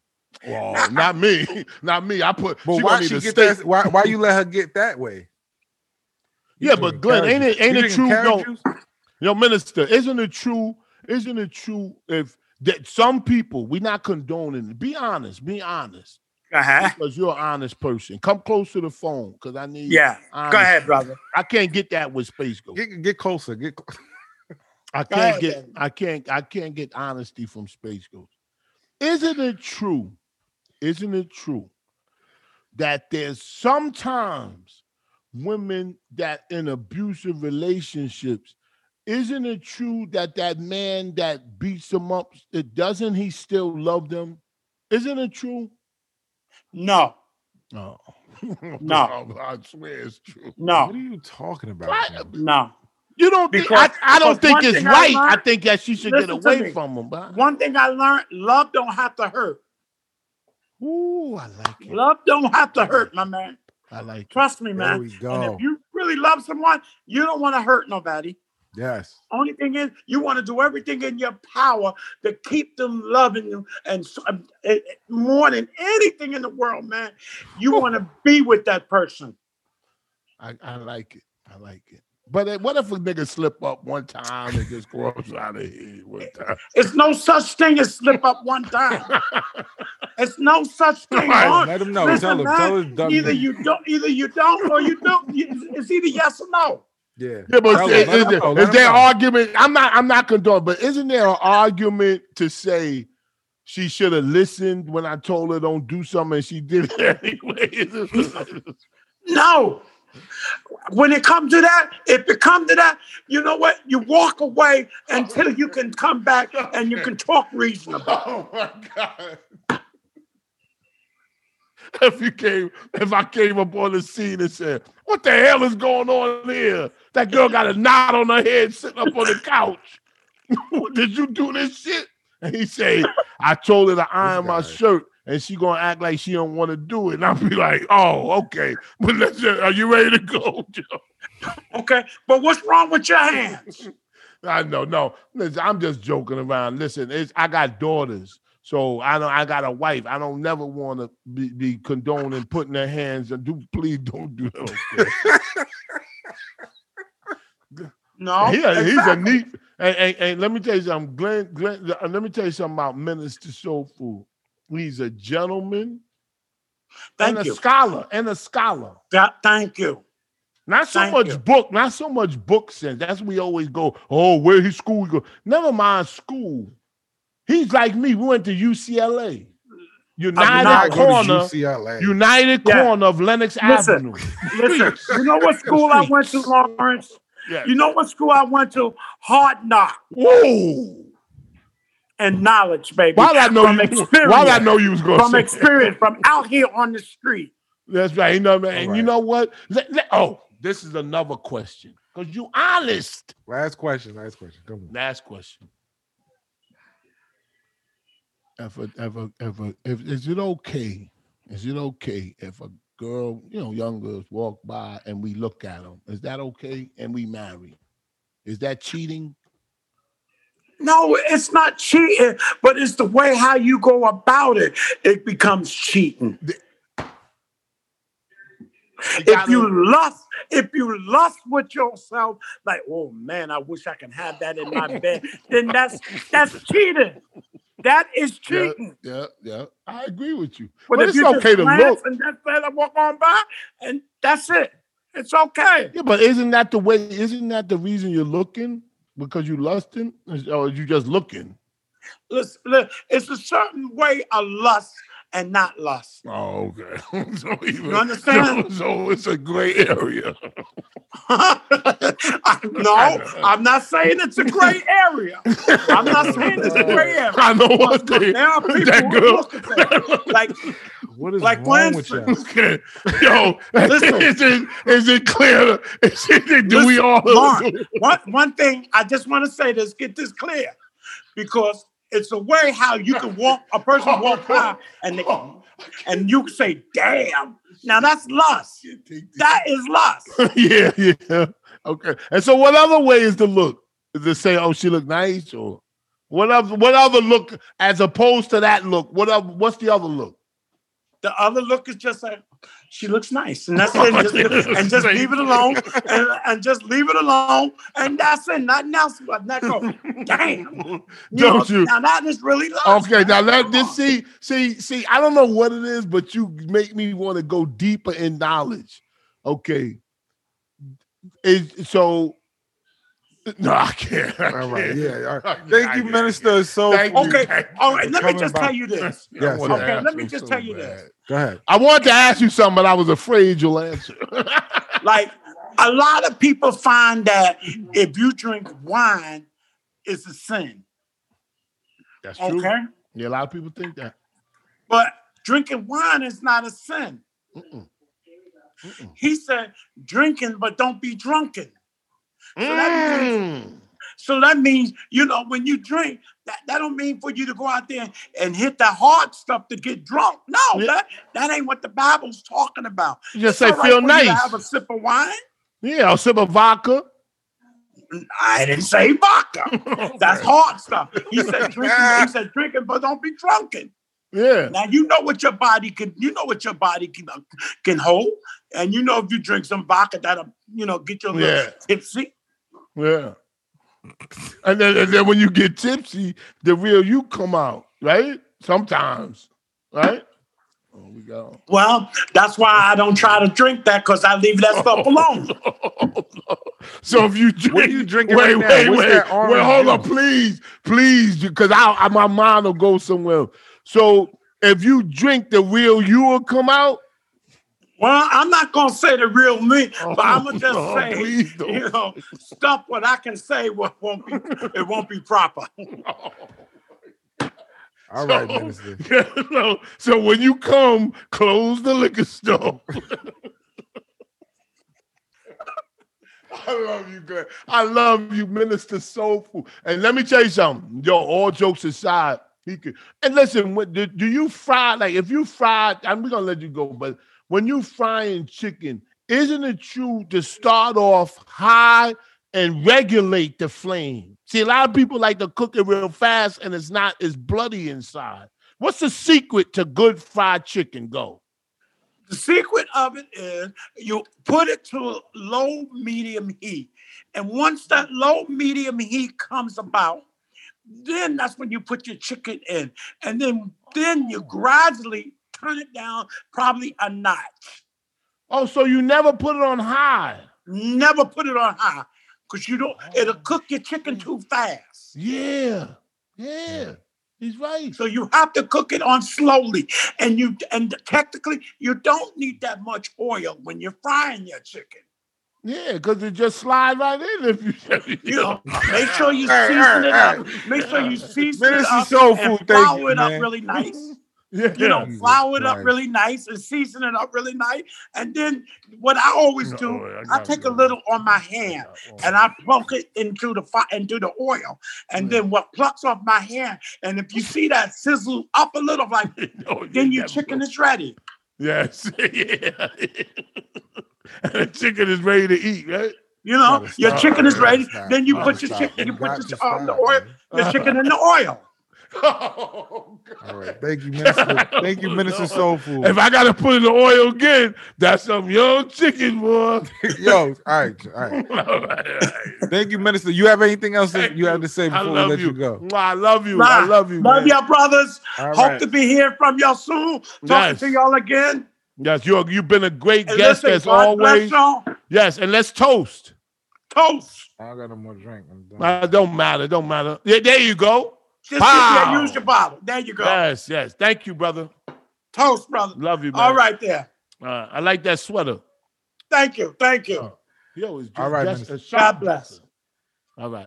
[SPEAKER 2] Oh, not me, not me. I put.
[SPEAKER 4] But
[SPEAKER 2] she
[SPEAKER 4] why
[SPEAKER 2] gonna need
[SPEAKER 4] she
[SPEAKER 2] a
[SPEAKER 4] get
[SPEAKER 2] steak.
[SPEAKER 4] that? Why why you let her get that way?
[SPEAKER 2] Yeah, but Glenn, ain't it ain't it true? Yo, yo, minister, isn't it true? Isn't it true if that some people we not condoning? Be honest. Be honest.
[SPEAKER 9] Uh-huh.
[SPEAKER 2] Because you're an honest person. Come close to the phone, because I need.
[SPEAKER 9] Yeah.
[SPEAKER 2] honest-
[SPEAKER 9] Go ahead, brother.
[SPEAKER 2] I can't get that with space go.
[SPEAKER 4] Get get closer. Get cl-
[SPEAKER 2] I
[SPEAKER 9] Go ahead,
[SPEAKER 2] can't get
[SPEAKER 9] then.
[SPEAKER 2] I can't I can't get honesty from Space Ghost. Isn't it true? Isn't it true that there's sometimes women that in abusive relationships? Isn't it true that that man that beats them up, it doesn't he still love them? Isn't it true?
[SPEAKER 9] No,
[SPEAKER 2] No.
[SPEAKER 9] No.
[SPEAKER 2] I swear it's true.
[SPEAKER 4] What are
[SPEAKER 9] no,
[SPEAKER 4] you talking about?
[SPEAKER 2] Why-
[SPEAKER 4] man?
[SPEAKER 9] no.
[SPEAKER 2] You don't
[SPEAKER 9] Because-
[SPEAKER 2] think I, I don't
[SPEAKER 9] because
[SPEAKER 2] think
[SPEAKER 9] one
[SPEAKER 2] it's
[SPEAKER 9] thing I
[SPEAKER 2] right. I,
[SPEAKER 9] learned-
[SPEAKER 2] think that she should
[SPEAKER 9] Listen
[SPEAKER 2] get
[SPEAKER 9] to
[SPEAKER 2] away
[SPEAKER 9] me.
[SPEAKER 2] from him. But
[SPEAKER 9] One thing I learned, love don't have to hurt.
[SPEAKER 2] Ooh, I like it.
[SPEAKER 9] Love don't have to hurt, my man.
[SPEAKER 2] I like it.
[SPEAKER 9] Trust me,
[SPEAKER 4] There
[SPEAKER 9] man.
[SPEAKER 4] we
[SPEAKER 9] And
[SPEAKER 4] go.
[SPEAKER 9] if you really love someone, you don't want to hurt nobody.
[SPEAKER 4] Yes.
[SPEAKER 9] Only thing is, you want to do everything in your power to keep them loving you, and so, um, it- it- more than anything in the world, man, you want to be with that person.
[SPEAKER 2] I, I like it. I like it. But uh, what if a nigga slip up one time and just cross out of here one time?
[SPEAKER 9] It's no such thing as slip up one time. It's no such thing.
[SPEAKER 2] Right,
[SPEAKER 9] Lord,
[SPEAKER 4] Let him know.
[SPEAKER 9] listen,
[SPEAKER 4] tell him. Tell his dumb.
[SPEAKER 9] either you don't, either you don't, or you don't. You- It's either yes or no.
[SPEAKER 4] yeah.
[SPEAKER 2] Yeah, but
[SPEAKER 4] Tell
[SPEAKER 2] is,
[SPEAKER 4] him, let
[SPEAKER 2] is
[SPEAKER 4] him
[SPEAKER 2] there-
[SPEAKER 4] know,
[SPEAKER 2] is
[SPEAKER 4] let him
[SPEAKER 2] there
[SPEAKER 4] know.
[SPEAKER 2] argument? I'm not. I'm not condoning. But isn't there an argument to say she should have listened when I told her don't do something and she did it anyway?
[SPEAKER 9] No. When it comes to that, if it comes to that, you know what? You walk away until you can come back and you can talk reasonable.
[SPEAKER 2] oh my god! If you came, if I came up on the scene and said, "What the hell is going on here?" That girl got a knot on her head, sitting up on the couch. Did you do this shit? And he say, "I told her to iron my
[SPEAKER 4] guy.
[SPEAKER 2] shirt." And she gonna act like she don't want to do it, and I'll be like, "Oh, okay." But let's, are you ready to go, Joe?
[SPEAKER 9] Okay. But what's wrong with your hands?
[SPEAKER 2] I know, no. Listen, I'm just joking around. Listen, it's, I got daughters, so I don't. I got a wife. I don't never want to be, be condoning putting their hands. And do please don't do that. okay?
[SPEAKER 9] No.
[SPEAKER 2] yeah, he's a
[SPEAKER 9] exactly.
[SPEAKER 2] neat. And, and, and let me tell you something, Glenn. Glenn, uh, let me tell you something about Minister Soul Food. He's a gentleman
[SPEAKER 9] Thank
[SPEAKER 2] and a
[SPEAKER 9] you.
[SPEAKER 2] scholar and a scholar.
[SPEAKER 9] Th- Thank you.
[SPEAKER 2] Not so
[SPEAKER 9] Thank
[SPEAKER 2] much
[SPEAKER 9] you.
[SPEAKER 2] book, not so much book sense. That's we always go, oh, where his school go. Never mind school. He's like me. We went to UCLA.
[SPEAKER 9] not
[SPEAKER 2] United
[SPEAKER 9] going
[SPEAKER 2] Corner.
[SPEAKER 4] UCLA.
[SPEAKER 2] United
[SPEAKER 9] Yeah.
[SPEAKER 2] Corner of Lenox
[SPEAKER 9] Listen.
[SPEAKER 2] Avenue.
[SPEAKER 9] Listen, you know what school I went to, Lawrence?
[SPEAKER 2] Yes.
[SPEAKER 9] You know what school I went to? Hard knock
[SPEAKER 2] Whoa.
[SPEAKER 9] and knowledge, baby.
[SPEAKER 2] Why did I know
[SPEAKER 9] from
[SPEAKER 2] you?
[SPEAKER 9] experience.
[SPEAKER 2] Why did I know you was gonna
[SPEAKER 9] from
[SPEAKER 2] say that?
[SPEAKER 9] experience, from out here on the street.
[SPEAKER 2] That's right. You know, man. And you
[SPEAKER 4] Alright.
[SPEAKER 2] know what? Let- let- oh, this is another question. Because you honest.
[SPEAKER 4] Last question. Last question. Come on.
[SPEAKER 2] Last question. If a, if a, if a, if is it okay? Is it okay if a girl, you know, young girls walk by and we look at them? Is that okay? And we marry? Is that cheating?
[SPEAKER 9] No, it's not cheating, but it's the way how you go about it. It becomes cheating. If
[SPEAKER 2] gotta-
[SPEAKER 9] you lust, if you lust with yourself, like, oh man, I wish I can have that in my bed, then that's that's cheating. That is
[SPEAKER 2] Yeah,
[SPEAKER 9] cheating.
[SPEAKER 2] yeah, yeah. I agree with you.
[SPEAKER 9] But,
[SPEAKER 2] But,
[SPEAKER 9] if
[SPEAKER 2] it's
[SPEAKER 9] you
[SPEAKER 2] okay
[SPEAKER 9] just
[SPEAKER 2] to
[SPEAKER 9] glance
[SPEAKER 2] look.
[SPEAKER 9] and that's that I walk on by, and that's it. It's okay.
[SPEAKER 2] Yeah, but isn't that the way? Isn't that the reason you're looking? Because you lusting, or you just looking?
[SPEAKER 9] Listen, listen, it's a certain way of lust and not lust.
[SPEAKER 2] Oh, okay. so even,
[SPEAKER 9] You understand?
[SPEAKER 2] So, so it's a gray area.
[SPEAKER 9] no, I'm not saying it's a gray area. I'm not saying it's a gray area.
[SPEAKER 2] I know what they.
[SPEAKER 9] There are people
[SPEAKER 2] That
[SPEAKER 9] who look at that.
[SPEAKER 2] girl.
[SPEAKER 9] Like,
[SPEAKER 4] What is
[SPEAKER 9] Like,
[SPEAKER 4] wrong
[SPEAKER 9] for
[SPEAKER 4] with
[SPEAKER 9] instance-
[SPEAKER 4] y'all?
[SPEAKER 2] Okay. Yo,
[SPEAKER 9] Listen.
[SPEAKER 2] is it is it clear? Is it, do we
[SPEAKER 9] Listen,
[SPEAKER 2] all
[SPEAKER 9] Mark, one, one thing I just want to say this, get this clear, because it's a way how you can walk, a person walk by and they,
[SPEAKER 2] Oh,
[SPEAKER 9] and you say, damn. Now that's lust. That is lust.
[SPEAKER 2] yeah, yeah. Okay. And so what other way is to look? Is to say, oh, she look nice or what other what other look as opposed to that look? What other, what's the other look?
[SPEAKER 9] The other look is just like she looks nice, and that's it. Just, and just leave it alone, and, and just leave it alone, and that's it. Nothing else but that. Go, damn.
[SPEAKER 2] Don't you?
[SPEAKER 9] Now that is really lust.
[SPEAKER 2] Okay, now let
[SPEAKER 9] Come
[SPEAKER 2] this
[SPEAKER 9] on.
[SPEAKER 2] see, see, see. I don't know what it is, but you make me want to go deeper in knowledge. Okay, is so. No, I can't. I
[SPEAKER 4] All right.
[SPEAKER 2] can't.
[SPEAKER 4] Yeah. all right.
[SPEAKER 2] I
[SPEAKER 4] Thank you,
[SPEAKER 2] can't.
[SPEAKER 4] Minister. So
[SPEAKER 2] Thank you.
[SPEAKER 9] Okay, all right. Let me
[SPEAKER 4] Coming
[SPEAKER 9] just
[SPEAKER 4] back.
[SPEAKER 9] tell you this.
[SPEAKER 2] I
[SPEAKER 4] Yes,
[SPEAKER 2] wanted to
[SPEAKER 4] yes.
[SPEAKER 9] Okay,
[SPEAKER 2] ask
[SPEAKER 9] let me
[SPEAKER 2] you
[SPEAKER 9] just
[SPEAKER 2] so
[SPEAKER 9] tell you
[SPEAKER 2] bad.
[SPEAKER 9] this.
[SPEAKER 4] go ahead.
[SPEAKER 2] I wanted to ask you something, but I was afraid you'll answer.
[SPEAKER 9] Like a lot of people find that if you drink wine, it's a sin.
[SPEAKER 2] That's true.
[SPEAKER 9] Okay,
[SPEAKER 2] Yeah, a lot of people think that.
[SPEAKER 9] but drinking wine is not a sin.
[SPEAKER 2] Mm-mm. Mm-mm.
[SPEAKER 9] He said drinking, but don't be drunken. that
[SPEAKER 2] Mm.
[SPEAKER 9] So that means, you know, when you drink, that, that don't mean for you to go out there and hit the hard stuff to get drunk. No,
[SPEAKER 2] Yeah.
[SPEAKER 9] that, that ain't what the Bible's talking about.
[SPEAKER 2] You just say
[SPEAKER 9] It's all right
[SPEAKER 2] feel
[SPEAKER 9] for you to
[SPEAKER 2] nice.
[SPEAKER 9] have a sip of wine.
[SPEAKER 2] yeah, a sip of vodka.
[SPEAKER 9] I didn't say vodka. That's hard stuff. He said drinking, he said drinking, but don't be drunken.
[SPEAKER 2] Yeah.
[SPEAKER 9] Now you know what your body can you know what your body can uh, can hold. And you know if you drink some vodka that'll, you know, get you a little
[SPEAKER 2] Yeah.
[SPEAKER 9] tipsy.
[SPEAKER 2] Yeah. And then, and then when you get tipsy, the real you come out, right? Sometimes, right? Oh, we go.
[SPEAKER 9] Well, that's why I don't try to drink that because I leave that stuff
[SPEAKER 2] Oh.
[SPEAKER 9] alone.
[SPEAKER 2] so if you drink,
[SPEAKER 4] What are you drinking
[SPEAKER 2] wait,
[SPEAKER 4] right now?
[SPEAKER 2] wait,
[SPEAKER 4] What's
[SPEAKER 2] wait,
[SPEAKER 4] that
[SPEAKER 2] wait,
[SPEAKER 4] orange
[SPEAKER 2] hold on,
[SPEAKER 4] juice?
[SPEAKER 2] please, please, because I, I my mind will go somewhere. else. So if you drink, the real you will come out.
[SPEAKER 9] Well, I'm not gonna say the real me, but I'm gonna just
[SPEAKER 2] Oh,
[SPEAKER 9] say,
[SPEAKER 2] please don't.
[SPEAKER 9] you know, stuff what I can say what won't be it won't be proper.
[SPEAKER 4] All
[SPEAKER 2] So-
[SPEAKER 4] right, Minister.
[SPEAKER 2] so, so when you come, close the liquor store. I love you, Glenn. I love you, Minister Soulful. And let me tell you something, yo. All jokes aside, he could. And listen, what, do, do you fry like if you fry? I'm gonna let you go, but when you frying chicken, isn't it true to start off high and regulate the flame? See, a lot of people like to cook it real fast, and it's not as bloody inside. What's the secret to good fried chicken? Go.
[SPEAKER 9] The secret of it is you put it to low medium heat. And once that low medium heat comes about, then that's when you put your chicken in. And then then you gradually turn it down probably a notch.
[SPEAKER 2] Oh, so you never put it on high.
[SPEAKER 9] Never put it on high because you don't it'll
[SPEAKER 2] Oh,
[SPEAKER 9] cook your chicken too fast.
[SPEAKER 2] Yeah, yeah, he's right.
[SPEAKER 9] So you have to cook it on slowly, and you and technically you don't need that much oil when you're frying your chicken.
[SPEAKER 2] Yeah, because it just slide right in if you.
[SPEAKER 9] You know, make sure you season it up. Make sure you season it
[SPEAKER 4] Minister
[SPEAKER 9] up
[SPEAKER 4] Soul
[SPEAKER 9] and
[SPEAKER 4] Food, thank
[SPEAKER 9] flour
[SPEAKER 4] you,
[SPEAKER 9] it up
[SPEAKER 4] man.
[SPEAKER 9] really nice.
[SPEAKER 2] yeah.
[SPEAKER 9] You know,
[SPEAKER 4] Jesus
[SPEAKER 9] flour it up
[SPEAKER 4] Christ.
[SPEAKER 9] really nice and season it up really nice. And then what I always
[SPEAKER 4] oh,
[SPEAKER 9] do, I take a little on my hand and I plunk it into the fire into the oil. And then what plucks off my hand, and if you see that sizzle up a little, like then your chicken is ready.
[SPEAKER 2] Yes. yeah. and the chicken is ready to eat, right?
[SPEAKER 9] You know,
[SPEAKER 4] Gotta
[SPEAKER 9] your
[SPEAKER 4] stop,
[SPEAKER 9] chicken is
[SPEAKER 4] gotta
[SPEAKER 9] ready.
[SPEAKER 4] stop,
[SPEAKER 9] Then you
[SPEAKER 2] gotta
[SPEAKER 9] put your
[SPEAKER 4] stop.
[SPEAKER 9] chicken, you put
[SPEAKER 4] got
[SPEAKER 9] your,
[SPEAKER 4] to
[SPEAKER 9] um, the
[SPEAKER 4] stop,
[SPEAKER 9] oil,
[SPEAKER 4] man.
[SPEAKER 9] your chicken in the oil.
[SPEAKER 2] Oh, God.
[SPEAKER 4] All right. Thank you, Minister. Thank
[SPEAKER 9] Oh,
[SPEAKER 4] you, Minister Soul Food.
[SPEAKER 2] If I gotta put in the oil again, that's some young chicken, boy.
[SPEAKER 4] Yo, all right, all right.
[SPEAKER 2] All right, all right.
[SPEAKER 4] Thank you, Minister. You have anything else that you have to say
[SPEAKER 2] I
[SPEAKER 4] before we
[SPEAKER 2] love
[SPEAKER 4] let
[SPEAKER 2] you.
[SPEAKER 4] you go?
[SPEAKER 2] Mwah, I love you. I
[SPEAKER 9] Nah,
[SPEAKER 2] love you.
[SPEAKER 9] Love
[SPEAKER 2] man.
[SPEAKER 9] y'all, brothers.
[SPEAKER 4] All
[SPEAKER 9] Hope
[SPEAKER 4] right.
[SPEAKER 9] to be hearing from y'all soon. Talking
[SPEAKER 2] Yes.
[SPEAKER 9] to y'all again.
[SPEAKER 2] Yes, you are, you've been a great
[SPEAKER 9] And
[SPEAKER 2] guest
[SPEAKER 9] listen,
[SPEAKER 2] as
[SPEAKER 9] God
[SPEAKER 2] always.
[SPEAKER 9] bless y'all.
[SPEAKER 2] Yes, and let's toast.
[SPEAKER 9] Toast.
[SPEAKER 4] I got no more drink. I'm done.
[SPEAKER 2] Uh, don't matter. Don't matter. Yeah, there you go.
[SPEAKER 9] Just
[SPEAKER 2] Pow.
[SPEAKER 9] yeah, use your bottle. There you go.
[SPEAKER 2] Yes, yes. Thank you, brother.
[SPEAKER 9] Toast, brother.
[SPEAKER 2] Love you, man.
[SPEAKER 9] All right there.
[SPEAKER 2] Uh, I like that sweater.
[SPEAKER 9] Thank you. Thank you.
[SPEAKER 2] He always
[SPEAKER 4] All right,
[SPEAKER 2] dressed
[SPEAKER 4] Minister.
[SPEAKER 2] as sharp
[SPEAKER 9] God bless.
[SPEAKER 2] dresser. All right.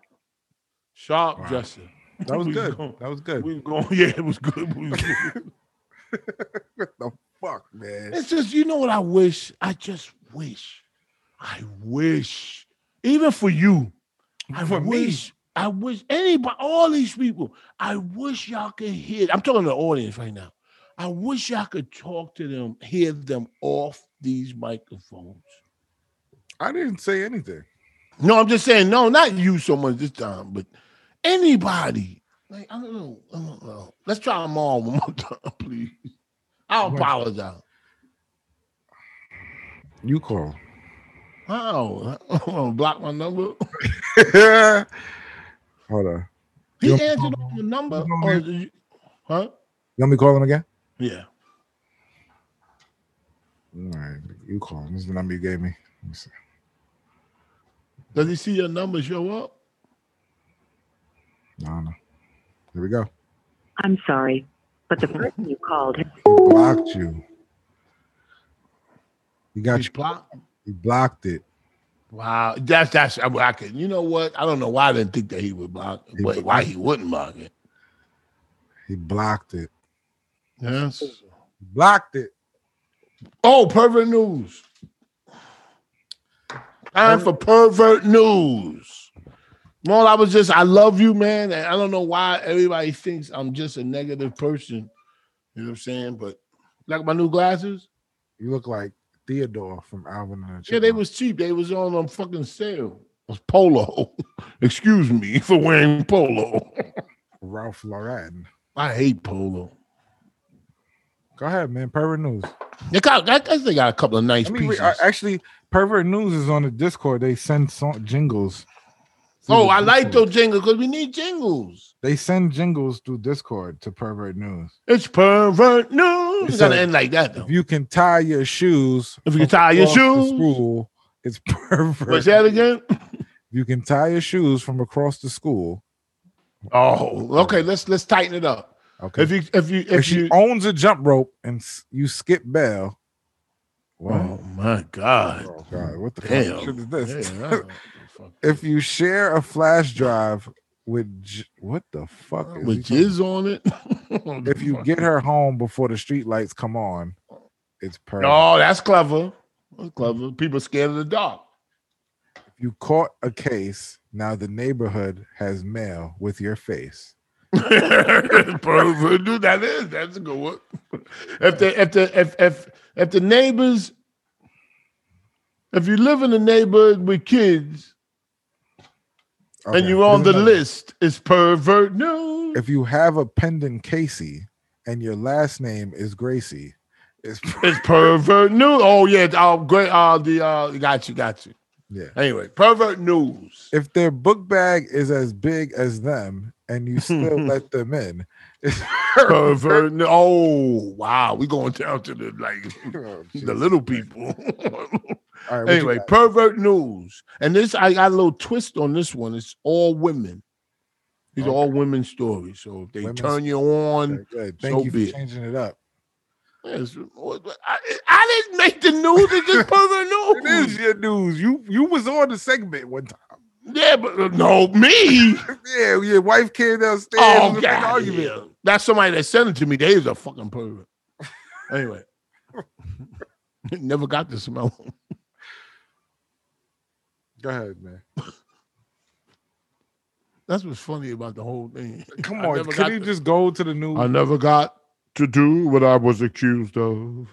[SPEAKER 2] Sharp
[SPEAKER 4] Wow.
[SPEAKER 2] dresser.
[SPEAKER 4] That was
[SPEAKER 2] We
[SPEAKER 4] good.
[SPEAKER 2] gone.
[SPEAKER 4] That was good.
[SPEAKER 2] We was going, yeah, it was good. We was good.
[SPEAKER 4] Fuck, man.
[SPEAKER 2] it's just, you know what I wish? I just wish. I wish. Even for you. I
[SPEAKER 4] For me.
[SPEAKER 2] wish. I wish anybody, all these people, I wish y'all could hear. I'm talking to the audience right now. I wish I could talk to them, hear them off these microphones.
[SPEAKER 4] I didn't say anything.
[SPEAKER 2] No, I'm just saying, no, not you so much this time, but anybody. Like, I don't know. I don't know. Let's try them all one more time, please. I
[SPEAKER 4] Right.
[SPEAKER 2] apologize.
[SPEAKER 4] You call.
[SPEAKER 2] How? Oh, block my number.
[SPEAKER 4] Hold on.
[SPEAKER 2] He
[SPEAKER 4] You want me to
[SPEAKER 2] answered
[SPEAKER 4] call
[SPEAKER 2] on the number.
[SPEAKER 4] You want
[SPEAKER 2] Or
[SPEAKER 4] me-
[SPEAKER 2] did you, huh?
[SPEAKER 4] You want me to call him again?
[SPEAKER 2] Yeah.
[SPEAKER 4] All right. You call him. This is the number you gave me. Let me see.
[SPEAKER 2] Does he see your number show up?
[SPEAKER 4] No, no. Here we go.
[SPEAKER 3] I'm sorry, but the person you called
[SPEAKER 4] He blocked you. He got
[SPEAKER 2] He's
[SPEAKER 4] you.
[SPEAKER 2] blocked.
[SPEAKER 4] He blocked it.
[SPEAKER 2] Wow, that's that's I, I could, you know what? I don't know why I didn't think that he would block,
[SPEAKER 4] He
[SPEAKER 2] but
[SPEAKER 4] blocked.
[SPEAKER 2] why he wouldn't block it.
[SPEAKER 4] He blocked it.
[SPEAKER 2] Yes.
[SPEAKER 4] He blocked it.
[SPEAKER 2] Oh, pervert news. Time for pervert news. Well, I was just I love you, man, and I don't know why everybody thinks I'm just a negative person. You know what I'm saying? But like my new glasses,
[SPEAKER 4] You look like Theodore from Alvin and the
[SPEAKER 2] yeah, they
[SPEAKER 4] Chipmunks.
[SPEAKER 2] was cheap. They was on um fucking sale. It was polo. Excuse me for wearing polo.
[SPEAKER 4] Ralph Lauren.
[SPEAKER 2] I hate polo.
[SPEAKER 4] Go ahead, man. Pervert News.
[SPEAKER 2] They got, I guess they got a couple of nice
[SPEAKER 4] I mean, we-
[SPEAKER 2] pieces.
[SPEAKER 4] uh, actually, Pervert News is on the Discord. They send song jingles. through
[SPEAKER 2] oh,
[SPEAKER 4] the
[SPEAKER 2] I like
[SPEAKER 4] Discord.
[SPEAKER 2] those jingles because we need jingles.
[SPEAKER 4] They send jingles through Discord to Pervert News.
[SPEAKER 2] It's pervert news.
[SPEAKER 4] It's
[SPEAKER 2] It's gotta
[SPEAKER 4] a-
[SPEAKER 2] end like that though.
[SPEAKER 4] If you can tie your shoes,
[SPEAKER 2] If you can
[SPEAKER 4] from
[SPEAKER 2] tie your
[SPEAKER 4] across the
[SPEAKER 2] shoes.
[SPEAKER 4] school, it's pervert.
[SPEAKER 2] What's that again?
[SPEAKER 4] If you can tie your shoes from across the school,
[SPEAKER 2] Oh, okay. Let's let's tighten it up.
[SPEAKER 4] okay.
[SPEAKER 2] If
[SPEAKER 4] If,
[SPEAKER 2] you if you if,
[SPEAKER 4] she
[SPEAKER 2] you
[SPEAKER 4] owns a jump rope and s- you skip
[SPEAKER 2] oh
[SPEAKER 4] bail, what?
[SPEAKER 2] my god,
[SPEAKER 4] Oh, God, what the
[SPEAKER 2] damn,
[SPEAKER 4] fuck shit is this?
[SPEAKER 2] Yeah, I don't know what the fuck.
[SPEAKER 4] if you share a flash drive with j- what the fuck is he
[SPEAKER 2] with
[SPEAKER 4] talking-
[SPEAKER 2] jizz on it,
[SPEAKER 4] if you get her home before the street lights come on, it's perfect.
[SPEAKER 2] oh, that's clever. That's clever. People scared of the dark.
[SPEAKER 4] If you caught a case, now the neighborhood has mail with your face.
[SPEAKER 2] Pervert, dude, that is that's a good one. If the if the if if if the neighbors, if you live in a neighborhood with kids and
[SPEAKER 4] Okay,
[SPEAKER 2] you're on
[SPEAKER 4] here's
[SPEAKER 2] the
[SPEAKER 4] another one.
[SPEAKER 2] list, it's pervert news.
[SPEAKER 4] If you have a pendant Casey and your last name is Gracie, it's
[SPEAKER 2] It's pervert news. Oh yeah, uh, great. Uh, the uh, got you, got you.
[SPEAKER 4] yeah.
[SPEAKER 2] Anyway, pervert news.
[SPEAKER 4] If their book bag is as big as them and you still let them in, it's
[SPEAKER 2] Pervert. nu- Oh wow, we going down to the like
[SPEAKER 4] Oh,
[SPEAKER 2] the
[SPEAKER 4] Jesus.
[SPEAKER 2] little people.
[SPEAKER 4] All right, what you
[SPEAKER 2] anyway,
[SPEAKER 4] got?
[SPEAKER 2] pervert news. And this I got a little twist on this one. It's all women. These are all women stories. So if they
[SPEAKER 4] Women's-
[SPEAKER 2] turn you on,
[SPEAKER 4] Okay, good. Thank
[SPEAKER 2] so
[SPEAKER 4] you for
[SPEAKER 2] be it.
[SPEAKER 4] changing it up.
[SPEAKER 2] yes, I, I didn't make the news. It's just pervert
[SPEAKER 4] It
[SPEAKER 2] news.
[SPEAKER 4] is your news. You you was on the segment one time.
[SPEAKER 2] Yeah, but uh, no, me.
[SPEAKER 4] Yeah, your wife came downstairs.
[SPEAKER 2] Oh,
[SPEAKER 4] with a big
[SPEAKER 2] God,
[SPEAKER 4] argument.
[SPEAKER 2] yeah. That's somebody that sent it to me. They was a fucking pervert. Anyway, never got the smell.
[SPEAKER 4] Go ahead, man.
[SPEAKER 2] That's what's funny about the whole thing.
[SPEAKER 4] Come
[SPEAKER 2] I
[SPEAKER 4] on,
[SPEAKER 2] never
[SPEAKER 4] could
[SPEAKER 2] got
[SPEAKER 4] he
[SPEAKER 2] the-
[SPEAKER 4] just go to the news?
[SPEAKER 2] I never got to do what I was accused of.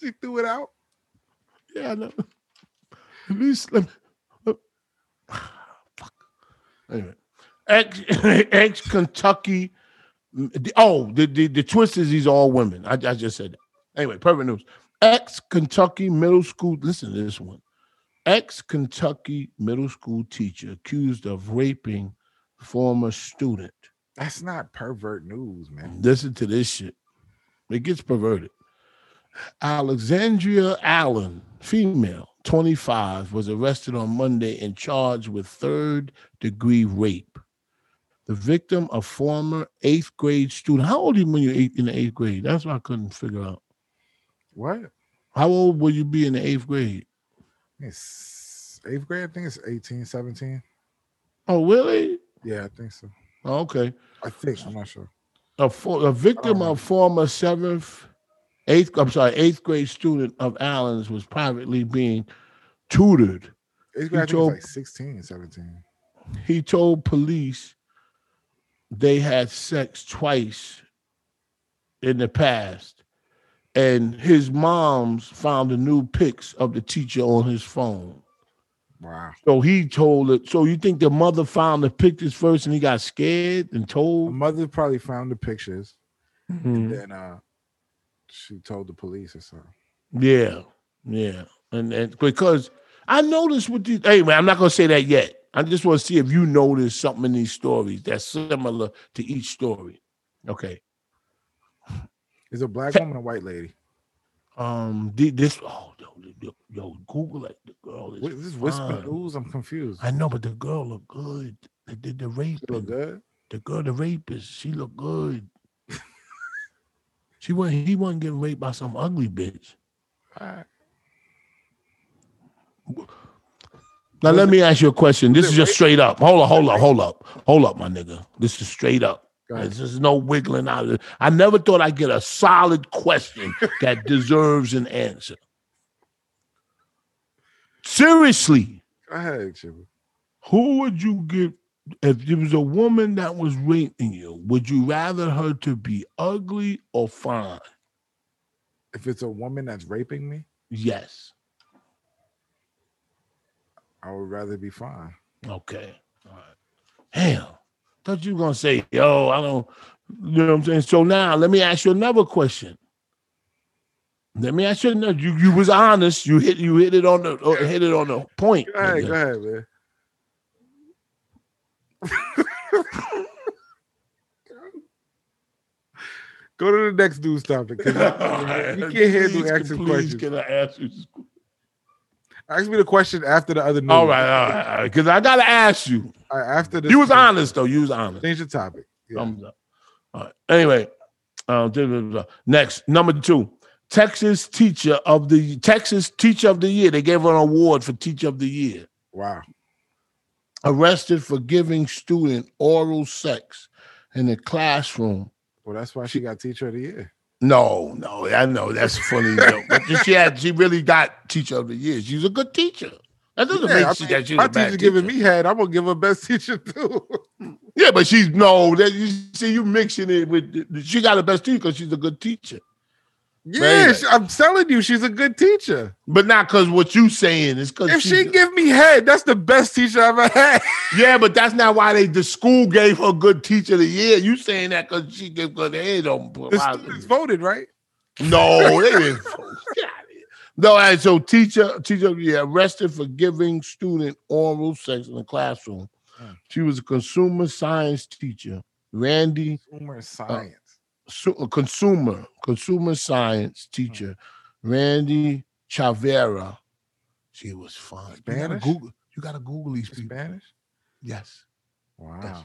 [SPEAKER 4] she threw it out.
[SPEAKER 2] Yeah, I know. At least let me, let- fuck. Anyway, ex ex Kentucky. Oh, the, the the twist is these are all women. I, I just said that. Anyway, perfect news. Ex Kentucky middle school. Listen to this one. Ex Kentucky middle school teacher accused of raping former student.
[SPEAKER 4] That's not pervert news, man.
[SPEAKER 2] Listen to this shit. It gets perverted. Alexandria Allen, female, 25, was arrested on Monday and charged with third degree rape. The victim, a former eighth grade student. How old are you when you're eight, in the eighth grade? That's what I couldn't figure out.
[SPEAKER 4] What?
[SPEAKER 2] How old will you be in the eighth grade?
[SPEAKER 4] It's eighth grade. I think it's 18, 17.
[SPEAKER 2] Oh, really?
[SPEAKER 4] Yeah, I think so.
[SPEAKER 2] Oh, okay.
[SPEAKER 4] I think I'm not sure.
[SPEAKER 2] a, for, a victim
[SPEAKER 4] Oh.
[SPEAKER 2] of former seventh, eighth, I'm sorry, eighth grade student of Allen's was privately being tutored.
[SPEAKER 4] Eighth grade, I think
[SPEAKER 2] told-
[SPEAKER 4] it's like 16, 17.
[SPEAKER 2] He told police they had sex twice in the past, and his mom's found the new pics of the teacher on his phone.
[SPEAKER 4] Wow.
[SPEAKER 2] So he told it. So you think the mother found the pictures first, and he got scared and
[SPEAKER 4] My
[SPEAKER 2] told?
[SPEAKER 4] mother probably found the pictures
[SPEAKER 2] Mhm.
[SPEAKER 4] and uh she told the police or something.
[SPEAKER 2] Yeah, yeah, and and because I noticed with these. Anyway, I'm not gonna say that yet. I just want to see if you notice something in these stories that's similar to each story. Okay.
[SPEAKER 4] Is a black woman or white lady?
[SPEAKER 2] Um. thi- This. Oh, yo, yo, yo, Google it. The girl is.
[SPEAKER 4] What is this whisper
[SPEAKER 2] fine.
[SPEAKER 4] news? I'm confused.
[SPEAKER 2] I know, but the girl look good. The, the, the rape.
[SPEAKER 4] Look good.
[SPEAKER 2] The girl, the rapist. She look good. she wasn't. He wasn't getting raped by some ugly bitch.
[SPEAKER 4] All right.
[SPEAKER 2] Now let me ask you a question. This
[SPEAKER 4] it
[SPEAKER 2] is just
[SPEAKER 4] rape?
[SPEAKER 2] straight up. Hold up, hold up, hold up, hold up, my nigga. This is straight up.
[SPEAKER 4] Go ahead.
[SPEAKER 2] There's no wiggling out of it. I never thought I'd get a solid question that deserves an answer. Seriously,
[SPEAKER 4] Go ahead, Jimmy.
[SPEAKER 2] who would you give if there was a woman that was raping you? Would you rather her to be ugly or fine?
[SPEAKER 4] If it's a woman that's raping me,
[SPEAKER 2] Yes.
[SPEAKER 4] I would rather be fine.
[SPEAKER 2] Okay. All right. Damn. Thought you were gonna say, yo, I don't you know what I'm saying? So now let me ask you another question. Let me ask you another. You you was honest. You hit you hit it on the uh, hit it on the point.
[SPEAKER 4] Go ahead,
[SPEAKER 2] nigga.
[SPEAKER 4] go ahead, man. go to the next news topic. 'cause You can't handle
[SPEAKER 2] Please,
[SPEAKER 4] asking
[SPEAKER 2] please,
[SPEAKER 4] questions.
[SPEAKER 2] Can I ask you?
[SPEAKER 4] Ask me the question after the other news.
[SPEAKER 2] All right, all right, all right. Because I gotta ask you.
[SPEAKER 4] All right, after this,
[SPEAKER 2] You was honest though. Um, You was honest.
[SPEAKER 4] Change the topic. Yeah.
[SPEAKER 2] Thumbs up. All right. Anyway, uh, duh, duh, duh. next number two, Texas teacher of the Texas teacher of the year. They gave her an award for teacher of the year.
[SPEAKER 4] wow.
[SPEAKER 2] Arrested for giving student oral sex in the classroom.
[SPEAKER 4] Well, that's why she got teacher of the year.
[SPEAKER 2] No, no, I know that's a funny joke. But she had, she really got teacher of the year. She's a good teacher. That doesn't
[SPEAKER 4] Yeah,
[SPEAKER 2] mean
[SPEAKER 4] I
[SPEAKER 2] she,
[SPEAKER 4] mean,
[SPEAKER 2] that she's
[SPEAKER 4] my
[SPEAKER 2] a bad
[SPEAKER 4] teacher
[SPEAKER 2] teacher.
[SPEAKER 4] giving me head. I'm gonna give her best teacher too.
[SPEAKER 2] Yeah, but she's no. That you see, you mixing it with. the- the- She got the best teacher because she's a good teacher.
[SPEAKER 4] yeah,
[SPEAKER 2] Right.
[SPEAKER 4] she- I'm telling you, she's a good teacher.
[SPEAKER 2] But not because what you saying is because
[SPEAKER 4] If Oh, she give me head, that's the best teacher I've ever had.
[SPEAKER 2] yeah, but that's not why they the school gave her good teacher of the year. You saying that because she gave good head on
[SPEAKER 4] The students voted, right?
[SPEAKER 2] no, they didn't. vote. Get out of here. No, and so teacher teacher of the year arrested for giving student oral sex in the classroom.
[SPEAKER 4] Mm.
[SPEAKER 2] She was a consumer science teacher, Randy
[SPEAKER 4] Humor and science.
[SPEAKER 2] su- a consumer consumer science
[SPEAKER 4] Mm.
[SPEAKER 2] teacher, Randy Chavera. She was fun. You gotta
[SPEAKER 4] Spanish?
[SPEAKER 2] Google, you gotta Google these people.
[SPEAKER 4] Spanish.
[SPEAKER 2] Yes.
[SPEAKER 4] Wow.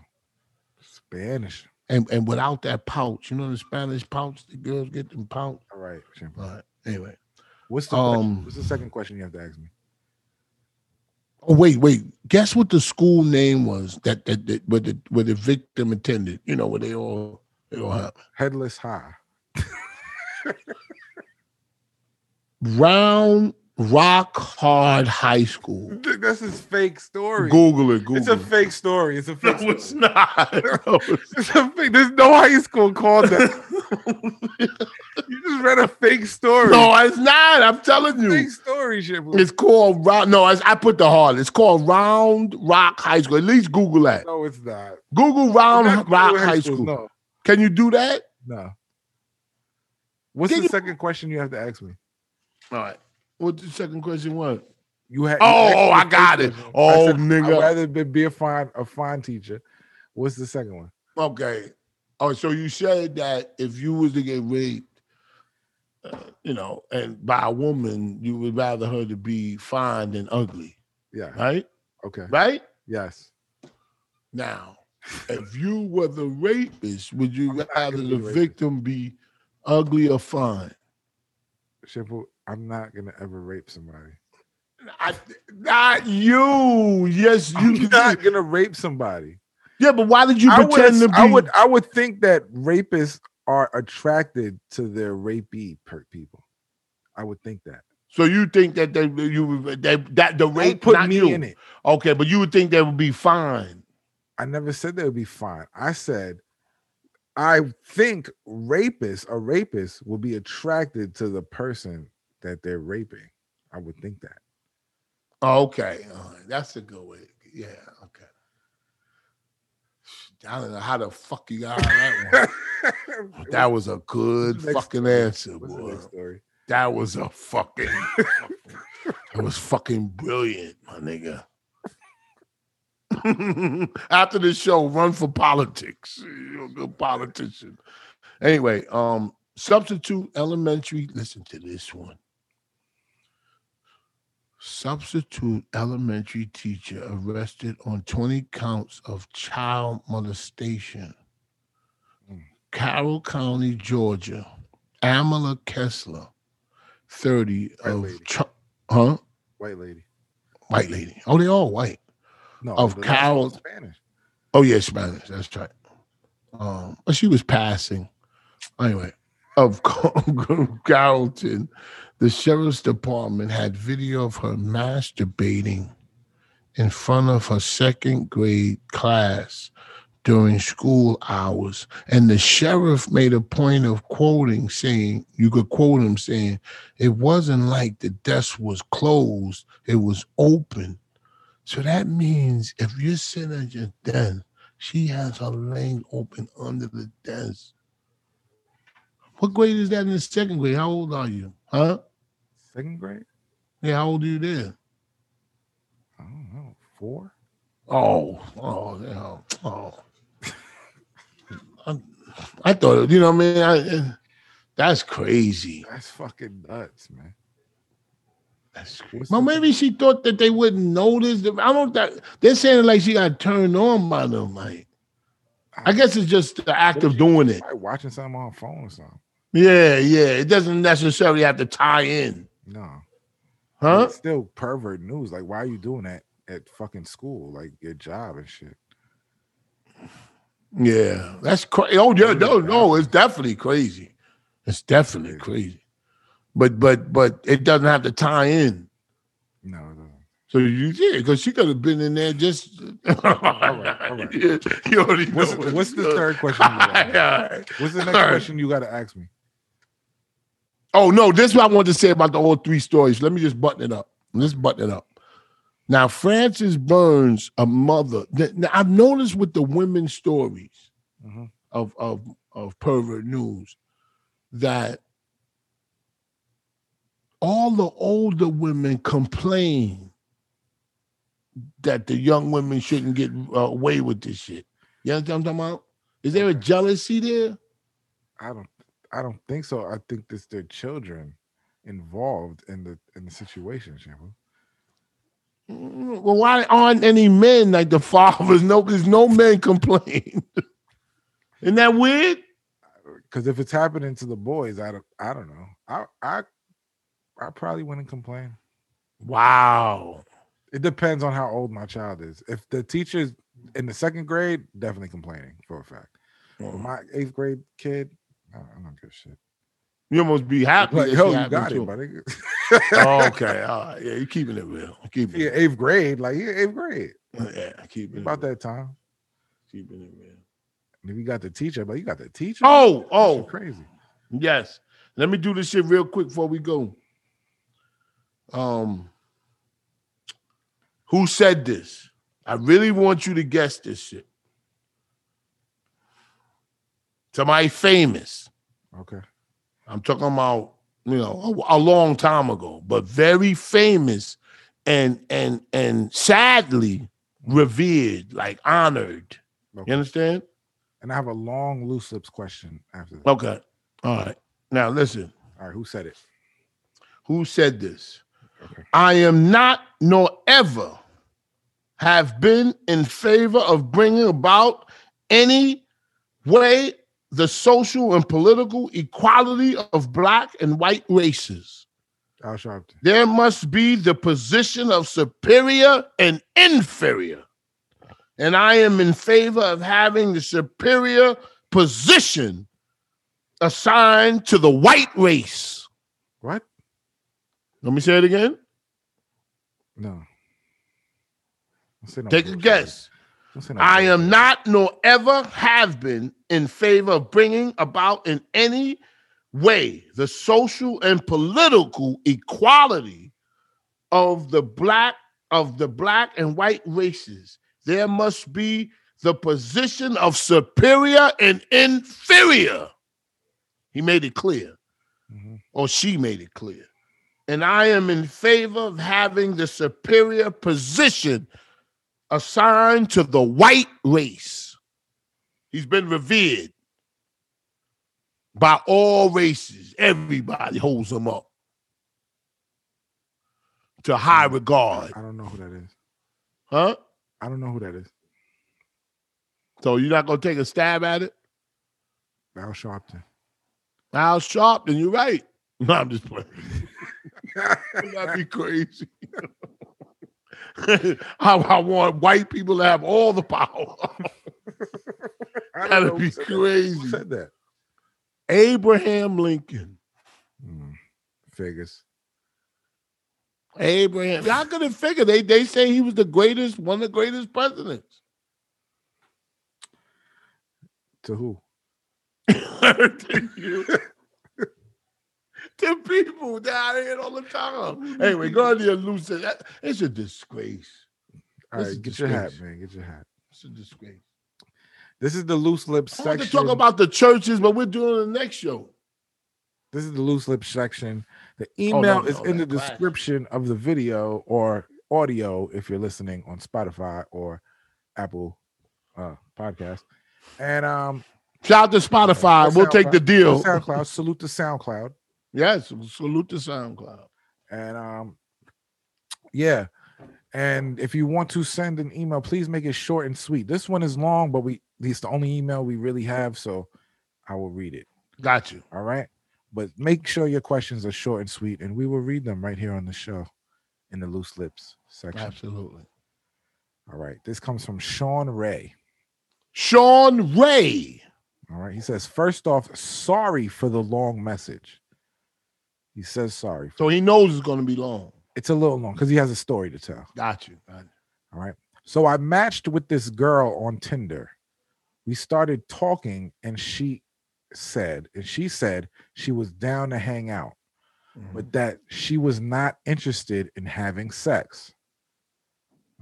[SPEAKER 4] Spanish.
[SPEAKER 2] And and without that pouch, you know the Spanish pouch, the girls get them pouch.
[SPEAKER 4] All right. Shampoo.
[SPEAKER 2] All right. Anyway.
[SPEAKER 4] What's the
[SPEAKER 2] Um,
[SPEAKER 4] question? What's the second question you have to ask me?
[SPEAKER 2] Oh wait, wait. Guess what the school name was that that, that where the where the victim attended. You know where they all they all have.
[SPEAKER 4] Headless high.
[SPEAKER 2] Round Rock Hard High School.
[SPEAKER 4] That's his fake story.
[SPEAKER 2] Google it. Google
[SPEAKER 4] It's a
[SPEAKER 2] it.
[SPEAKER 4] fake story. It's a fake.
[SPEAKER 2] No, it's
[SPEAKER 4] story.
[SPEAKER 2] not. No, it's-
[SPEAKER 4] It's a fake. There's no high school called that. you just read a fake story.
[SPEAKER 2] no, it's not. I'm telling you.
[SPEAKER 4] fake story, Shampoo.
[SPEAKER 2] It's called round. No, it's, I put the hard. It's called Round Rock High School. At least Google that.
[SPEAKER 4] No, it's not.
[SPEAKER 2] Google Round
[SPEAKER 4] Not
[SPEAKER 2] Um, Rock
[SPEAKER 4] Google
[SPEAKER 2] High School.
[SPEAKER 4] No,
[SPEAKER 2] Can you do that?
[SPEAKER 4] no. What's
[SPEAKER 2] Can
[SPEAKER 4] the
[SPEAKER 2] you-
[SPEAKER 4] second question you have to ask me?
[SPEAKER 2] All right. What the second question was?
[SPEAKER 4] You had. you
[SPEAKER 2] Oh,
[SPEAKER 4] asked
[SPEAKER 2] oh,
[SPEAKER 4] me
[SPEAKER 2] I
[SPEAKER 4] the
[SPEAKER 2] got
[SPEAKER 4] first
[SPEAKER 2] it.
[SPEAKER 4] question. I
[SPEAKER 2] Oh,
[SPEAKER 4] said, I'd
[SPEAKER 2] nigga.
[SPEAKER 4] rather be, be a fine a fine teacher. What's the second one?
[SPEAKER 2] Okay. Oh, so you said that if you was to get raped, uh, you know, and by a woman, you would rather her to be fine than ugly,
[SPEAKER 4] Yeah.
[SPEAKER 2] right?
[SPEAKER 4] Okay.
[SPEAKER 2] Right?
[SPEAKER 4] Yes.
[SPEAKER 2] Now, if you were the rapist, would you
[SPEAKER 4] I'm not
[SPEAKER 2] rather
[SPEAKER 4] gonna
[SPEAKER 2] the
[SPEAKER 4] be rapist.
[SPEAKER 2] victim be ugly or fine?
[SPEAKER 4] Shampoo. I'm not gonna ever rape somebody.
[SPEAKER 2] I, not you. Yes, you.
[SPEAKER 4] I'm not gonna rape somebody.
[SPEAKER 2] yeah, but why did you
[SPEAKER 4] I would,
[SPEAKER 2] pretend to be?
[SPEAKER 4] I would I would think that rapists are attracted to their rapey per- people. I would think that.
[SPEAKER 2] so you think that they you they, that the
[SPEAKER 4] Don't
[SPEAKER 2] rape
[SPEAKER 4] put
[SPEAKER 2] not
[SPEAKER 4] me
[SPEAKER 2] you.
[SPEAKER 4] in it.
[SPEAKER 2] Okay, but you would think they would be fine.
[SPEAKER 4] I never said they would be fine. I said I think rapists, a rapist will be attracted to the person that they're raping. I would think that.
[SPEAKER 2] Oh, Okay, all right. that's a good way. Yeah, okay. I don't know how the fuck you got on that one. that was a good
[SPEAKER 4] Next-
[SPEAKER 2] fucking answer,
[SPEAKER 4] What's the
[SPEAKER 2] boy.
[SPEAKER 4] next story?
[SPEAKER 2] That was a fucking. that was fucking brilliant, my nigga. After this show, run for politics. You're a good politician. Anyway, um, substitute elementary. Listen to this one. Substitute elementary teacher arrested on 20 counts of child molestation. Carroll County, Georgia. Amala Kessler, 30
[SPEAKER 4] White
[SPEAKER 2] of
[SPEAKER 4] lady.
[SPEAKER 2] Chu- huh?
[SPEAKER 4] White lady.
[SPEAKER 2] White lady. Oh, they all white.
[SPEAKER 4] No,
[SPEAKER 2] Of
[SPEAKER 4] the last one was
[SPEAKER 2] Carol-
[SPEAKER 4] Spanish.
[SPEAKER 2] Oh yeah, Spanish. That's right. Um, but she was passing. Anyway, of Carrollton, the sheriff's department had video of her masturbating in front of her second grade class during school hours, and the sheriff made a point of quoting, saying, "You could quote him saying, it wasn't like the desk was closed; it was open." So that means if you're sitting at your desk, she has her leg open under the desk. What grade is that in the second grade? How old are you? Huh?
[SPEAKER 4] Second grade?
[SPEAKER 2] Yeah, how old are you there?
[SPEAKER 4] I don't know. Four?
[SPEAKER 2] Oh, oh, yeah, oh. I, I thought, you know what I mean? I, I- that's crazy.
[SPEAKER 4] That's fucking nuts, man.
[SPEAKER 2] That's crazy.
[SPEAKER 4] What's
[SPEAKER 2] Well,
[SPEAKER 4] the-
[SPEAKER 2] maybe she thought that they wouldn't notice. The, I don't that they're saying like she got turned on by them. Like, I guess it's just the act of doing it.
[SPEAKER 4] Probably watching something on her phone or something.
[SPEAKER 2] Yeah, yeah. It doesn't necessarily have to tie in,
[SPEAKER 4] No.
[SPEAKER 2] huh?
[SPEAKER 4] It's still pervert news. Like, why are you doing that at fucking school? Like your job and shit.
[SPEAKER 2] Yeah, that's crazy. Oh yeah, no, no, it's definitely crazy. It's definitely crazy, but but but it doesn't have to tie in.
[SPEAKER 4] No, it um, doesn't.
[SPEAKER 2] So you yeah, because she could have been in there just. all
[SPEAKER 4] right, all right.
[SPEAKER 2] You already know
[SPEAKER 4] What's,
[SPEAKER 2] it.
[SPEAKER 4] what's the third question? You
[SPEAKER 2] All
[SPEAKER 4] got?
[SPEAKER 2] right.
[SPEAKER 4] What's the next
[SPEAKER 2] uh, All right.
[SPEAKER 4] question you got to ask me?
[SPEAKER 2] Oh no, this is what I wanted to say about the all three stories. Let me just button it up. Let's button it up. Now, Frances Burns, a mother. th- Now, I've noticed with the women's stories
[SPEAKER 4] Mhm.
[SPEAKER 2] of of of pervert news that all the older women complain that the young women shouldn't get uh, away with this shit. You understand what I'm talking about? Is there a
[SPEAKER 4] Okay.
[SPEAKER 2] jealousy there?
[SPEAKER 4] I don't. I don't think so. I think there's their children involved in the in the situation, Shampoo.
[SPEAKER 2] Mm, Well, why aren't any men like the fathers? No, there's no men complain. Isn't that weird?
[SPEAKER 4] Because if it's happening to the boys, I don't. I don't know. I I I probably wouldn't complain.
[SPEAKER 2] Wow.
[SPEAKER 4] It depends on how old my child is. If the teacher's in the second grade, definitely complaining for a fact. But Oh, my eighth grade kid, I I don't give a shit.
[SPEAKER 2] You almost be happy.
[SPEAKER 4] Like,
[SPEAKER 2] that
[SPEAKER 4] yo,
[SPEAKER 2] shit
[SPEAKER 4] you
[SPEAKER 2] happened
[SPEAKER 4] got
[SPEAKER 2] to
[SPEAKER 4] it,
[SPEAKER 2] him.
[SPEAKER 4] buddy.
[SPEAKER 2] oh, okay. All right. Yeah, you're keeping it real. You're Keeping
[SPEAKER 4] yeah,
[SPEAKER 2] it.
[SPEAKER 4] eighth grade, like yeah, eighth grade.
[SPEAKER 2] real. Yeah, keeping it
[SPEAKER 4] About
[SPEAKER 2] real.
[SPEAKER 4] that time.
[SPEAKER 2] Keeping it real.
[SPEAKER 4] And if you got the teacher, but you got the teacher. That
[SPEAKER 2] Oh,
[SPEAKER 4] shit
[SPEAKER 2] oh,
[SPEAKER 4] crazy.
[SPEAKER 2] yes. Let me do this shit real quick before we go. Um, who said this? I really want you to guess this shit. Somebody famous.
[SPEAKER 4] Okay.
[SPEAKER 2] I'm talking about you know a, a long time ago, but very famous and and and sadly revered, like honored.
[SPEAKER 4] Okay.
[SPEAKER 2] You understand?
[SPEAKER 4] And I have a long loose lips question after that.
[SPEAKER 2] Okay. All right. Now listen.
[SPEAKER 4] All right, who said it?
[SPEAKER 2] Who said this?
[SPEAKER 4] Okay.
[SPEAKER 2] I am not nor ever have been in favor of bringing about any way the social and political equality of black and white races.
[SPEAKER 4] Al Sharpton.
[SPEAKER 2] There must be the position of superior and inferior. And I am in favor of having the superior position assigned to the white race.
[SPEAKER 4] What?
[SPEAKER 2] Let me say it again.
[SPEAKER 4] No. Don't say no
[SPEAKER 2] Take a
[SPEAKER 4] bullshit.
[SPEAKER 2] guess.
[SPEAKER 4] Listen up.
[SPEAKER 2] I am not, nor ever have been, in favor of bringing about in any way the social and political equality of the black of the black and white races. There must be the position of superior and inferior. He made it clear
[SPEAKER 4] Mhm.
[SPEAKER 2] or Oh, she made it clear. And I am in favor of having the superior position assigned to the white race. He's been revered by all races. Everybody holds him up to high regard.
[SPEAKER 4] I don't know who that is.
[SPEAKER 2] Huh?
[SPEAKER 4] I don't know who that is.
[SPEAKER 2] So you're not going to take a stab at it?
[SPEAKER 4] Val Sharpton.
[SPEAKER 2] Al Sharpton, you're right. No, I'm just playing. That'd be crazy. I, I want white people to have all the power.
[SPEAKER 4] I don't know
[SPEAKER 2] That'd
[SPEAKER 4] who
[SPEAKER 2] be
[SPEAKER 4] said that. Who
[SPEAKER 2] crazy.
[SPEAKER 4] said that?
[SPEAKER 2] Abraham Lincoln.
[SPEAKER 4] Mm, figures.
[SPEAKER 2] Abraham. Y'all couldn't figure. They they say he was the greatest, one of the greatest presidents.
[SPEAKER 4] To who?
[SPEAKER 2] to you. To people down here all the time. Anyway, go ahead and lose it. That- It's a disgrace.
[SPEAKER 4] All
[SPEAKER 2] This is
[SPEAKER 4] right, get your hat,
[SPEAKER 2] disgrace.
[SPEAKER 4] man. Get your hat.
[SPEAKER 2] It's a disgrace.
[SPEAKER 4] This is the loose lips
[SPEAKER 2] I
[SPEAKER 4] section.
[SPEAKER 2] want to talk about the churches, but we're doing the next show.
[SPEAKER 4] This is the loose lips section. The
[SPEAKER 2] no,
[SPEAKER 4] email
[SPEAKER 2] Oh, no,
[SPEAKER 4] is in the
[SPEAKER 2] that's right.
[SPEAKER 4] description of the video or audio if you're listening on Spotify or Apple uh, podcast. And um,
[SPEAKER 2] Shout out to Spotify.
[SPEAKER 4] That's
[SPEAKER 2] We'll take the
[SPEAKER 4] SoundCloud.
[SPEAKER 2] deal.
[SPEAKER 4] SoundCloud. Salute to SoundCloud.
[SPEAKER 2] Yes, salute to SoundCloud.
[SPEAKER 4] And um, yeah. And if you want to send an email, please make it short and sweet. This one is long, but we it's the only email we really have, so I will read it.
[SPEAKER 2] Got you.
[SPEAKER 4] All right. But make sure your questions are short and sweet, and we will read them right here on the show in the loose lips section.
[SPEAKER 2] Absolutely.
[SPEAKER 4] All right. This comes from Sean Ray.
[SPEAKER 2] Sean Ray.
[SPEAKER 4] All right. He says, first off, sorry for the long message. He says sorry.
[SPEAKER 2] So he knows it's going to be long.
[SPEAKER 4] It's a little long because he has a story to tell.
[SPEAKER 2] Got you. Got you.
[SPEAKER 4] All right. So I matched with this girl on Tinder. We started talking, and she said, and she said she was down to hang out,
[SPEAKER 2] Mm-hmm.
[SPEAKER 4] but that she was not interested in having sex.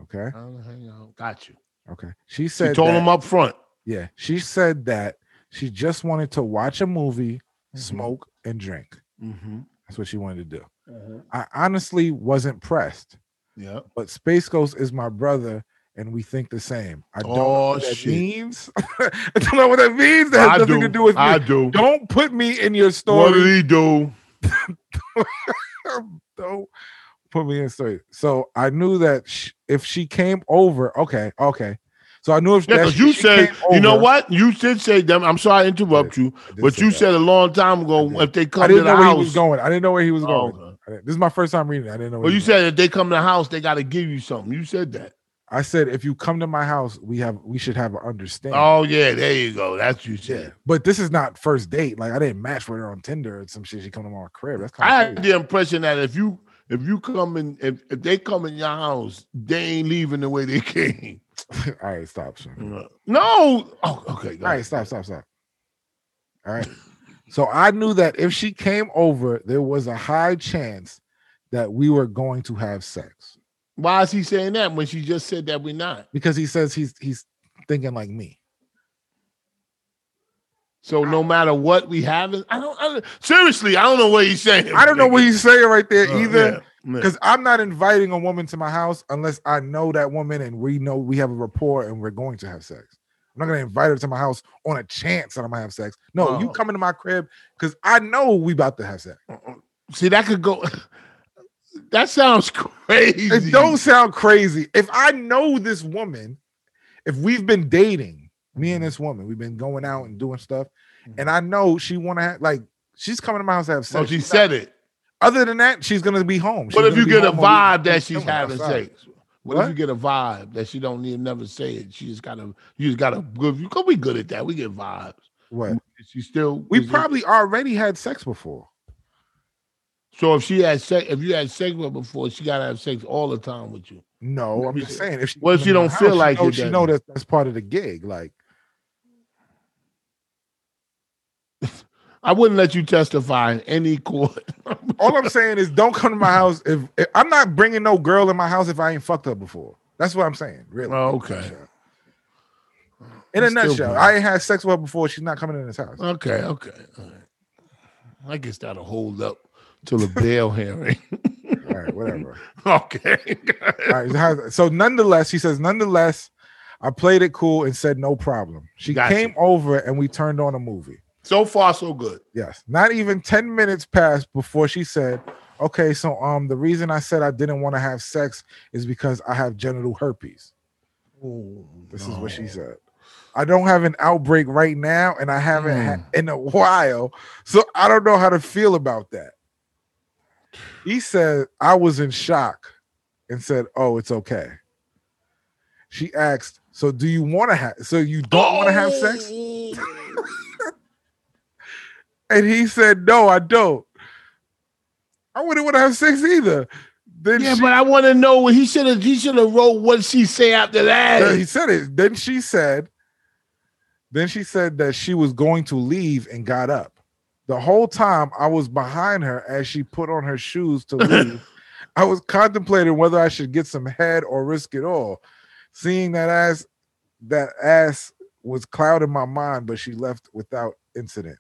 [SPEAKER 4] Okay.
[SPEAKER 2] I don't know, hang on. Got you.
[SPEAKER 4] Okay. She
[SPEAKER 2] She
[SPEAKER 4] said
[SPEAKER 2] told
[SPEAKER 4] that-
[SPEAKER 2] him up front.
[SPEAKER 4] Yeah. She said that she just wanted to watch a movie, smoke, and drink.
[SPEAKER 2] Mm-hmm.
[SPEAKER 4] That's what she wanted to do.
[SPEAKER 2] Uh-huh.
[SPEAKER 4] I honestly wasn't pressed.
[SPEAKER 2] Yeah.
[SPEAKER 4] but Space Ghost is my brother, and we think the same. I don't know
[SPEAKER 2] Oh,
[SPEAKER 4] what that
[SPEAKER 2] shit.
[SPEAKER 4] means. I don't know what that means. That
[SPEAKER 2] I
[SPEAKER 4] has nothing
[SPEAKER 2] do.
[SPEAKER 4] to do with me.
[SPEAKER 2] I do.
[SPEAKER 4] Don't put me in your
[SPEAKER 2] What
[SPEAKER 4] story.
[SPEAKER 2] did he do?
[SPEAKER 4] don't put me in story. So I knew that sh- if she came over, okay, okay. So I knew if
[SPEAKER 2] Yeah,
[SPEAKER 4] that
[SPEAKER 2] because
[SPEAKER 4] sh-
[SPEAKER 2] you
[SPEAKER 4] she
[SPEAKER 2] said,
[SPEAKER 4] came
[SPEAKER 2] you know
[SPEAKER 4] over-
[SPEAKER 2] what? You did say them. I'm sorry to interrupt you,
[SPEAKER 4] I did
[SPEAKER 2] but
[SPEAKER 4] say
[SPEAKER 2] you
[SPEAKER 4] that.
[SPEAKER 2] said a long time
[SPEAKER 4] I
[SPEAKER 2] ago
[SPEAKER 4] did.
[SPEAKER 2] if they come
[SPEAKER 4] I
[SPEAKER 2] to
[SPEAKER 4] didn't know
[SPEAKER 2] the
[SPEAKER 4] where
[SPEAKER 2] house.
[SPEAKER 4] he was going. I didn't know where he was
[SPEAKER 2] Oh,
[SPEAKER 4] going.
[SPEAKER 2] okay.
[SPEAKER 4] I didn't- This is my first time reading. it. I didn't know. where
[SPEAKER 2] Well,
[SPEAKER 4] he
[SPEAKER 2] you
[SPEAKER 4] was going.
[SPEAKER 2] said if they come to the house, they got to give you something. You said that.
[SPEAKER 4] I said if you come to my house, we have we should have an understanding.
[SPEAKER 2] Oh, yeah. There you go. That's what you said.
[SPEAKER 4] But this is not first date. Like I didn't match with her on Tinder and some shit. She come to my crib. That's
[SPEAKER 2] I
[SPEAKER 4] kind
[SPEAKER 2] had
[SPEAKER 4] of
[SPEAKER 2] the impression that if you if you come in if, if they come in your house, they ain't leaving the way they came.
[SPEAKER 4] all right. Stop. Son.
[SPEAKER 2] No. Oh, okay.
[SPEAKER 4] All right. Stop. Stop. Stop. All right. So I knew that if she came over, there was a high chance that we were going to have sex
[SPEAKER 2] Why is he saying that when she just said that we're not?
[SPEAKER 4] because he says he's he's thinking like me.
[SPEAKER 2] So no matter what we have, I don't, I don't- seriously. I don't know what he's saying.
[SPEAKER 4] I don't know what
[SPEAKER 2] nigga.
[SPEAKER 4] he's saying right there
[SPEAKER 2] Uh,
[SPEAKER 4] either.
[SPEAKER 2] yeah, yeah.
[SPEAKER 4] Because I'm not inviting a woman to my house unless I know that woman and we know we have a rapport and we're going to have sex. I'm not gonna invite her to my house on a chance that I'm gonna have sex. No, you
[SPEAKER 2] Oh.
[SPEAKER 4] come into my crib because I know we about to have sex.
[SPEAKER 2] see that could go. that sounds crazy.
[SPEAKER 4] It don't sound crazy. If I know this woman, if we've been dating, me
[SPEAKER 2] Mm-hmm.
[SPEAKER 4] and this woman, we've been going out and doing stuff, and I know she wanna have like she's coming to my house to have
[SPEAKER 2] So
[SPEAKER 4] sex.
[SPEAKER 2] Mm-hmm. Oh, she said it.
[SPEAKER 4] Other than that, she's gonna be home.
[SPEAKER 2] What
[SPEAKER 4] She's
[SPEAKER 2] if
[SPEAKER 4] gonna
[SPEAKER 2] you
[SPEAKER 4] be
[SPEAKER 2] get a
[SPEAKER 4] home while
[SPEAKER 2] vibe
[SPEAKER 4] we-
[SPEAKER 2] that she's
[SPEAKER 4] chilling
[SPEAKER 2] having
[SPEAKER 4] outside.
[SPEAKER 2] sex? What,
[SPEAKER 4] What?
[SPEAKER 2] if you get a vibe that she don't need never say it? She just gotta you just gotta good you cause we good at that. We get vibes.
[SPEAKER 4] What?
[SPEAKER 2] She still
[SPEAKER 4] We
[SPEAKER 2] is it-
[SPEAKER 4] probably already had sex before.
[SPEAKER 2] So if she had sex, if you had sex with her before, she gotta have sex all the time with you.
[SPEAKER 4] No, I'm just saying if she
[SPEAKER 2] Well,
[SPEAKER 4] come
[SPEAKER 2] she
[SPEAKER 4] in my
[SPEAKER 2] don't feel
[SPEAKER 4] house,
[SPEAKER 2] like
[SPEAKER 4] she know,
[SPEAKER 2] it
[SPEAKER 4] she
[SPEAKER 2] then.
[SPEAKER 4] know that that's part of the gig. Like
[SPEAKER 2] I wouldn't let you testify in any court.
[SPEAKER 4] all I'm saying is don't come to my house if, if- I'm not bringing no girl in my house if I ain't fucked up before. That's what I'm saying. Really.
[SPEAKER 2] Oh, okay.
[SPEAKER 4] In a
[SPEAKER 2] That's still
[SPEAKER 4] nutshell,
[SPEAKER 2] good.
[SPEAKER 4] I ain't had sex with her before. She's not coming in this house.
[SPEAKER 2] Okay, okay. all right. I guess that'll hold up till the bail hearing.
[SPEAKER 4] All right, whatever.
[SPEAKER 2] okay.
[SPEAKER 4] All right, how- so nonetheless, she says, nonetheless, I played it cool and said no problem. She
[SPEAKER 2] Gotcha.
[SPEAKER 4] came over and we turned on a movie.
[SPEAKER 2] so far, so good.
[SPEAKER 4] Yes. Not even 10 minutes passed before she said, Okay, so um the reason I said I didn't want to have sex is because I have genital herpes. This is what she said. I don't have an outbreak right now, and I haven't had in a while, so I don't know how to feel about that. He said I was in shock and said, Oh, it's okay. She asked, So do you want to have so you don't want to have sex?
[SPEAKER 2] Oh.
[SPEAKER 4] And he said, No, I don't. I wouldn't want to have sex either. Then
[SPEAKER 2] Yeah,
[SPEAKER 4] she,
[SPEAKER 2] but I want to know what he should have. He should have wrote what she say after
[SPEAKER 4] then
[SPEAKER 2] that.
[SPEAKER 4] he said it. Then she said, then she said that she was going to leave and got up. The whole time I was behind her as she put on her shoes to leave. I was contemplating whether I should get some head or risk it all. Seeing that ass, that ass was clouding my mind, but she left without incident.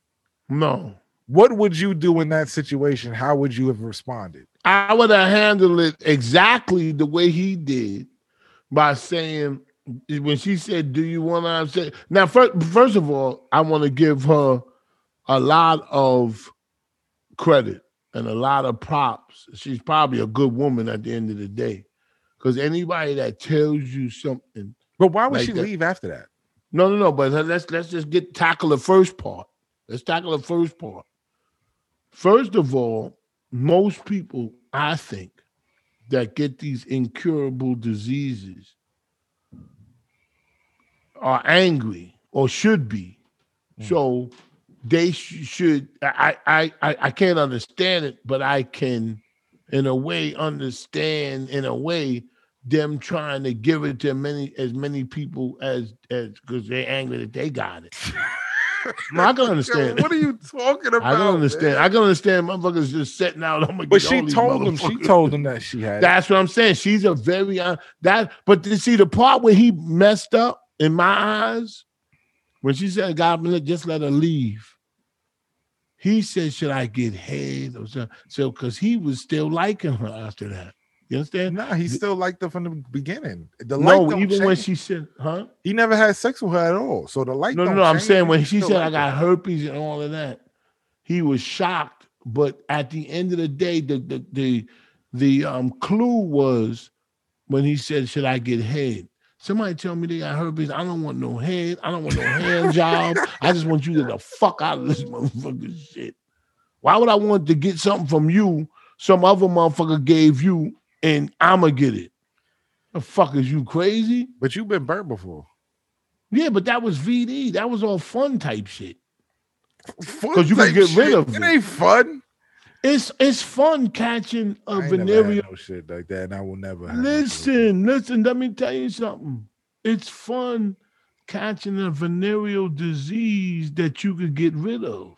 [SPEAKER 2] No,
[SPEAKER 4] What would you do in that situation? How would you have responded?
[SPEAKER 2] I would have handled it exactly the way he did by saying when she said, "Do you want to have sex?" Now, first, first of all, I want to give her a lot of credit and a lot of props. She's probably a good woman at the end of the day, because anybody that tells you something,
[SPEAKER 4] But why would
[SPEAKER 2] Like
[SPEAKER 4] she
[SPEAKER 2] that.
[SPEAKER 4] leave after that?
[SPEAKER 2] no, no, no. But let's let's just get tackle the first part. Let's tackle the first part. First of all, most people, I think, that get these incurable diseases are angry or should be. So they sh- should. I, I I I can't understand it, but I can, in a way, understand in a way them trying to give it to many as many people as as because they're angry that they got it. I can understand.
[SPEAKER 4] What are you talking about?
[SPEAKER 2] I can understand.
[SPEAKER 4] man?
[SPEAKER 2] I can understand motherfuckers just setting out. I'm gonna
[SPEAKER 4] But
[SPEAKER 2] get
[SPEAKER 4] she
[SPEAKER 2] all these
[SPEAKER 4] told him. She
[SPEAKER 2] motherfuckers."
[SPEAKER 4] told him that she had. it.
[SPEAKER 2] That's what I'm saying. She's a very uh, that. But to see the part where he messed up in my eyes, when she said, "God, let- just let her leave," he said, "Should I get head or something?" So, because he was still liking her after that. You understand?
[SPEAKER 4] Nah, he still liked her from the beginning. The light
[SPEAKER 2] No,
[SPEAKER 4] don't
[SPEAKER 2] even when
[SPEAKER 4] change.
[SPEAKER 2] she said, "Huh?"
[SPEAKER 4] he never had sex with her at all. So the light.
[SPEAKER 2] No, no,
[SPEAKER 4] don't
[SPEAKER 2] no. I'm
[SPEAKER 4] change.
[SPEAKER 2] saying when
[SPEAKER 4] He
[SPEAKER 2] she
[SPEAKER 4] still
[SPEAKER 2] said I
[SPEAKER 4] liked her.
[SPEAKER 2] got herpes and all of that, he was shocked. But at the end of the day, the the the, the um clue was when he said, "Should I get head?" Somebody tell me they got herpes. I don't want no head. I don't want no hand job. I just want you to get the fuck out of this motherfucking shit. Why would I want to get something from you? Some other motherfucker gave you, and I'ma get it. The fuck is you crazy?
[SPEAKER 4] But you've been burnt before.
[SPEAKER 2] Yeah, but that was VD. That was all fun type shit.
[SPEAKER 4] Because
[SPEAKER 2] you can get rid of
[SPEAKER 4] it.
[SPEAKER 2] it.
[SPEAKER 4] ain't fun.
[SPEAKER 2] It's it's fun catching
[SPEAKER 4] I
[SPEAKER 2] a
[SPEAKER 4] ain't never
[SPEAKER 2] venereal.
[SPEAKER 4] had no shit like that, and I will never. have no shit.
[SPEAKER 2] Listen, listen. Let me tell you something. It's fun catching a venereal disease that you could get rid of.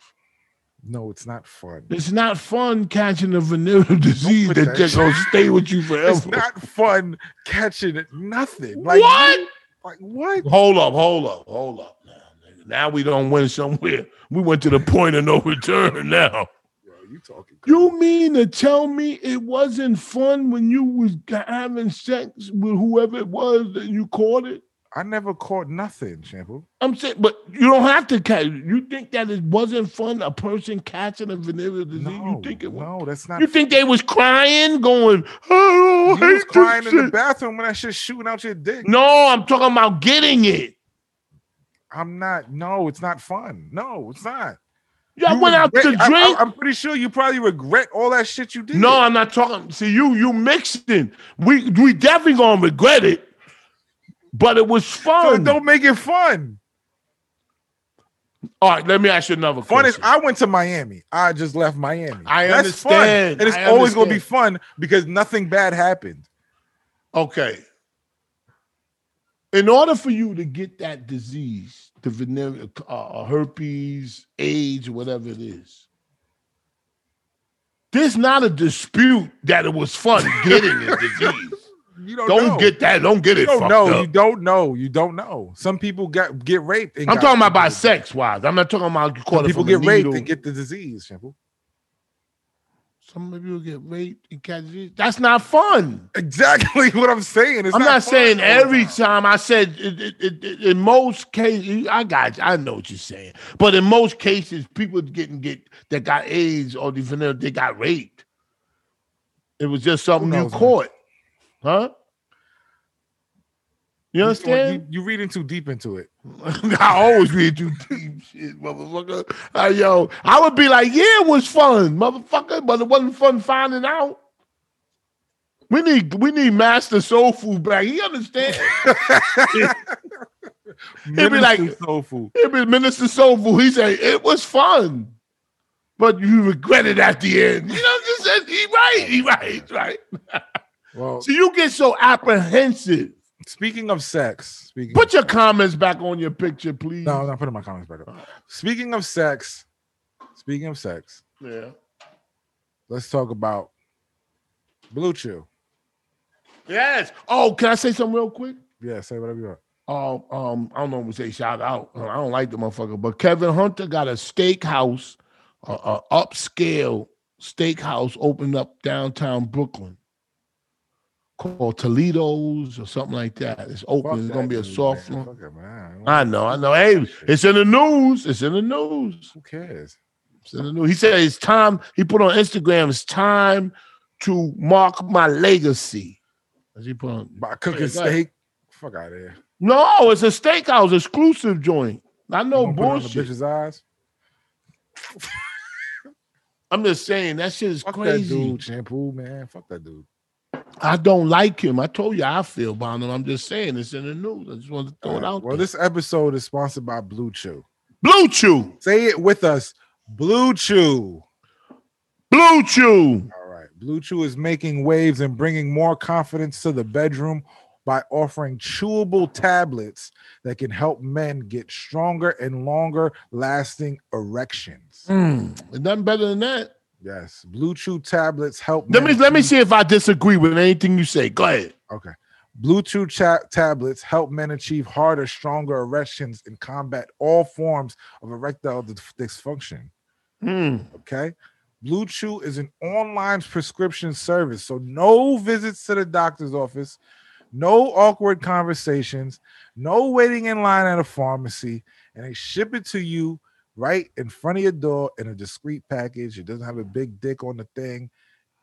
[SPEAKER 4] No, it's not fun.
[SPEAKER 2] It's not fun catching a venereal disease
[SPEAKER 4] put
[SPEAKER 2] that
[SPEAKER 4] that-
[SPEAKER 2] just gonna stay with you
[SPEAKER 4] It's
[SPEAKER 2] forever.
[SPEAKER 4] not fun catching it. Nothing. Like
[SPEAKER 2] What?
[SPEAKER 4] you- Like what?
[SPEAKER 2] Hold up, hold up, hold up. Now, nigga. now we don't win somewhere. We went to the point of no return. Now
[SPEAKER 4] Yo, you talking? crazy.
[SPEAKER 2] you mean to tell me it wasn't fun when you was having sex with whoever it was that you caught it?
[SPEAKER 4] I never caught nothing, Shampoo.
[SPEAKER 2] I'm saying, but you don't have to catch. You think that it wasn't fun? A person catching a venereal disease?
[SPEAKER 4] No,
[SPEAKER 2] you think it was?
[SPEAKER 4] no, that's not.
[SPEAKER 2] You think they was crying, going, "Oh, I
[SPEAKER 4] you was
[SPEAKER 2] hate
[SPEAKER 4] crying
[SPEAKER 2] this
[SPEAKER 4] in the
[SPEAKER 2] shit."
[SPEAKER 4] bathroom when that shit shooting out your dick.
[SPEAKER 2] No, I'm talking about getting it.
[SPEAKER 4] I'm not. No, it's not fun. No, it's not.
[SPEAKER 2] Y'all
[SPEAKER 4] You
[SPEAKER 2] went out to
[SPEAKER 4] regret-
[SPEAKER 2] drink.
[SPEAKER 4] I- I, am pretty sure you probably regret all that shit you did.
[SPEAKER 2] no, I'm not talking. See, you you mixed it. We we definitely gonna regret it, but it was
[SPEAKER 4] so
[SPEAKER 2] fun.
[SPEAKER 4] don't make it fun.
[SPEAKER 2] All right, let me ask you another
[SPEAKER 4] Fun is
[SPEAKER 2] question.
[SPEAKER 4] I went to Miami. I just left Miami.
[SPEAKER 2] I
[SPEAKER 4] That's
[SPEAKER 2] understand.
[SPEAKER 4] fun. And it's
[SPEAKER 2] I
[SPEAKER 4] always going to be
[SPEAKER 2] understand.
[SPEAKER 4] fun because nothing bad happened.
[SPEAKER 2] Okay. In order for you to get that disease, the venereal, uh, herpes, AIDS, whatever it is, there's not a dispute that it was fun getting the disease.
[SPEAKER 4] You don't,
[SPEAKER 2] Don't
[SPEAKER 4] know.
[SPEAKER 2] get that. Don't get
[SPEAKER 4] You
[SPEAKER 2] it.
[SPEAKER 4] don't
[SPEAKER 2] fucked
[SPEAKER 4] know.
[SPEAKER 2] up.
[SPEAKER 4] Oh, You don't know. You don't know. Some people got get raped. And
[SPEAKER 2] I'm
[SPEAKER 4] got-
[SPEAKER 2] talking about by sex wise. I'm not talking about you caught
[SPEAKER 4] Some
[SPEAKER 2] it
[SPEAKER 4] people
[SPEAKER 2] from a
[SPEAKER 4] get raped
[SPEAKER 2] needle.
[SPEAKER 4] and get the disease. Shampoo.
[SPEAKER 2] Some people get raped and catch it. That's not fun.
[SPEAKER 4] Exactly what I'm saying. It's
[SPEAKER 2] I'm not,
[SPEAKER 4] fun.
[SPEAKER 2] saying every time. I said it, it, it, it- in most cases, I got you. I know what you're saying. But in most cases, people getting get that got AIDS or the vanilla, they got raped. It was just something
[SPEAKER 4] Who
[SPEAKER 2] you
[SPEAKER 4] knows, man?
[SPEAKER 2] caught, huh? You
[SPEAKER 4] You-
[SPEAKER 2] understand?
[SPEAKER 4] You, you reading too deep into it.
[SPEAKER 2] I always read you deep shit, motherfucker. Uh, yo, I would be like, yeah, it was fun, motherfucker, but it wasn't fun finding out. We need we need Master Soul Food back. He understand.
[SPEAKER 4] It'd
[SPEAKER 2] be like-
[SPEAKER 4] soul food.
[SPEAKER 2] It was Minister Soul Food. He said it was fun, but you regret it at the end. You know, just said he right, he right, he right.
[SPEAKER 4] Well,
[SPEAKER 2] So you get so apprehensive.
[SPEAKER 4] speaking of sex, speaking
[SPEAKER 2] Put your comments back on your picture, please.
[SPEAKER 4] no, I'm not putting my comments back up. Speaking of sex, speaking of sex,
[SPEAKER 2] Yeah.
[SPEAKER 4] let's talk about Blue Chew.
[SPEAKER 2] Yes. Oh, can I say something real quick?
[SPEAKER 4] Yeah, say whatever you want.
[SPEAKER 2] um, um, I don't know if we say shout out. I don't like the motherfucker, but Kevin Hunter got a steakhouse, a, a upscale steakhouse opened up downtown Brooklyn called Toledo's or something like that. It's open.
[SPEAKER 4] Fuck
[SPEAKER 2] it's gonna
[SPEAKER 4] that
[SPEAKER 2] be a
[SPEAKER 4] dude,
[SPEAKER 2] soft
[SPEAKER 4] man.
[SPEAKER 2] one.
[SPEAKER 4] Fuck it, man.
[SPEAKER 2] I know, I know. Hey, it's in the news. It's in the news.
[SPEAKER 4] Who cares?
[SPEAKER 2] It's in the news. He said it's time. He put on Instagram. It's time to mark my legacy. As he put on,
[SPEAKER 4] By cooking
[SPEAKER 2] Yeah, go ahead.
[SPEAKER 4] steak. Fuck out of here.
[SPEAKER 2] no, it's a steakhouse exclusive joint. I know
[SPEAKER 4] You gonna put it on the
[SPEAKER 2] bullshit.
[SPEAKER 4] Bitch's eyes.
[SPEAKER 2] I'm just saying that shit is
[SPEAKER 4] Fuck that
[SPEAKER 2] crazy.
[SPEAKER 4] dude, shampoo man. Fuck that dude.
[SPEAKER 2] I don't like him. I told you I feel about him. I'm just saying it's in the news. I just want to throw it
[SPEAKER 4] Alright,
[SPEAKER 2] out
[SPEAKER 4] well,
[SPEAKER 2] there.
[SPEAKER 4] this episode is sponsored by Blue Chew.
[SPEAKER 2] Blue Chew,
[SPEAKER 4] Say it with us, Blue Chew.
[SPEAKER 2] Blue Chew.
[SPEAKER 4] All right. Blue Chew is making waves and bringing more confidence to the bedroom by offering chewable tablets that can help men get stronger and longer lasting erections.
[SPEAKER 2] Mm, there's nothing better than that.
[SPEAKER 4] Yes. Blue Chew tablets help.
[SPEAKER 2] Let me
[SPEAKER 4] men
[SPEAKER 2] let me
[SPEAKER 4] achieve-
[SPEAKER 2] see if I disagree with anything you say. Go ahead.
[SPEAKER 4] Okay. Blue Chew cha- tablets help men achieve harder, stronger erections and combat all forms of erectile dys- dysfunction.
[SPEAKER 2] Mm.
[SPEAKER 4] Okay. Blue Chew is an online prescription service. So no visits to the doctor's office, no awkward conversations, no waiting in line at a pharmacy, and they ship it to you right in front of your door in a discreet package. It doesn't have a big dick on the thing.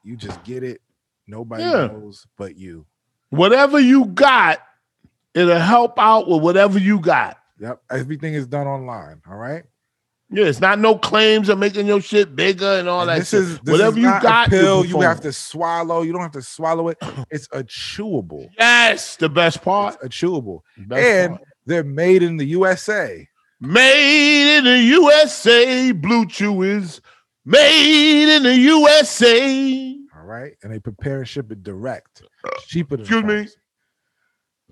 [SPEAKER 4] You just get it. Nobody
[SPEAKER 2] Yeah.
[SPEAKER 4] knows but you.
[SPEAKER 2] Whatever you got, it'll help out with whatever you got.
[SPEAKER 4] Yep. Everything is done online. All right.
[SPEAKER 2] Yeah, it's not no claims of making your shit bigger and all
[SPEAKER 4] And
[SPEAKER 2] that
[SPEAKER 4] this
[SPEAKER 2] shit.
[SPEAKER 4] is this
[SPEAKER 2] whatever
[SPEAKER 4] is
[SPEAKER 2] you
[SPEAKER 4] not a
[SPEAKER 2] got,
[SPEAKER 4] pill
[SPEAKER 2] can
[SPEAKER 4] you have
[SPEAKER 2] phone.
[SPEAKER 4] to swallow. You don't have to swallow it. It's a chewable.
[SPEAKER 2] Yes, the best
[SPEAKER 4] It's
[SPEAKER 2] part.
[SPEAKER 4] a chewable.
[SPEAKER 2] Best
[SPEAKER 4] and
[SPEAKER 2] part.
[SPEAKER 4] they're made in the USA.
[SPEAKER 2] Made in the USA, Blue Chew is made in the USA.
[SPEAKER 4] All right. And they prepare and ship it direct. It's cheaper than
[SPEAKER 2] Uh, Excuse me?
[SPEAKER 4] pharmacy.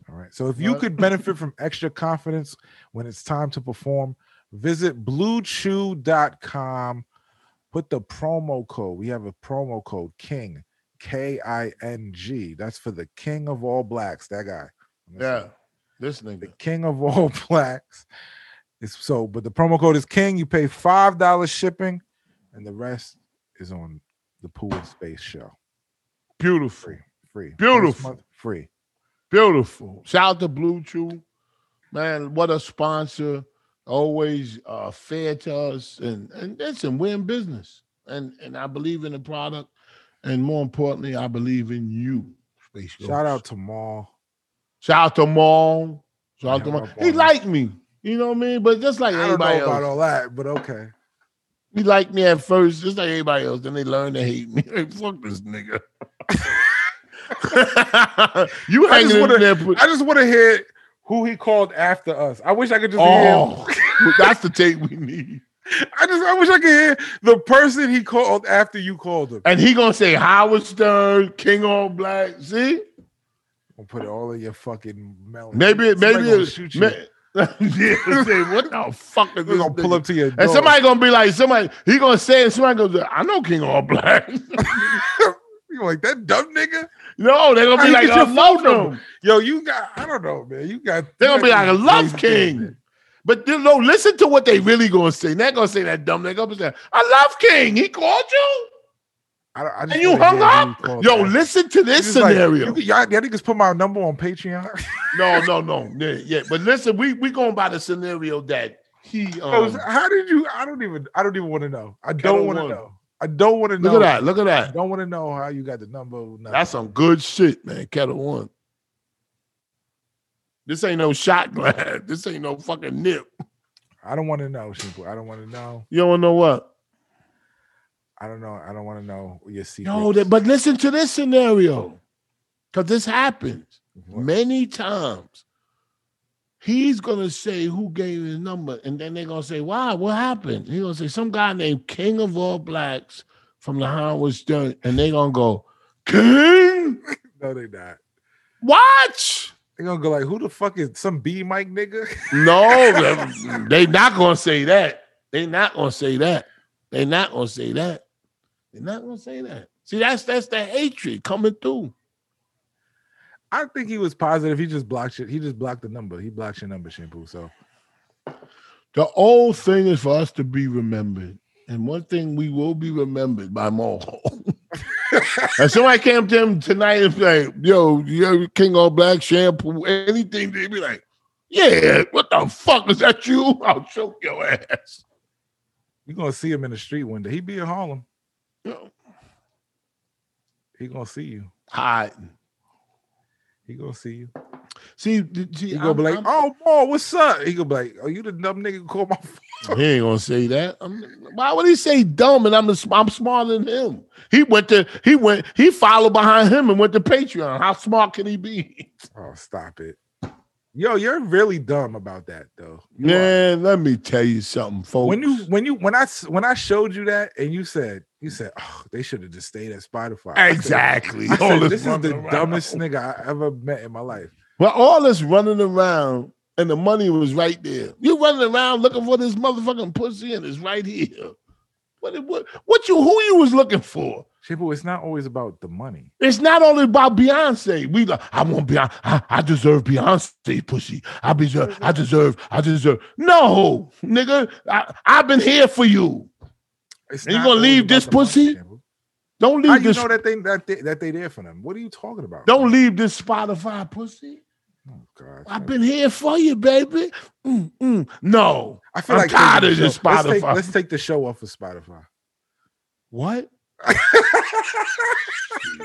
[SPEAKER 4] All right. So if you
[SPEAKER 2] What?
[SPEAKER 4] could benefit from extra confidence when it's time to perform, visit bluechew.com. Put the promo code. We have a promo code King, K I N G. That's for the king of all blacks. That guy.
[SPEAKER 2] Yeah, this
[SPEAKER 4] the
[SPEAKER 2] nigga.
[SPEAKER 4] king of all blacks. It's so, but the promo code is king. You pay five dollars shipping, and the rest is on the pool and space show.
[SPEAKER 2] Beautiful,
[SPEAKER 4] Free, free, First
[SPEAKER 2] Beautiful.
[SPEAKER 4] month free.
[SPEAKER 2] beautiful. Shout out to Blue Chew. Man, what a sponsor. Always uh, fair to us. And, and listen, we're in business. And, and I believe in the product. And more importantly, I believe in you, Space Ghost.
[SPEAKER 4] Shout out to Maul.
[SPEAKER 2] Shout out to Maul. Shout out
[SPEAKER 4] Yeah,
[SPEAKER 2] to Maul.
[SPEAKER 4] my boy.
[SPEAKER 2] He liked me. You know what I mean? But just like
[SPEAKER 4] I don't know
[SPEAKER 2] everybody else.
[SPEAKER 4] about all that, but okay.
[SPEAKER 2] He liked me at first, just like everybody else. Then they learned to hate me. Like, fuck this nigga. you
[SPEAKER 4] I just
[SPEAKER 2] hanging in
[SPEAKER 4] wanna-
[SPEAKER 2] there. Put,
[SPEAKER 4] I just want to hear who he called after us. I wish I could just hear.
[SPEAKER 2] oh, That's the tape we need.
[SPEAKER 4] I just I wish I could hear the person he called after you called him.
[SPEAKER 2] And he gonna say Howard Stern, King on Black. See,
[SPEAKER 4] I'll put it all in your fucking melon.
[SPEAKER 2] maybe it,
[SPEAKER 4] Somebody
[SPEAKER 2] maybe
[SPEAKER 4] gonna
[SPEAKER 2] it,
[SPEAKER 4] shoot you.
[SPEAKER 2] may- yeah, say, what the fuck is
[SPEAKER 4] They're
[SPEAKER 2] this?
[SPEAKER 4] gonna pull
[SPEAKER 2] nigga?"
[SPEAKER 4] up to your door.
[SPEAKER 2] And somebody gonna be like, somebody he gonna say it. Somebody gonna say, I know King All Black.
[SPEAKER 4] you like that dumb nigga?
[SPEAKER 2] no, they're gonna
[SPEAKER 4] How
[SPEAKER 2] be
[SPEAKER 4] you
[SPEAKER 2] like, uh,
[SPEAKER 4] get your
[SPEAKER 2] I love
[SPEAKER 4] phone
[SPEAKER 2] them.
[SPEAKER 4] Yo, you got I don't know, man. You got
[SPEAKER 2] They're gonna be
[SPEAKER 4] you
[SPEAKER 2] like, I
[SPEAKER 4] got
[SPEAKER 2] love
[SPEAKER 4] crazy
[SPEAKER 2] King.
[SPEAKER 4] kids,
[SPEAKER 2] But you know, listen to what they really gonna say. They're gonna say that dumb nigga up and say, I love King. He called you
[SPEAKER 4] man. I, don't- I just
[SPEAKER 2] and you
[SPEAKER 4] wanna
[SPEAKER 2] hung
[SPEAKER 4] hear who
[SPEAKER 2] up.
[SPEAKER 4] you called
[SPEAKER 2] Yo,
[SPEAKER 4] that.
[SPEAKER 2] listen to
[SPEAKER 4] You
[SPEAKER 2] this
[SPEAKER 4] just like,
[SPEAKER 2] scenario.
[SPEAKER 4] you, could- y'all, y'all niggas put my number on Patreon.
[SPEAKER 2] no, no, no. Yeah, yeah. But listen, we we going by the scenario that he um,
[SPEAKER 4] How did you? I don't even. I don't even want to know. I
[SPEAKER 2] don't
[SPEAKER 4] don't want to
[SPEAKER 2] wanna.
[SPEAKER 4] know. I don't want to know.
[SPEAKER 2] look at that, look at
[SPEAKER 4] I
[SPEAKER 2] that.
[SPEAKER 4] don't want to know how you got the number. nothing.
[SPEAKER 2] That's some good shit, man. Kettle one. This ain't no shot glass. This ain't no fucking nip.
[SPEAKER 4] I don't want to know, Shimpu. I don't want to know.
[SPEAKER 2] You don't know what?
[SPEAKER 4] I don't know. I don't want to know your secrets.
[SPEAKER 2] No, that, but listen to this scenario. Cause this happens
[SPEAKER 4] What?
[SPEAKER 2] many times. He's gonna say who gave his number, and then they're gonna say, Why? What happened? He's gonna say some guy named King of All Blacks from the Howard Stern, and they're gonna go, King,
[SPEAKER 4] no, they not.
[SPEAKER 2] watch.
[SPEAKER 4] They're gonna go like, who the fuck is some B Mike nigga?
[SPEAKER 2] No, they not gonna say that. They not gonna say that. They not gonna say that. They not gonna say that. See, that's that's the hatred coming through.
[SPEAKER 4] I think he was positive. He just blocked it. He just blocked the number. He blocked your number, Shampoo. So
[SPEAKER 2] The old thing is for us to be remembered. And one thing we will be remembered by more. and somebody came to him tonight and be like, yo, yo, King All Black shampoo, anything, they'd be like, yeah, what the fuck is that you? I'll choke your ass.
[SPEAKER 4] you're gonna see him in the street one day. He be in Harlem.
[SPEAKER 2] You know,
[SPEAKER 4] He gonna see you.
[SPEAKER 2] hiding.
[SPEAKER 4] He gonna see you.
[SPEAKER 2] See, d- see
[SPEAKER 4] He
[SPEAKER 2] I'm-
[SPEAKER 4] gonna be like,
[SPEAKER 2] I'm-
[SPEAKER 4] oh boy, what's up? He gonna be like, oh, you the dumb nigga who called my phone.
[SPEAKER 2] He ain't gonna say that. I'm- why would he say dumb? And I'm the sm- I'm smarter than him. He went to he went he followed behind him and went to Patreon. How smart can he be?
[SPEAKER 4] Oh, stop it. Yo, you're really dumb about that though. You are.
[SPEAKER 2] Man, let me tell you something, folks.
[SPEAKER 4] when you when you when I s- when I showed you that and you said you said oh they should have just stayed at Spotify. I said-
[SPEAKER 2] exactly,
[SPEAKER 4] I said,
[SPEAKER 2] All
[SPEAKER 4] this is
[SPEAKER 2] running
[SPEAKER 4] the
[SPEAKER 2] around.
[SPEAKER 4] dumbest nigga I ever met in my life.
[SPEAKER 2] Well, all this running around and the money was right there. You running around looking for this motherfucking pussy and it's right here. What it- what what you who you was looking for?
[SPEAKER 4] Shampoo, it's not always about the money.
[SPEAKER 2] It's not only about Beyonce. We like, I want Beyonce. I, I deserve Beyonce pussy. I deserve. I deserve. I deserve. No, nigga, I, I've been here for you.
[SPEAKER 4] It's
[SPEAKER 2] And you
[SPEAKER 4] not
[SPEAKER 2] gonna
[SPEAKER 4] always
[SPEAKER 2] leave
[SPEAKER 4] about
[SPEAKER 2] this
[SPEAKER 4] the money,
[SPEAKER 2] pussy?
[SPEAKER 4] Shampoo.
[SPEAKER 2] Don't
[SPEAKER 4] How
[SPEAKER 2] leave
[SPEAKER 4] you
[SPEAKER 2] this.
[SPEAKER 4] know that they that they that they there for them? What are you talking about?
[SPEAKER 2] Don't leave this Spotify pussy.
[SPEAKER 4] Oh, God.
[SPEAKER 2] I've been here for you, baby. Mm, mm. No,
[SPEAKER 4] I feel
[SPEAKER 2] I'm
[SPEAKER 4] like taking
[SPEAKER 2] tired
[SPEAKER 4] the
[SPEAKER 2] of this
[SPEAKER 4] show- Let's take,
[SPEAKER 2] Spotify.
[SPEAKER 4] let's take the show off of Spotify.
[SPEAKER 2] what?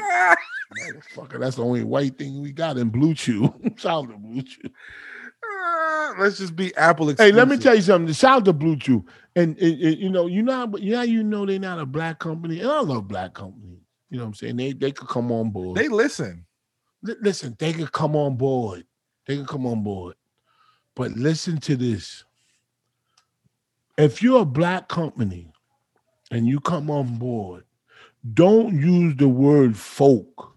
[SPEAKER 2] Motherfucker, that's the only white thing we got in Blue Chew. Shout out to Blue Chew.
[SPEAKER 4] Uh, let's just be Apple.
[SPEAKER 2] Hey, let me
[SPEAKER 4] exclusive.
[SPEAKER 2] tell you something. Shout out to Blue Chew. And, and- and, you know, you know, how, you know how you know they're not a black company. And I love black companies. You know what I'm saying? They they could come on board.
[SPEAKER 4] They listen.
[SPEAKER 2] Li- listen, they could come on board. They could come on board. But listen to this. If you're a black company and you come on board, don't use the word folk.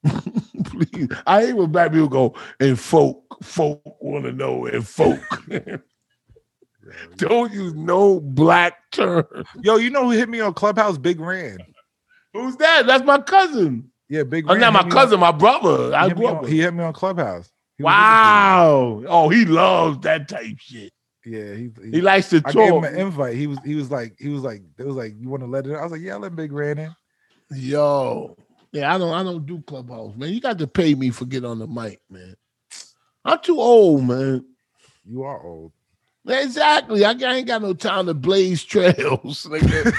[SPEAKER 2] Please. I hate when black people go and folk, folk want to know and folk. don't use no black term.
[SPEAKER 4] Yo, you know who hit me on Clubhouse? Big Ran.
[SPEAKER 2] Who's that? That's my cousin.
[SPEAKER 4] Yeah, Big
[SPEAKER 2] Oh,
[SPEAKER 4] Ran.
[SPEAKER 2] not
[SPEAKER 4] hit
[SPEAKER 2] my
[SPEAKER 4] me on-
[SPEAKER 2] cousin, my brother.
[SPEAKER 4] He
[SPEAKER 2] I
[SPEAKER 4] hit me
[SPEAKER 2] grew up
[SPEAKER 4] on-
[SPEAKER 2] with.
[SPEAKER 4] He hit me on Clubhouse. He was
[SPEAKER 2] Wow. Oh, he loves that type shit.
[SPEAKER 4] listening to me. Yeah, he.
[SPEAKER 2] He likes to
[SPEAKER 4] I gave him
[SPEAKER 2] talk.
[SPEAKER 4] an invite. He was he was like he was like they was like you want to let it. In? I was like yeah, I let Big Ran in.
[SPEAKER 2] Yo. Yeah, I don't I don't do clubhouse, man. You got to pay me for get on the mic, man. I'm too old, man.
[SPEAKER 4] You are old.
[SPEAKER 2] Exactly. I, I ain't got no time to blaze trails. nigga.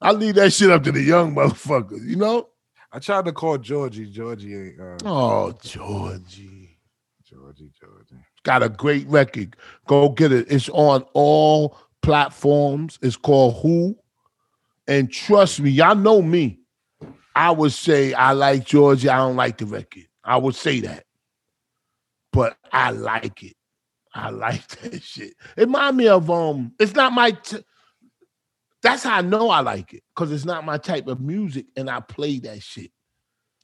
[SPEAKER 2] I leave that shit up to the young motherfuckers, you know?
[SPEAKER 4] I tried to call Georgie. Georgie ain't uh,
[SPEAKER 2] Oh, Georgie.
[SPEAKER 4] Georgie. Georgie.
[SPEAKER 2] Got a great record. Go get it. It's on all platforms. It's called Who. And trust me, y'all know me. I would say I like Georgia. I don't like the record. I would say that. But I like it. I like that shit. It remind me of um. It's not my. T- that's how I know I like it because it's not my type of music, and I play that shit.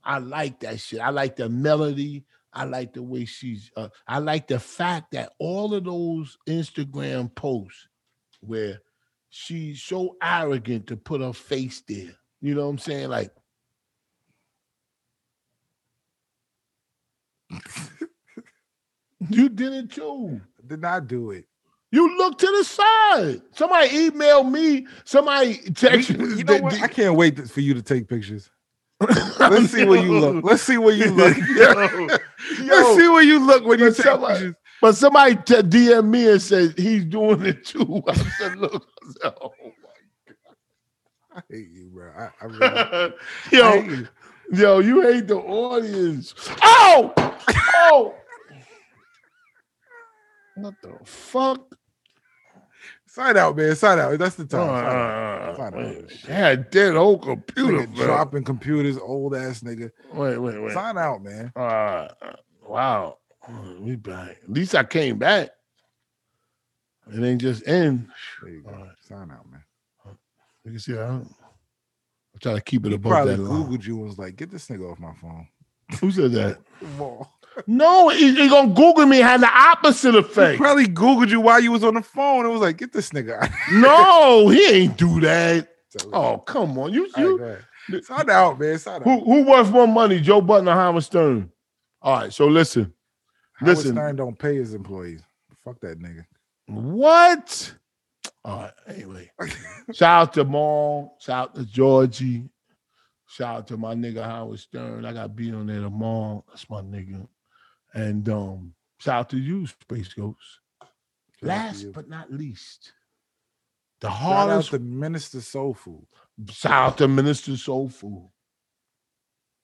[SPEAKER 2] I like that shit. I like the melody. I like the way she's. Uh, I like the fact that all of those Instagram posts where she's so arrogant to put her face there. You know what I'm saying? Like. You did it too.
[SPEAKER 4] Did not do it.
[SPEAKER 2] You look to the side. Somebody emailed me. Somebody texted
[SPEAKER 4] We-
[SPEAKER 2] me.
[SPEAKER 4] you know what? I can't wait for you to take pictures. Let's see where you look. Let's see where you look.
[SPEAKER 2] Yo,
[SPEAKER 4] Let's
[SPEAKER 2] yo.
[SPEAKER 4] see where you look when you
[SPEAKER 2] Let's
[SPEAKER 4] take
[SPEAKER 2] tell her.
[SPEAKER 4] pictures.
[SPEAKER 2] But somebody t- DM me and said he's doing it too. I said, look, I said, oh
[SPEAKER 4] I hate you, bro. I, I really, I
[SPEAKER 2] my. yo,
[SPEAKER 4] hate you.
[SPEAKER 2] yo, you hate the audience. Oh, oh. What the fuck?
[SPEAKER 4] Sign out, man. Sign out. That's the
[SPEAKER 2] Uh,
[SPEAKER 4] time. Sign out. Fine, fine.
[SPEAKER 2] yeah, dead whole computer.
[SPEAKER 4] Nigga
[SPEAKER 2] fell.
[SPEAKER 4] dropping computers, old ass nigga.
[SPEAKER 2] Wait, wait, wait.
[SPEAKER 4] Sign out, man.
[SPEAKER 2] Uh, wow. We back. At least I came back. It ain't just end.
[SPEAKER 4] There you go.
[SPEAKER 2] Alright.
[SPEAKER 4] Sign out, man.
[SPEAKER 2] You can see I don't. I'm trying to keep it
[SPEAKER 4] He
[SPEAKER 2] above
[SPEAKER 4] probably
[SPEAKER 2] that line.
[SPEAKER 4] Googled you and was like, get this nigga off my phone.
[SPEAKER 2] Who said that?
[SPEAKER 4] He
[SPEAKER 2] No, he, he gonna Google me had the opposite effect.
[SPEAKER 4] probably Googled you while you was on the phone and was like, get this nigga out.
[SPEAKER 2] no, he ain't do that.
[SPEAKER 4] All
[SPEAKER 2] Oh, come on. You,
[SPEAKER 4] right,
[SPEAKER 2] you
[SPEAKER 4] go ahead. Sign out, man. Sign out.
[SPEAKER 2] who who worth more money, Joe Button or Howard Stern? All right, so listen.
[SPEAKER 4] Howard
[SPEAKER 2] Listen.
[SPEAKER 4] Stern don't pay his employees. Fuck that nigga.
[SPEAKER 2] What? All right, anyway. Shout out to Maul. Shout out to Georgie. Shout out to my nigga Howard Stern. I got beat on there tomorrow. That's my nigga. And um, shout out to you, Space Ghost.
[SPEAKER 4] Shout out to
[SPEAKER 2] Last
[SPEAKER 4] you.
[SPEAKER 2] but not least, the
[SPEAKER 4] Shout out
[SPEAKER 2] hardest
[SPEAKER 4] to Minister Soul Food.
[SPEAKER 2] shout out to Minister Soul Food.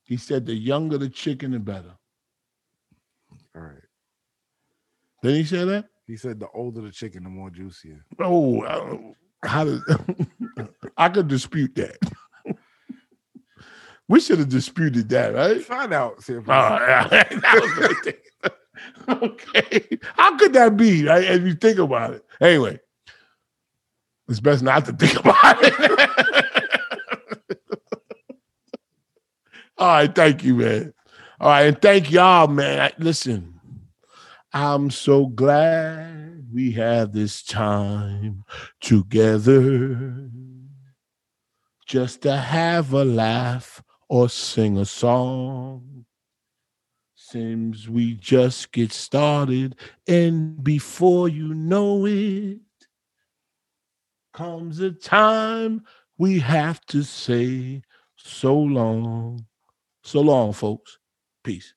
[SPEAKER 2] He said the younger the chicken, the better.
[SPEAKER 4] All right.
[SPEAKER 2] Didn't he say that?
[SPEAKER 4] He said the older the chicken, the more juicier.
[SPEAKER 2] Oh, I don't- how did I could dispute that. we should have disputed that, right?
[SPEAKER 4] Sign out. See if
[SPEAKER 2] All right, that was right there. okay. How could that be? Right? If you think about it. Anyway, it's best not to think about it. All right, thank you, man. All right, and thank y'all, man. I- listen, I'm so glad we had this time together just to have a laugh or sing a song. Seems we just get started, and before you know it, comes a time we have to say so long. So long, folks. Peace.